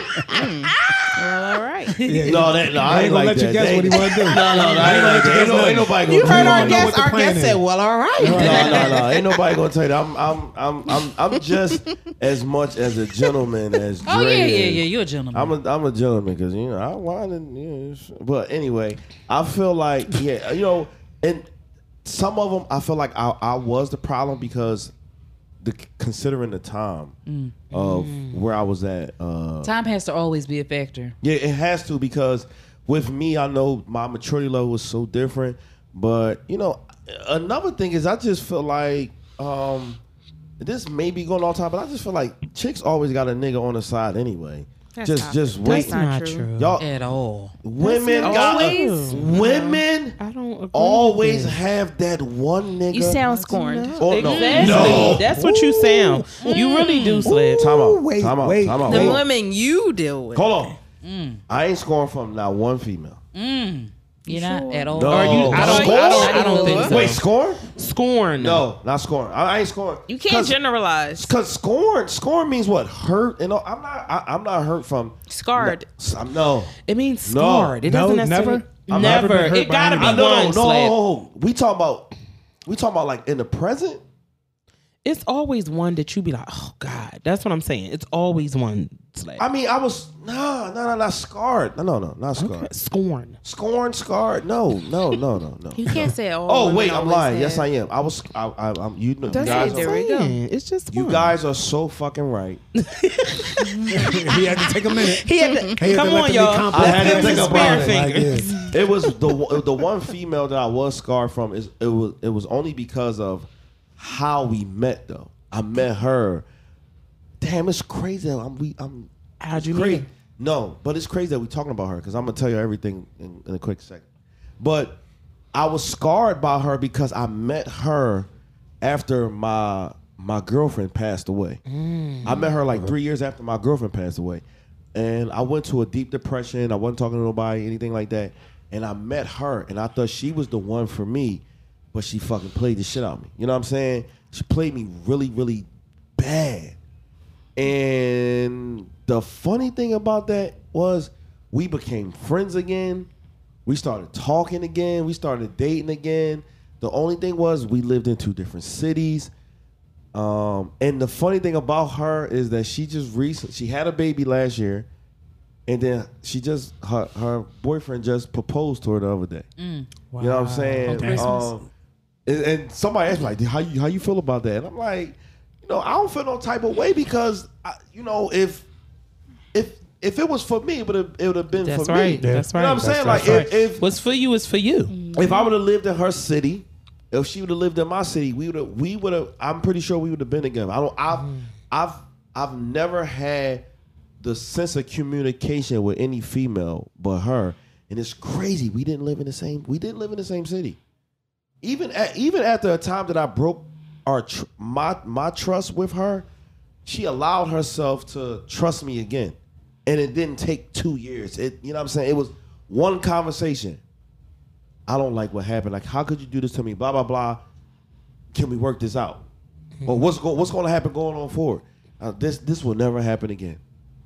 all right.
No, that, no, I,
I ain't gonna
like
let
that.
you guess
They-
what he want to do.
No, no, no, I ain't like that. Ain't, no, ain't nobody gonna
You heard
tell
our
know
me.
guest.
what the
Our
plan
guest
is.
said, "Well, all right."
No, no, no. Ain't nobody gonna tell you. that. I'm, I'm, I'm, I'm, I'm just as much as a gentleman as Dre
Oh yeah, yeah,
is.
yeah. You're a gentleman.
I'm a, I'm a gentleman because you know I wanted. You know, it's- but anyway, I feel like yeah, you know, and some of them I feel like I, I was the problem because the considering the time
Mm.
of where I was at. Uh,
Time has to always be a factor.
yeah, it has to because with me, I know my maturity level is so different. But you know, another thing is I just feel like um this may be going all time, but I just feel like chicks always got a nigga on the side anyway.
That's
just
not-
just
that's
wait,
not true.
y'all.
At all.
women
not
got
always.
women
I don't agree
always
with that.
have that one nigga.
You sound scorned.
oh, no.
Exactly.
no.
That's what you sound. You really do, Slip.
Time out.
wait,
time out.
wait.
Time out.
The
Hold on.
women Mm. you deal with.
Hold on. I ain't scoring from not one female.
You're not at all.
No.
Are you? I don't. I don't, I don't think so.
Wait, scorn?
scorn.
No, not scoring. I, I ain't scoring.
You can't generalize.
Cause scorn, scorn means what? Hurt. And all- I'm not. I, I'm not hurt from.
Scarred.
s- I'm- No.
It means
No.
scarred. It
No,
doesn't necessarily.
never?
Never.
I've never been hurt
It
by
gotta be
I,
one.
anybody.
no, no, no,
Slip.
no. We talking about. We talking about like in the present.
It's always one that you be like, oh god. That's what I'm saying. It's always one. Slip.
I mean, I was nah, nah, nah, not scarred. No, no, no, not scarred.
Scorn.
Scorn, scarred. No, no, no, no, no.
You can't say all.
Oh
women
wait, I'm
always
lying.
have-
Yes, I am. I was. I, I, I'm. You, know- you
That's
guys.
it,
Are,
Derek. we go.
It's just
you
one.
guys are so fucking right.
he had to take a minute.
He had to,
He had
come on,
to let them be
y'all.
complimented.
I had to
Let's give him
think
the
about
spare
Like,
finger.
yeah.
It was the one- the one female that I was scarred from is it was it was only because of how we met though. I met her. Damn, it's crazy. that I'm we I'm
How'd you meet?
crazy. No, but it's crazy that we're talking about her because I'm gonna tell you everything in, in a quick second. But I was scarred by her because I met her after my my girlfriend passed away.
Mm.
I met her like three years after my girlfriend passed away, and I went to a deep depression. I wasn't talking to nobody, anything like that. And I met her, and I thought she was the one for me, but she fucking played the shit out of me. You know what I'm saying? She played me really, really bad. And the funny thing about that was we became friends again. We started talking again. We started dating again. The only thing was we lived in two different cities. Um, and the funny thing about her is that she just recent she had a baby last year, and then she just her her boyfriend just proposed to her the other day.
Mm.
You know what I'm saying? Um, and, and somebody asked me like, "How you how you feel about that?" And I'm like, you know, I don't feel no type of way because I, you know if if if it was for me, it would have it would have been
That's
for
right.
me.
That's
You know what I'm
right.
saying?
That's
like
right.
if, if
What's for you is for you.
if I would have lived in her city, if she would have lived in my city, we would have. We would have. I'm pretty sure we would have been together. I don't. I've. I've. I've never had the sense of communication with any female but her, and it's crazy. We didn't live in the same. We didn't live in the same city. Even at, even after a time that I broke our tr- my my trust with her, she allowed herself to trust me again, and it didn't take two years. It you know what I'm saying. It was one conversation. I don't like what happened. Like, how could you do this to me? Blah blah blah. Can we work this out?
Hmm.
Or what's going what's going to happen going on forward? Uh, this this will never happen again.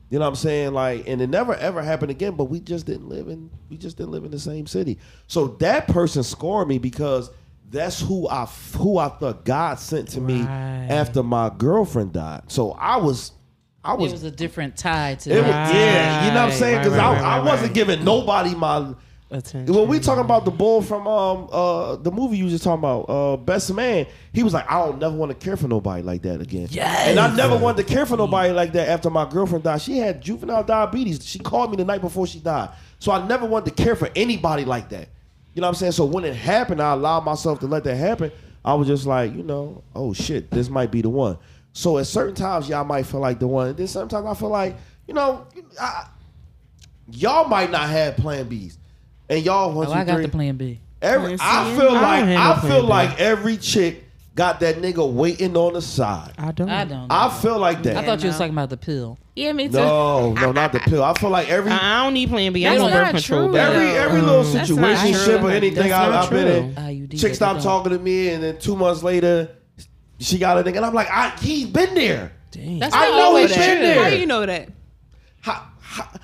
You know what I'm saying? Like, and it never ever happened again. But we just didn't live in we just didn't live in the same city. So that person scored me because that's who I f- who I thought God sent to me
Right.
after my girlfriend died. So I was I
It was a different tie to
it was,
that.
yeah, you know what I'm saying? Because
Right, right,
I,
right,
I
right,
wasn't
right.
giving nobody my
Attention.
When we talking about the bull from um uh the movie you was just talking about, uh Best Man, he was like, I don't never want to care for nobody like that again.
Yes.
And I never wanted to care for nobody like that after my girlfriend died. She had juvenile diabetes. She called me the night before she died. So I never wanted to care for anybody like that. You know what I'm saying? So when it happened, I allowed myself to let that happen. I was just like, you know, oh shit, this might be the one. So at certain times, y'all might feel like the one. Then sometimes I feel like, you know, I, y'all might not have plan Bs, and y'all one,
Oh, I
two,
got
three.
the plan B.
Every,
Yeah, see,
I feel
I
like
don't have no
I
plan
feel
B.
like every chick got that nigga waiting on the side.
I don't.
I don't. Know.
I feel like that.
I thought you was
No.
talking about the pill.
Yeah, me too.
No, no, not the pill. I feel like every
I I don't need Plan B. I'm
That's
on
not
birth control.
true,
but-
every
No.
every little
That's not
situationship
true.
or anything
That's
I,
not
I've been in,
true.
Ah, you did
chick
that,
stopped
you don't.
talking to me, and then two months later, she got a nigga, and I'm like, I, he's been there.
Dang.
That's
I
not
know
always
it's been
true.
there.
How you know that?
How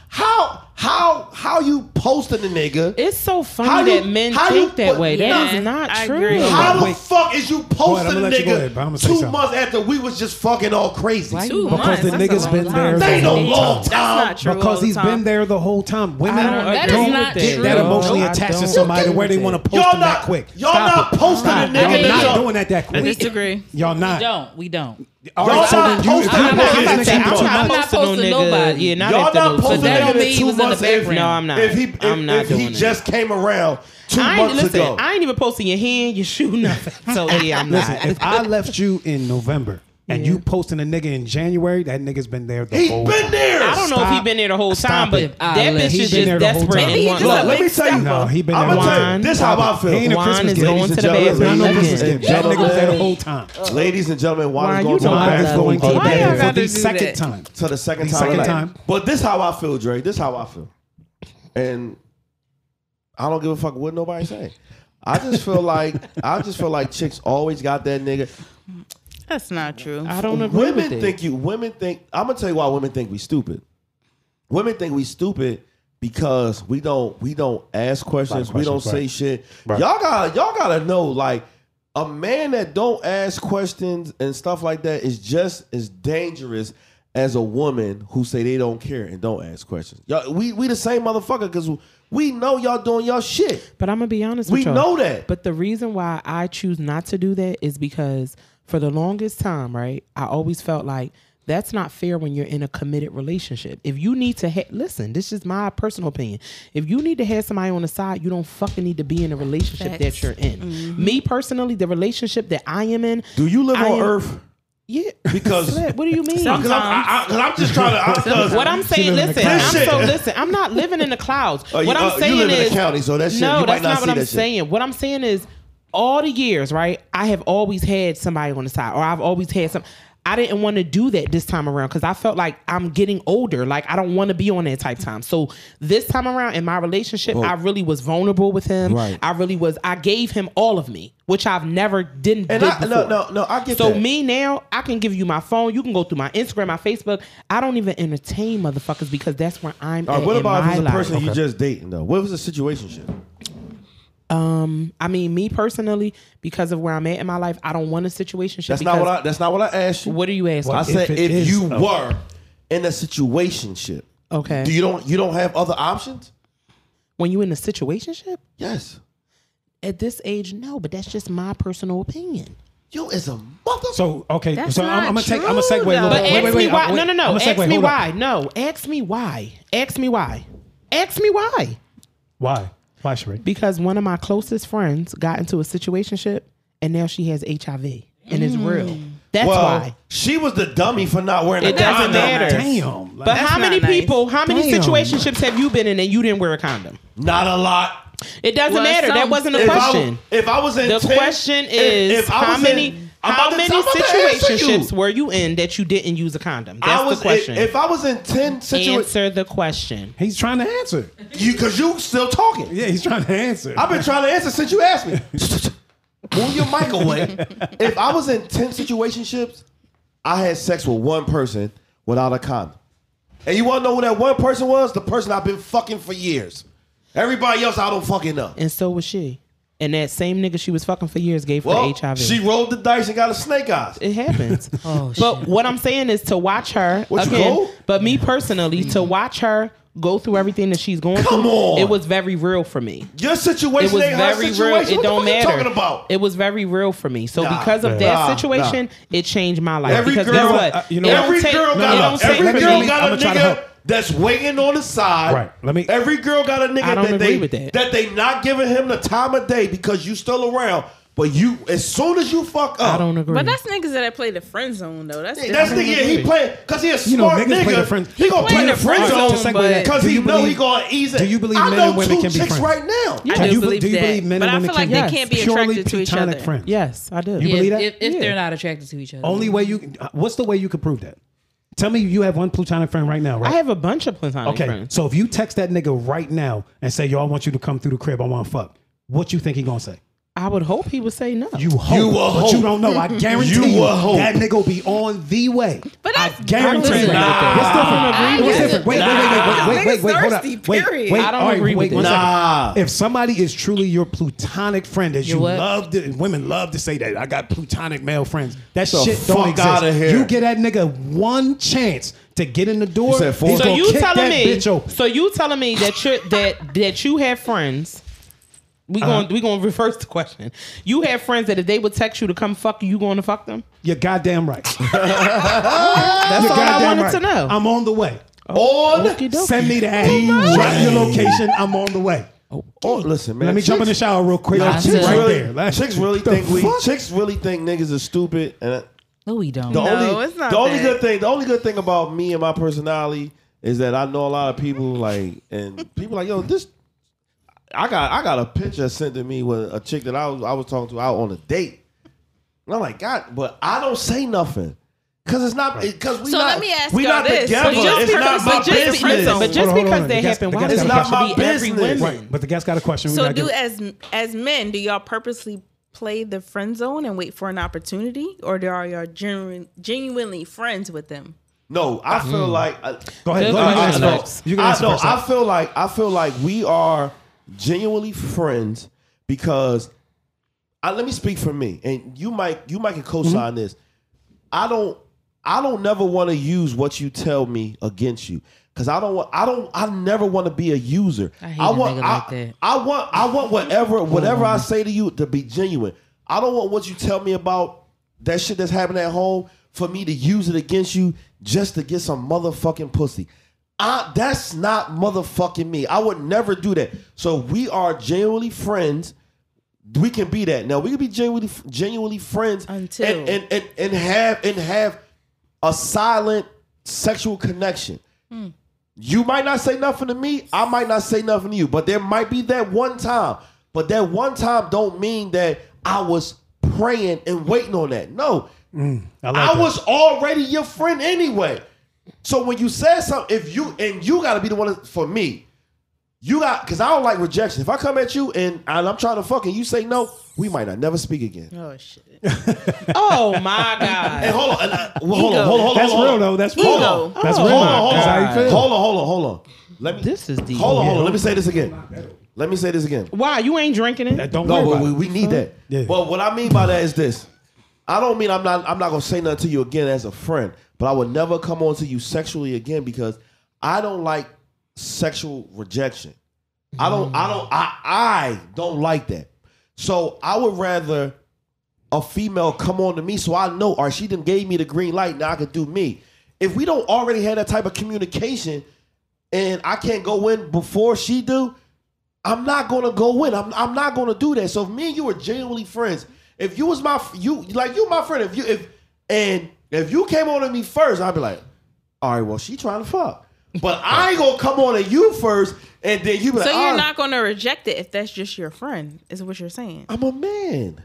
how how how you posting a nigga?
It's so funny
How you-
that men
how you
think that
put-
way. That
Yeah,
is not
I
true.
agree.
How the
Wait.
fuck is you
ahead,
posting
I'ma
a
let you go ahead,
nigga
but I'ma say
two
something.
months after we was just fucking all crazy?
Why you-
Two
Because
months.
the
That's a
nigga's
long
been
time.
there
They
the
know
whole time.
long
That's
time.
not true. all
because
the
he's
time.
been there the whole time.
I don't
Women
That
agree
is
with
not
that.
true.
that
No,
emotionally
I
attached to
don't
somebody
agree
where they
with
want
that.
to post
Y'all
them that
not
quick.
Y'all
Stop
not
it.
posting a
Stop.
nigga.
Y'all
that
not
y'all-
doing that that
I
quick.
disagree.
Y'all
We
not.
don't. We don't.
All
Y'all
right, so
not
then you, if
posting
you
that
post
nigga.
this nigga
I'm
not-
two
I'm
months-
not posting nobody.
Yeah, not
Y'all
after
not
those
posting
But that
a
don't
nigga
mean he
two
was in the
months after.
background.
No, I'm not.
If he, if,
I'm not
if
doing
he
that.
just came around two
I ain't,
months
listen,
ago.
I ain't even posting your hand, your shoe, nothing. So yeah, I'm
Listen,
not.
if I left you in November and you posting a nigga in January, that nigga's been there the
He's
whole
been
time.
there.
I don't know if he
Stop.
been there the whole
Stop
time, but
it.
that
I let-
bitch
he
is just
been there the whole
desperate.
time.
and
Maybe he
want-
just
Look,
a
let me
big
tell you.
No, he been
I'm
there
gonna
the whole
tell
time.
you. This how I feel.
He ain't a
Wine
Christmas
is
gift.
going
Ladies
to
and
the
gentlemen,
bathroom.
Not no
Ladies
Christmas
and
gift. That nigga
gentlemen.
was there the whole time.
Ladies and gentlemen,
Why
wine
you
is
don't
going
Mine
to
is
Why
going to
y'all
the
gotta
bathroom for
do
the
that?
second time.
to the second
The
time.
second
like-
time.
But this how I feel, Dre. This how I feel. And I don't give a fuck what nobody say. I just feel like I just feel like chicks always got that nigga.
That's not true.
I don't agree
Women
with that.
think you. Women think. I'm gonna tell you why women think we stupid. Women think we stupid because we don't we don't ask questions. we don't
questions,
say
right.
shit.
Right.
Y'all got y'all gotta know like a man that don't ask questions and stuff like that is just as dangerous as a woman who say they don't care and don't ask questions. Y'all, we we the same motherfucker because we know y'all doing y'all shit.
But I'm gonna be honest
We
with you.
know that.
But the reason why I choose not to do that is because for the longest time, right, I always felt like that's not fair when you're in a committed relationship. If you need to ha- listen, this is my personal opinion. If you need to have somebody on the side, you don't fucking need to be in a relationship that
Facts.
you're in. Me personally, the relationship that I am in,
Do you live
I
on
am-
Earth?
yeah.
Because
Slip, what do you mean?
because I'm, I, I, 'cause I'm just trying to. I'm, 'cause-
What I'm saying,
living in the
listen, I'm
clouds.
so
Shit.
listen, I'm not living in the clouds.
Oh, you-
what I'm
oh, you
saying
live in the
is
county, so that shit-
no,
you might
that's
not
not,
see
what I'm
that shit.
saying. What I'm saying is all the years, right? I have always had somebody on the side, or I've always had some. I didn't want to do that this time around because I felt like I'm getting older. Like I don't want to be on that type time. So this time around in my relationship, I really was vulnerable with him.
Oh. Right.
I really was. I gave him all of me, which I've never didn't
And
did
I,
before.
no, no, no. I get
So
that.
me now, I can give you my phone. You can go through my Instagram, my Facebook. I don't even entertain motherfuckers because that's where I'm.
All right,
at
what
in
about if
my
it's a
life.
person you just dating though? What was the situation?
Um, I mean, me personally, because of where I'm at in my life, I don't want a situation.
That's not what I. That's not what I asked you.
What are you asking?
I
If
said
it
if
is
you
a-
were in a situationship,
Okay.
do you don't you don't have other options?
when you in a situationship
Yes,
at this age, no. But that's just my personal opinion.
you is a mother.
So okay,
That's
so I'm, I'm gonna
not
take. I'm gonna segue. a
true,
little
though.
But
bit.
ask
Wait, wait,
me
wait,
why?
wait.
no, no, no.
I'ma
Ask
segue.
me
Hold up.
why? No. Ask me why? Ask me why? Ask me why?
Why? Why, Sheree?
because one of my closest friends got into a situationship and now she has HIV and it's
Mm.
real. That's
well,
why.
she was the dummy for not wearing a
It doesn't
condom.
matter.
Damn. like,
But how
not
many
nice.
people, how many
Damn.
situationships have you been in and you didn't wear a condom?
Not a lot.
It doesn't
Well,
matter. that
some-
wasn't a
If I-
question.
if I was in
the
10
question
if-
is
if I
how
was
many
in- I'm
how
about to-
many
I'm about to answer you.
situationships were you in that you didn't use a condom? That's
I was
the question.
If, if I was in ten situations,
Answer the question.
He's trying to answer.
you because you still talking.
Yeah, he's trying to answer.
I've been trying to answer since you asked me. Move your mic away. if I was in 10 situationships, I had sex with one person without a condom. And you want to know who that one person was? The person I've been fucking for years. Everybody else, I don't fucking know.
And so was she. And that same nigga she was fucking for years gave her
Well,
HIV.
she rolled the dice and got a snake eyes.
it happens.
Oh,
but
shit.
what I'm saying is to watch her
What, you
again.
cold?
But me personally, to watch her go through everything that she's going
Come
through,
on.
it was very real for me.
Your
It
situation
was
ain't her
very real.
situation.
It
what
don't
the fuck
matter.
you talking about?
It was very real for me. So
Nah,
because of
nah,
that
nah.
situation, it changed my life.
Every
because
girl-
guess what?
uh, you know
It
what?
don't
Every
take-
girl
it
no,
got,
don't
a,
take
every
for
girl
me.
got a
I'ma try to
nigga
help.
that's waiting on the side.
Right, let me-
Every girl got a
I
nigga
don't
that they
agree with that.
they not giving him the time of day because you still around. But you, as soon as you fuck up,
I don't agree.
But that's niggas that I play the friend zone though. That's
That's the yeah he play because he a smart
You know,
nigga.
niggas play the friend-
he gonna play
Play
the
the
friend
friend
zone
zone, but-
because
do
he
you
know he
believe-
gonna ease it.
do you believe
I
men
know
and women
two
can be
chicks
friends?
right now?
I
do
do
you,
believe
do you
that,
believe men
but
and
I
women
feel like
can
they
be
can't be
purely
attracted to each
platonic
other.
Friends?
yes, I do.
You
Yeah,
believe that?
if, if
Yeah.
they're not attracted to each other.
Only way you. What's the way you could prove that? Tell me you have one plutonic friend right now,
I
right?
have a bunch of platonic
okay.
friends.
So if you text that nigga right now and say, "Yo, I want you to come through the crib. I want to fuck," what you think he gonna say?
I would hope he would say no.
You hope,
will
but
hope.
you don't know. I guarantee
You
you,
will hope.
that nigga will be on the way.
But
I
that's-
guarantee
I'm
you.
different with that. I
What's different? What's
don't
different? Wait, wait,
agree
wait,
with that.
wait, wait, wait,
Niggas
wait, hold up.
thirsty,
Wait,
period.
wait.
I don't
all right,
agree with
wait,
that.
one second.
Nah.
If somebody is truly your plutonic friend, as you
what?
love to, and women love to say that, I got plutonic male friends. That
The
shit don't
fuck
exist.
outta here.
You get that nigga one chance to get in the door.
You said four?
he's
So
so
gonna
you
kick
telling
that
me?
bitch open.
So you telling me that you that that you have friends? We going to we going to reverse the question. You have friends that if they would text you to come fuck you, you going to fuck them?
You're goddamn right.
That's all I wanted
right.
to know.
I'm on the way. Oh,
On.
Okey-dokey.
Send me the ad. Drop your location. I'm on the way.
on- Oh, Listen, man.
Let me jump in the shower real quick. I'm
chicks
right
really,
there. Like,
chicks really
the
think we.
fuck?
Chicks really think niggas are stupid. And
No, we don't.
the only,
it's not
the only
that.
good thing, the only good thing about me and my personality is that I know a lot of people. Like, and people like, yo, this. I got I got a picture sent to me with a chick that I was I was talking to out on a date. And I'm like, God, but I don't say nothing. Cause it's not because we
So
not
let me ask
we
y'all
not
this.
together.
But just
It's not
because-
my
but just-
business.
but
But
listen,
Hold
just
on, hold
because
on.
they
The guest-
happen,
the
why
guest
does it
got a
have to
question.
be every
It's not my business.
woman?
But the guest got a question. We
So
gotta
do
get-
as as men, do y'all purposely play the friend zone and wait for an opportunity, or do- are y'all genuine, genuinely friends with them?
No, I feel like uh,
Go ahead. Go
Good
ahead. You can
question.
answer first. You can
I,
answer
no,
first.
I feel like I feel like we are genuinely friends because I, let me speak for me, and you might you might can co-sign
Mm-hmm.
this. I don't I don't never want to use what you tell me against you because I don't want I don't I never want to be a user. I,
hate a
want
nigga
I,
like that.
I want I want whatever whatever I say to you to be genuine. I don't want what you tell me about that shit that's happening at home for me to use it against you just to get some motherfucking pussy. I, that's not motherfucking me. I would never do that. So we are genuinely friends. We can be that. Now we can be genuinely genuinely friends
Until-
and, and, and, and have and have a silent sexual connection. You might not say nothing to me. I might not say nothing to you. But there might be that one time. But that one time don't mean that I was praying and waiting on that. No,
I like
I
that.
was already your friend anyway. So when you said something, if you and you got to be the one that- for me, you got because I don't like rejection. If I come at you and, and I'm trying to fuck and you say no, we might not never speak again.
Oh shit!
Oh my god!
And hold on, and I- well, hold on, hold on, hold on,
That's
hold on.
real though. That's
Ego.
real.
Oh,
That's real.
Hold on, hold
That's how
on,
you feel.
hold on, hold on, hold on. Let me.
This is E deep.
Hold on, hold on. Let me say this again. Let me say this again.
Why you ain't drinking it?
That Don't
No,
worry
but
about
we,
it.
we need that.
Yeah.
But what I mean by that is this: I don't mean I'm not I'm not gonna say nothing to you again as a friend, but I would never come on to you sexually again because I don't like sexual rejection. I don't I don't I I don't like that. So I would rather a female come on to me so I know, or she done gave me the green light. Now I can do me. If we don't already have that type of communication, and I can't go in before she do, I'm not gonna go in. I'm, I'm not gonna do that. So if me and you are genuinely friends, if you was my f- you like you my friend, if you if and if you came on to me first, I'd be like, all right, well she trying to fuck, but I ain't gonna come on to you first, and then you be like,
So
"All
you're
right,
not gonna reject it if that's just your friend, is what you're saying?
I'm a man,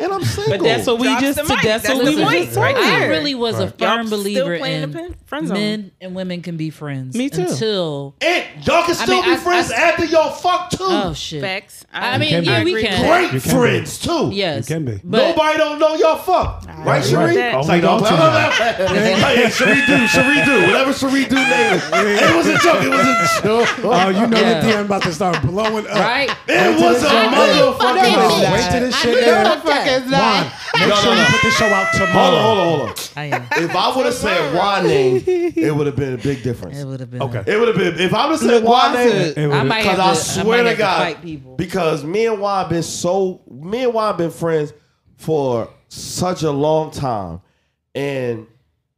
and I'm single.
But that's what we
Drops
just.
the mic.
That's what
That's
we
the
were
mic
just
right
saying.
I
there.
really was a firm
Right.
Y'all still
believer
playing
in
the pen- friend zone.
men and women can be friends.
Me too.
Until
and y'all can still
mean,
be
I-
friends
I-
after y'all fuck too.
oh shit,
Facts.
I mean,
can
yeah,
be.
we
Agree.
can.
Great
You can be.
friends too.
Yes,
You can be.
But
Nobody don't know y'all fuck, right,
Right.
Sheree?
Only
It's like,
y'all
don't
two
Hey, Sheree do, Sheree do, whatever Sheree do, name it. It was a joke. It was a joke.
Oh, you know
Yeah.
the DM about to start blowing up.
right.
It was a
I
motherfucking
knew
joke.
it.
Wait till this shit
What
airs.
the fuck is
Juan,
that?
make
No,
sure
no,
you
no.
put this show out tomorrow.
Hold on, hold on, hold on.
I am.
If I would have said Juan name, it would have been a big difference.
It would have been.
Okay.
It would have been if I would have said Juan name.
It
I
would've-
might have
Because
to.
I swear
might
to
have
God,
fight people.
because me and Juan been so me and Juan been friends for such a long time, and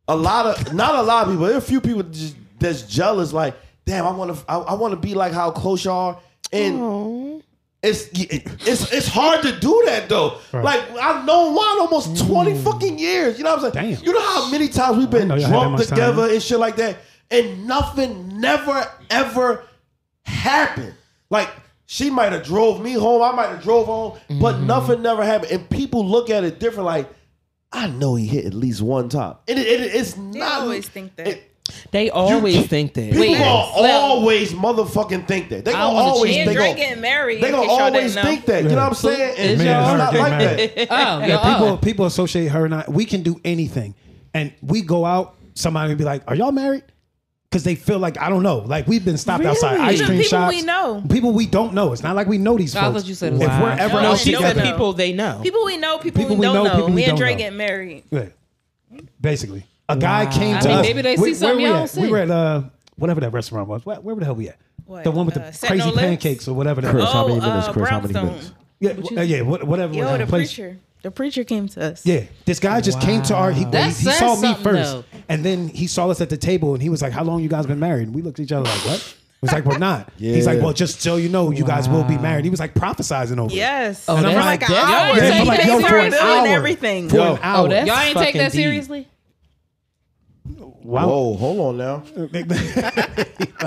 a lot of not a lot of people. There are a few people just, that's jealous. Like, damn, I want to I, I want to be like how close y'all are, and it's it's it's hard to do that though.
Right.
Like I've known Juan almost twenty fucking years. You know what I'm saying?
Damn.
You know how many times we've been
know y'all had that
drunk
much time.
together and shit like that, and nothing never ever happened. Like she might have drove me home, I might have drove home, but nothing never happened. And people look at it different. Like I know he hit at least one time. And it, it, it's
They
not.
always think that.
it-
They always think that.
people
Wait.
gonna
Well-
always motherfucking think that. They
I
gonna
was a
always
champ.
and
think
Drake
that.
getting married.
They
in
gonna
case y'all didn't
always
know.
think that. You know what I'm saying? And
Me
it's
and her
not
get
like
mad.
that.
Oh,
Yeah,
oh.
people people associate her and I. We can do anything, and we go out. Somebody would be like, "Are y'all married?" Because they feel like I don't know. Like we've been stopped outside
Really?
ice
Even
cream
people
shops.
we know.
People we don't know. It's not like we know these
I
folks.
thought you said it
if
was-
we're ever
No,
No,
out
she
she
said
said
together,
people they know.
People we know, people,
People
we
we
don't
know,
know.
people we
Me and
don't
Drake
know.
getting married.
Yeah, basically, a guy came
I
to
mean,
us.
maybe they see
Where- where
something
we
y'all
at?
see.
We were at uh, whatever that restaurant was. Where, where the hell we at?
What,
The one with
uh,
the
Set
crazy
No Limits?
pancakes or whatever. That
Chris,
was.
how many
Oh,
minutes,
uh,
Chris? How many
Brownstone.
minutes?
Yeah, wh- uh, yeah, what- whatever.
Yo,
was
the
that place.
preacher.
The preacher came to us.
Yeah, this guy just came to our. He,
That
he, he
says
saw me
something,
first,
though.
and then he saw us at the table, and he was like, "How long you guys been married?" And we looked at each other like, "What?" It was like, "We're not." He's like,
Yeah.
"Well, just so you know, you guys will be married." He was like prophesizing over. it.
Yes.
Oh,
And I'm
that's
like,
like
an
that.
hour.
Yeah,
They
I'm
like,
take
yo,
their
for an
bill
hour.
and everything.
For
Yo.
an hour.
Oh, that's-
Y'all ain't take
fucking
that
deep.
seriously?
wow.
Whoa, hold on now.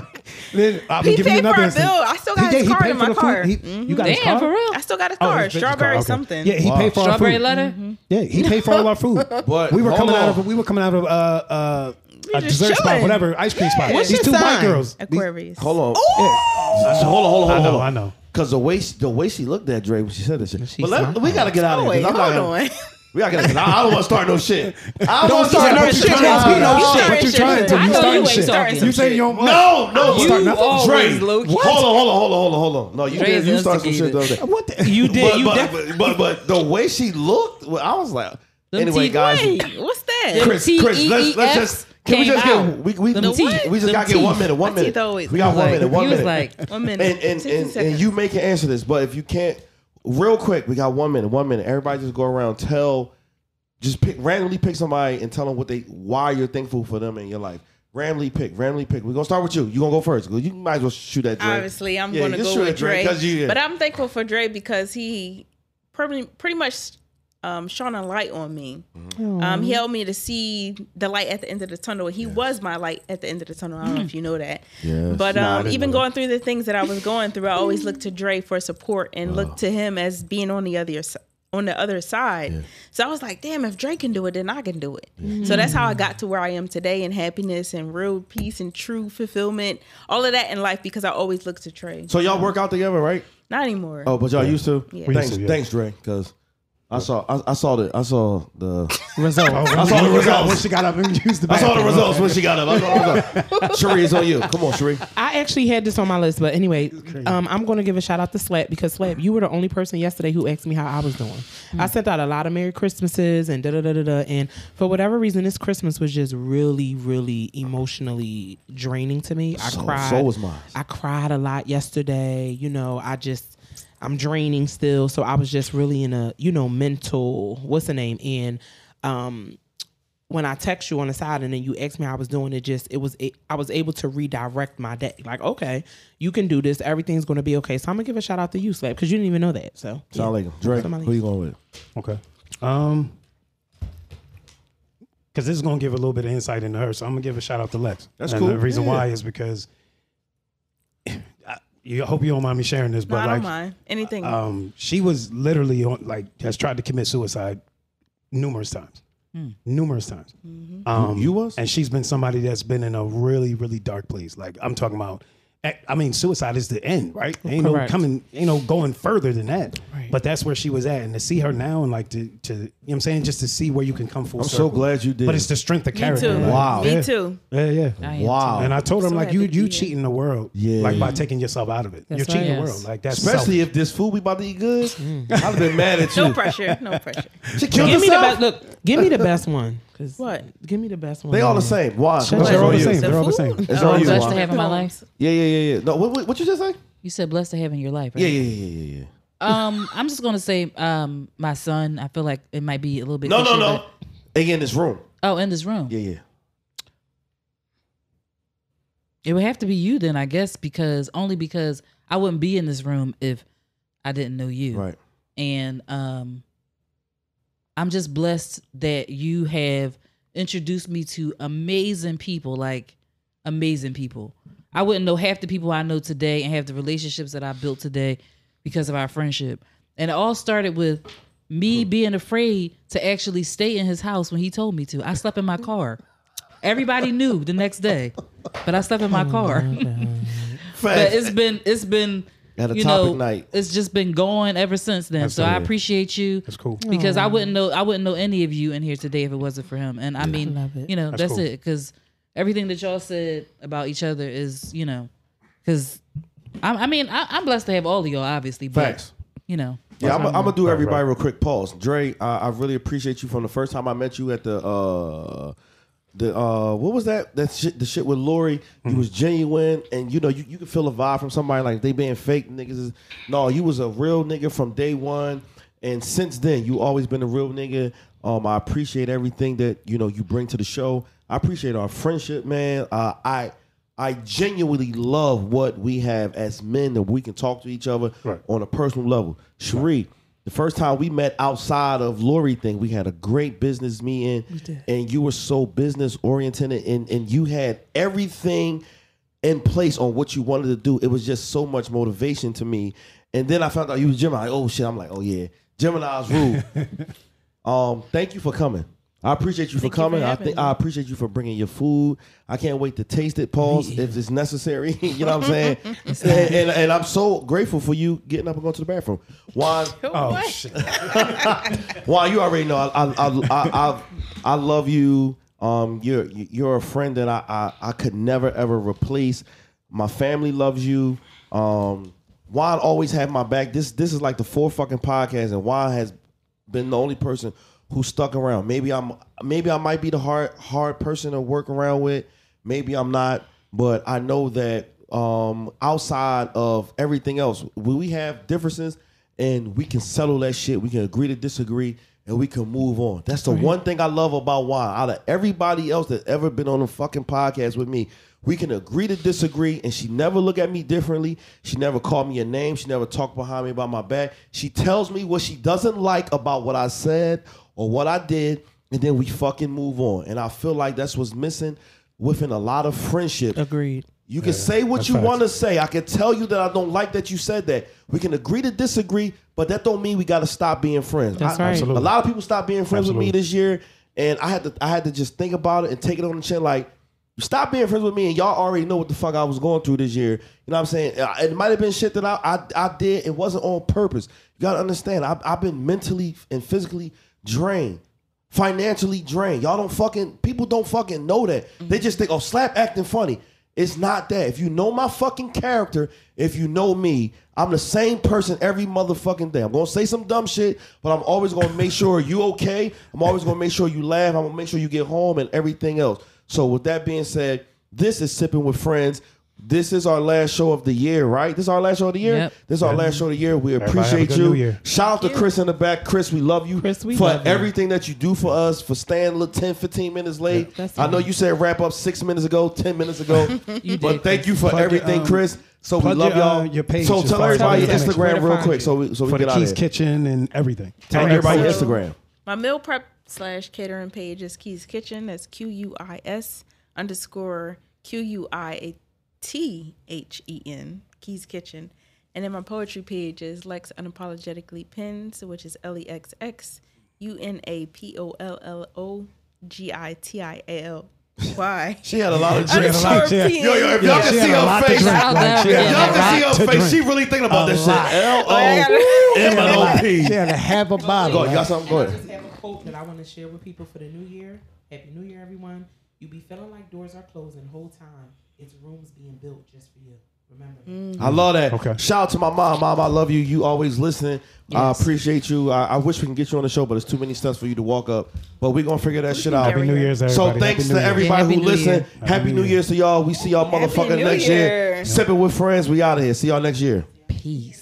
Then I'm
He
gonna give you
paid for
another
our
instance.
bill. I still got his card
paid
in
for
my
the food.
car.
He- You got his
Damn,
car?
for real?
I still got his
Oh,
car.
his bitch's car,
Strawberry
okay.
something.
Yeah, he
Wow.
paid for
Strawberry
our food.
letter?
Yeah, he paid for all our food.
But
we were
hold
coming out
on.
of we were coming out of uh, uh, a
just
dessert spot,
chilling.
whatever ice cream spot.
What's
These
your
two white
sign?
girls. These-
Aquarius.
Hold on. So hold on, hold on,
I
hold
know,
on.
I know.
Because the way she, the way she looked at Dre when she said this shit.
She
but let,
smiled.
we gotta get out of
Oh,
here.
wait,
'cause I'm
hold
not gonna-
on.
We gotta get. out of here. I don't want to start no shit. I don't want to
start
start
no
no
shit,
shit.
Chris.
You know
You
shit, but you
starting
trying
shit.
to.
I
You
know
starting
you ain't starting
shit.
some
You say you don't.
No, no,
You
start nothing.
always
Dre,
low-key.
Hold on, hold on, hold on, hold on, hold on. No, you
Dre
did.
is
You started some shit the
instigator.
other day.
What the?
You did.
but,
you
but,
definitely.
but, but, but the way she looked, well, I was like,
Them
anyway,
teeth-
guys.
Wait, what's that?
Them E
Chris, Chris, let's, let's just can we
came
just
out.
get we we,
Them
we,
teeth.
we just
Them
gotta get one
teeth.
minute, one
My teeth
minute.
always-
We got one
Like,
minute, one
he was
minute.
like-
One minute.
and and,
60
and, and
seconds.
you may can answer this, but if you can't, real quick, we got one minute, one minute. Everybody just go around, tell, just pick randomly pick somebody and tell them what they why you're thankful for them in your life. Randomly pick, randomly pick. We're gonna start with you. You gonna go first? You might as well shoot at Dre.
Obviously, I'm
Yeah,
going to
you
go
shoot
with
at Dre,
Dre.
'cause you-
But I'm thankful for Dre because he pretty, pretty much um, shone a light on me. Um,
Mm-hmm.
he helped me to see the light at the end of the tunnel. He was my light at the end of the tunnel. I don't know
Mm.
if you know that. But um, even going through the things that I was going through, I always looked to Dre for support and looked to him as being on the other side. On the other side, so I was like, "Damn, if Dre can do it, then I can do it." So that's how I
Mm.
got to where I am today, in happiness and real peace and true fulfillment, all of that in life, because I always look to Dre.
So y'all work out together, right?
Not anymore.
Oh, but y'all used to.
We
Thanks,
used to, yeah.
thanks, Dre, because. I saw, I, I saw the, I saw the,
Result.
I saw the results.
When she got up and used the
I saw the
bathroom.
results when she got up. I saw the results. Sheree, it's on you. Come on, Sheree.
I actually had this on my list, but anyway, um, I'm going to give a shout out to Slap because Slap, you were the only person yesterday who asked me how I was doing.
Mm.
I sent out a lot of Merry Christmases and da da da da da, and for whatever reason, this Christmas was just really, really emotionally draining to me. I
So-
cried.
so was mine.
I cried a lot yesterday. You know, I just I'm draining still, so I was just really in a you know mental what's the name and um when I text you on the side and then you asked me how I was doing, it just it was it, I was able to redirect my day. Like, okay, you can do this. Everything's gonna be okay. So I'm gonna give a shout out to you, Slap, because you didn't even know that. So
Sound like him. Dre,
Somebody-
who you going with?
Okay. Um, because this is gonna give a little bit of insight into her, so I'm gonna give a shout out to Lex.
That's
and
cool.
The reason
Yeah.
why is because I, you I hope you don't mind me sharing this,
no,
but
I
like,
don't mind anything.
um, she was literally on like has tried to commit suicide numerous times,
Hmm.
numerous times.
Mm-hmm.
Um,
You was?
and she's been somebody that's been in a really, really dark place. Like I'm talking about, eh, I- I mean, suicide is the end, right? Ain't
Correct.
no coming, ain't no going further than that. But that's where she was at, and to see her now, and like to, to you know, what I'm saying, just to see where you can come full.
I'm so
circle.
glad you did.
But it's the strength of character.
too.
like,
Wow.
Me
yeah.
too.
Yeah, yeah.
Wow.
And I told her, I'm
So
like, you
happy to
you
be here.
cheating the world,
Yeah.
like by taking yourself out of it. You're
That's
cheating
right.
the world, like that's selfish. Mm.
Especially if this food we about to eat good, I'd have been mad at you.
No pressure. No pressure.
She killed
give me the best.
herself.
Look, give me the best one. 'cause-
What?
Give me the best one.
They all the
man.
same. Why?
Shut
Come
up.
on,
They're all the
you.
same. They're all the
food?
same.
It's
Oh,
on you.
blessed
Blessed to
Juan.
have in my life.
Yeah, yeah, yeah, yeah. No, what, what, what you just say?
You said blessed to have in your life, right?
Yeah, yeah, yeah, yeah, yeah. yeah.
Um, I'm just gonna say, um, my son. I feel like it might be a little bit.
No, no,
fishy,
no. They in this room.
but- oh, in this room,
Yeah, yeah.
it would have to be you then, I guess, because only because I wouldn't be in this room if I didn't know you.
Right.
and um i'm just blessed that you have introduced me to amazing people like amazing people i wouldn't know half the people i know today and have the relationships that i built today because of our friendship and it all started with me being afraid to actually stay in his house when he told me to. I slept in my car. Everybody knew the next day, but I slept in my car. but it's been it's been
Had a
you
topic
know
night.
it's just been going ever since then. so I
Absolutely.
appreciate you.
That's cool.
Because I wouldn't know I wouldn't know any of you in here today if it wasn't for him. And I mean,
love it.
you know, that's,
cool.
it. Because everything that y'all said about each other is you know, because I, I mean I, I'm blessed to have all of y'all, obviously. But
Facts.
you know,
Yeah, I'm, gonna do
Right,
everybody
right.
real quick. Pause, Dre. I, I really appreciate you from the first time I met you at the uh the uh what was that that shit the shit with Lori. You
Hmm.
was genuine, and you know you you could feel a vibe from somebody like they being fake niggas. is- No, you was a real nigga from day one, and since then you always been a real nigga. Um, I appreciate everything that you know you bring to the show. I appreciate our friendship, man. Uh, I. I genuinely love what we have as men that we can talk to each other
Right.
on a personal level. Cherie, the first time we met outside of Lori thing, we had a great business meeting, and you were so business oriented, and and you had everything in place on what you wanted to do. It was just so much motivation to me. And then I found out you was Gemini. Oh shit! I'm like, oh yeah, Gemini's rule. Um, thank you for coming. I appreciate you for
you for
coming. I
having
think
me.
I appreciate you for bringing your food. I can't wait to taste it, pause if it's necessary. you know what I'm saying? and, and, and I'm so grateful for you getting up and going to the bathroom. Juan,
Oh shit!
Juan, you already know I I I I, I, I love you. Um, you're you're a friend that I, I I could never ever replace. My family loves you. Um, Juan always had my back. This this is like the four fucking podcast, and Juan has been the only person who stuck around. Maybe I'm maybe I might be the hard hard person to work around with. Maybe I'm not, but I know that um outside of everything else, when we have differences and we can settle that shit, we can agree to disagree and we can move on. That's the one thing I love about why out of everybody else that ever been on a fucking podcast with me, we can agree to disagree, and she never look at me differently. She never called me a name. She never talked behind me about my back. She tells me what she doesn't like about what I said or what I did, and then we fucking move on. And I feel like that's what's missing within a lot of friendships.
Agreed.
You can say what
that's
you
facts.
want to say. I can tell you that I don't like that you said that. We can agree to disagree, but that don't mean we got to stop being friends.
That's
I-
right.
A lot of people stopped being friends with me
Absolutely.
this year, and I had to I had to just think about it and take it on the chin. Like, stop being friends with me, and y'all already know what the fuck I was going through this year. You know what I'm saying? Uh, It might have been shit that I I, I did. It wasn't on purpose. You gotta understand. I, I've been mentally and physically drained financially drained. Y'all don't fucking people don't fucking know that.
Mm-hmm.
They just think, oh, slap acting funny. It's not that. If you know my fucking character, if you know me, I'm the same person every motherfucking day. I'm gonna say some dumb shit, but I'm always gonna make sure you okay. I'm always gonna make sure you laugh. I'm gonna make sure you get home and everything else. So with that being said, this is sipping with friends. This is our last show of the year, right? This is our last show of the year.
Yep.
This is our last show of the year. We
Everybody have a
appreciate
good
you.
New Year.
Shout out to Chris in the back. Chris, we love you
Chris, we
for
love you.
everything that you do for us, for staying little 10, 15 minutes late.
that's
I know
it.
you said wrap up six minutes ago, 10 minutes ago. but
did,
thank you for
Plug your,
everything,
um,
Chris. So we
plug
love
your, uh,
y'all.
your page
so
as
tell
far as
everybody your
information.
Where to
Instagram real
find
quick
you.
so we, so we
For
get
the
out of
Keys
here.
Kitchen and everything.
Tell everybody your Instagram.
My meal prep slash catering page is Keys Kitchen. That's Q U I S underscore Q U I T H E N, Keys Kitchen. And then my poetry page is Lex Unapologetically Pins, which is L E X X U N A P O L L O G I T I A L Y.
She had a lot of drinks.
Underscore
yeah.
P
Yo, yo, if
Yeah,
y'all
she had
can see
a lot
her
to
face,
drink.
I'll never
if
get
y'all
that right.
can see her
To
face, she
drink.
really thinking about that shit. L O
I
M N O P.
Yeah, to have a
Go,
bottle.
you got something? Go
I
ahead.
just have a quote that I want to share with people for the new year. Happy New Year, everyone. You be feeling like doors are closing the whole time. It's rooms being built just for you. Remember. that.
Mm-hmm.
I love that.
Okay.
Shout out to my mom. Mom, I love you. You always listen. I appreciate you. I, I wish we can get you on the show, but it's too many steps for you to walk up. But we're gonna figure that shit out.
Happy New Year's,
So
everybody. Happy
thanks
New
to
Year.
everybody
Happy
who
New
listened.
Year.
Happy, New Year's to y'all. We see y'all motherfucking
New
next year.
Year.
Sipping with friends. We out of here. See y'all next year.
peace.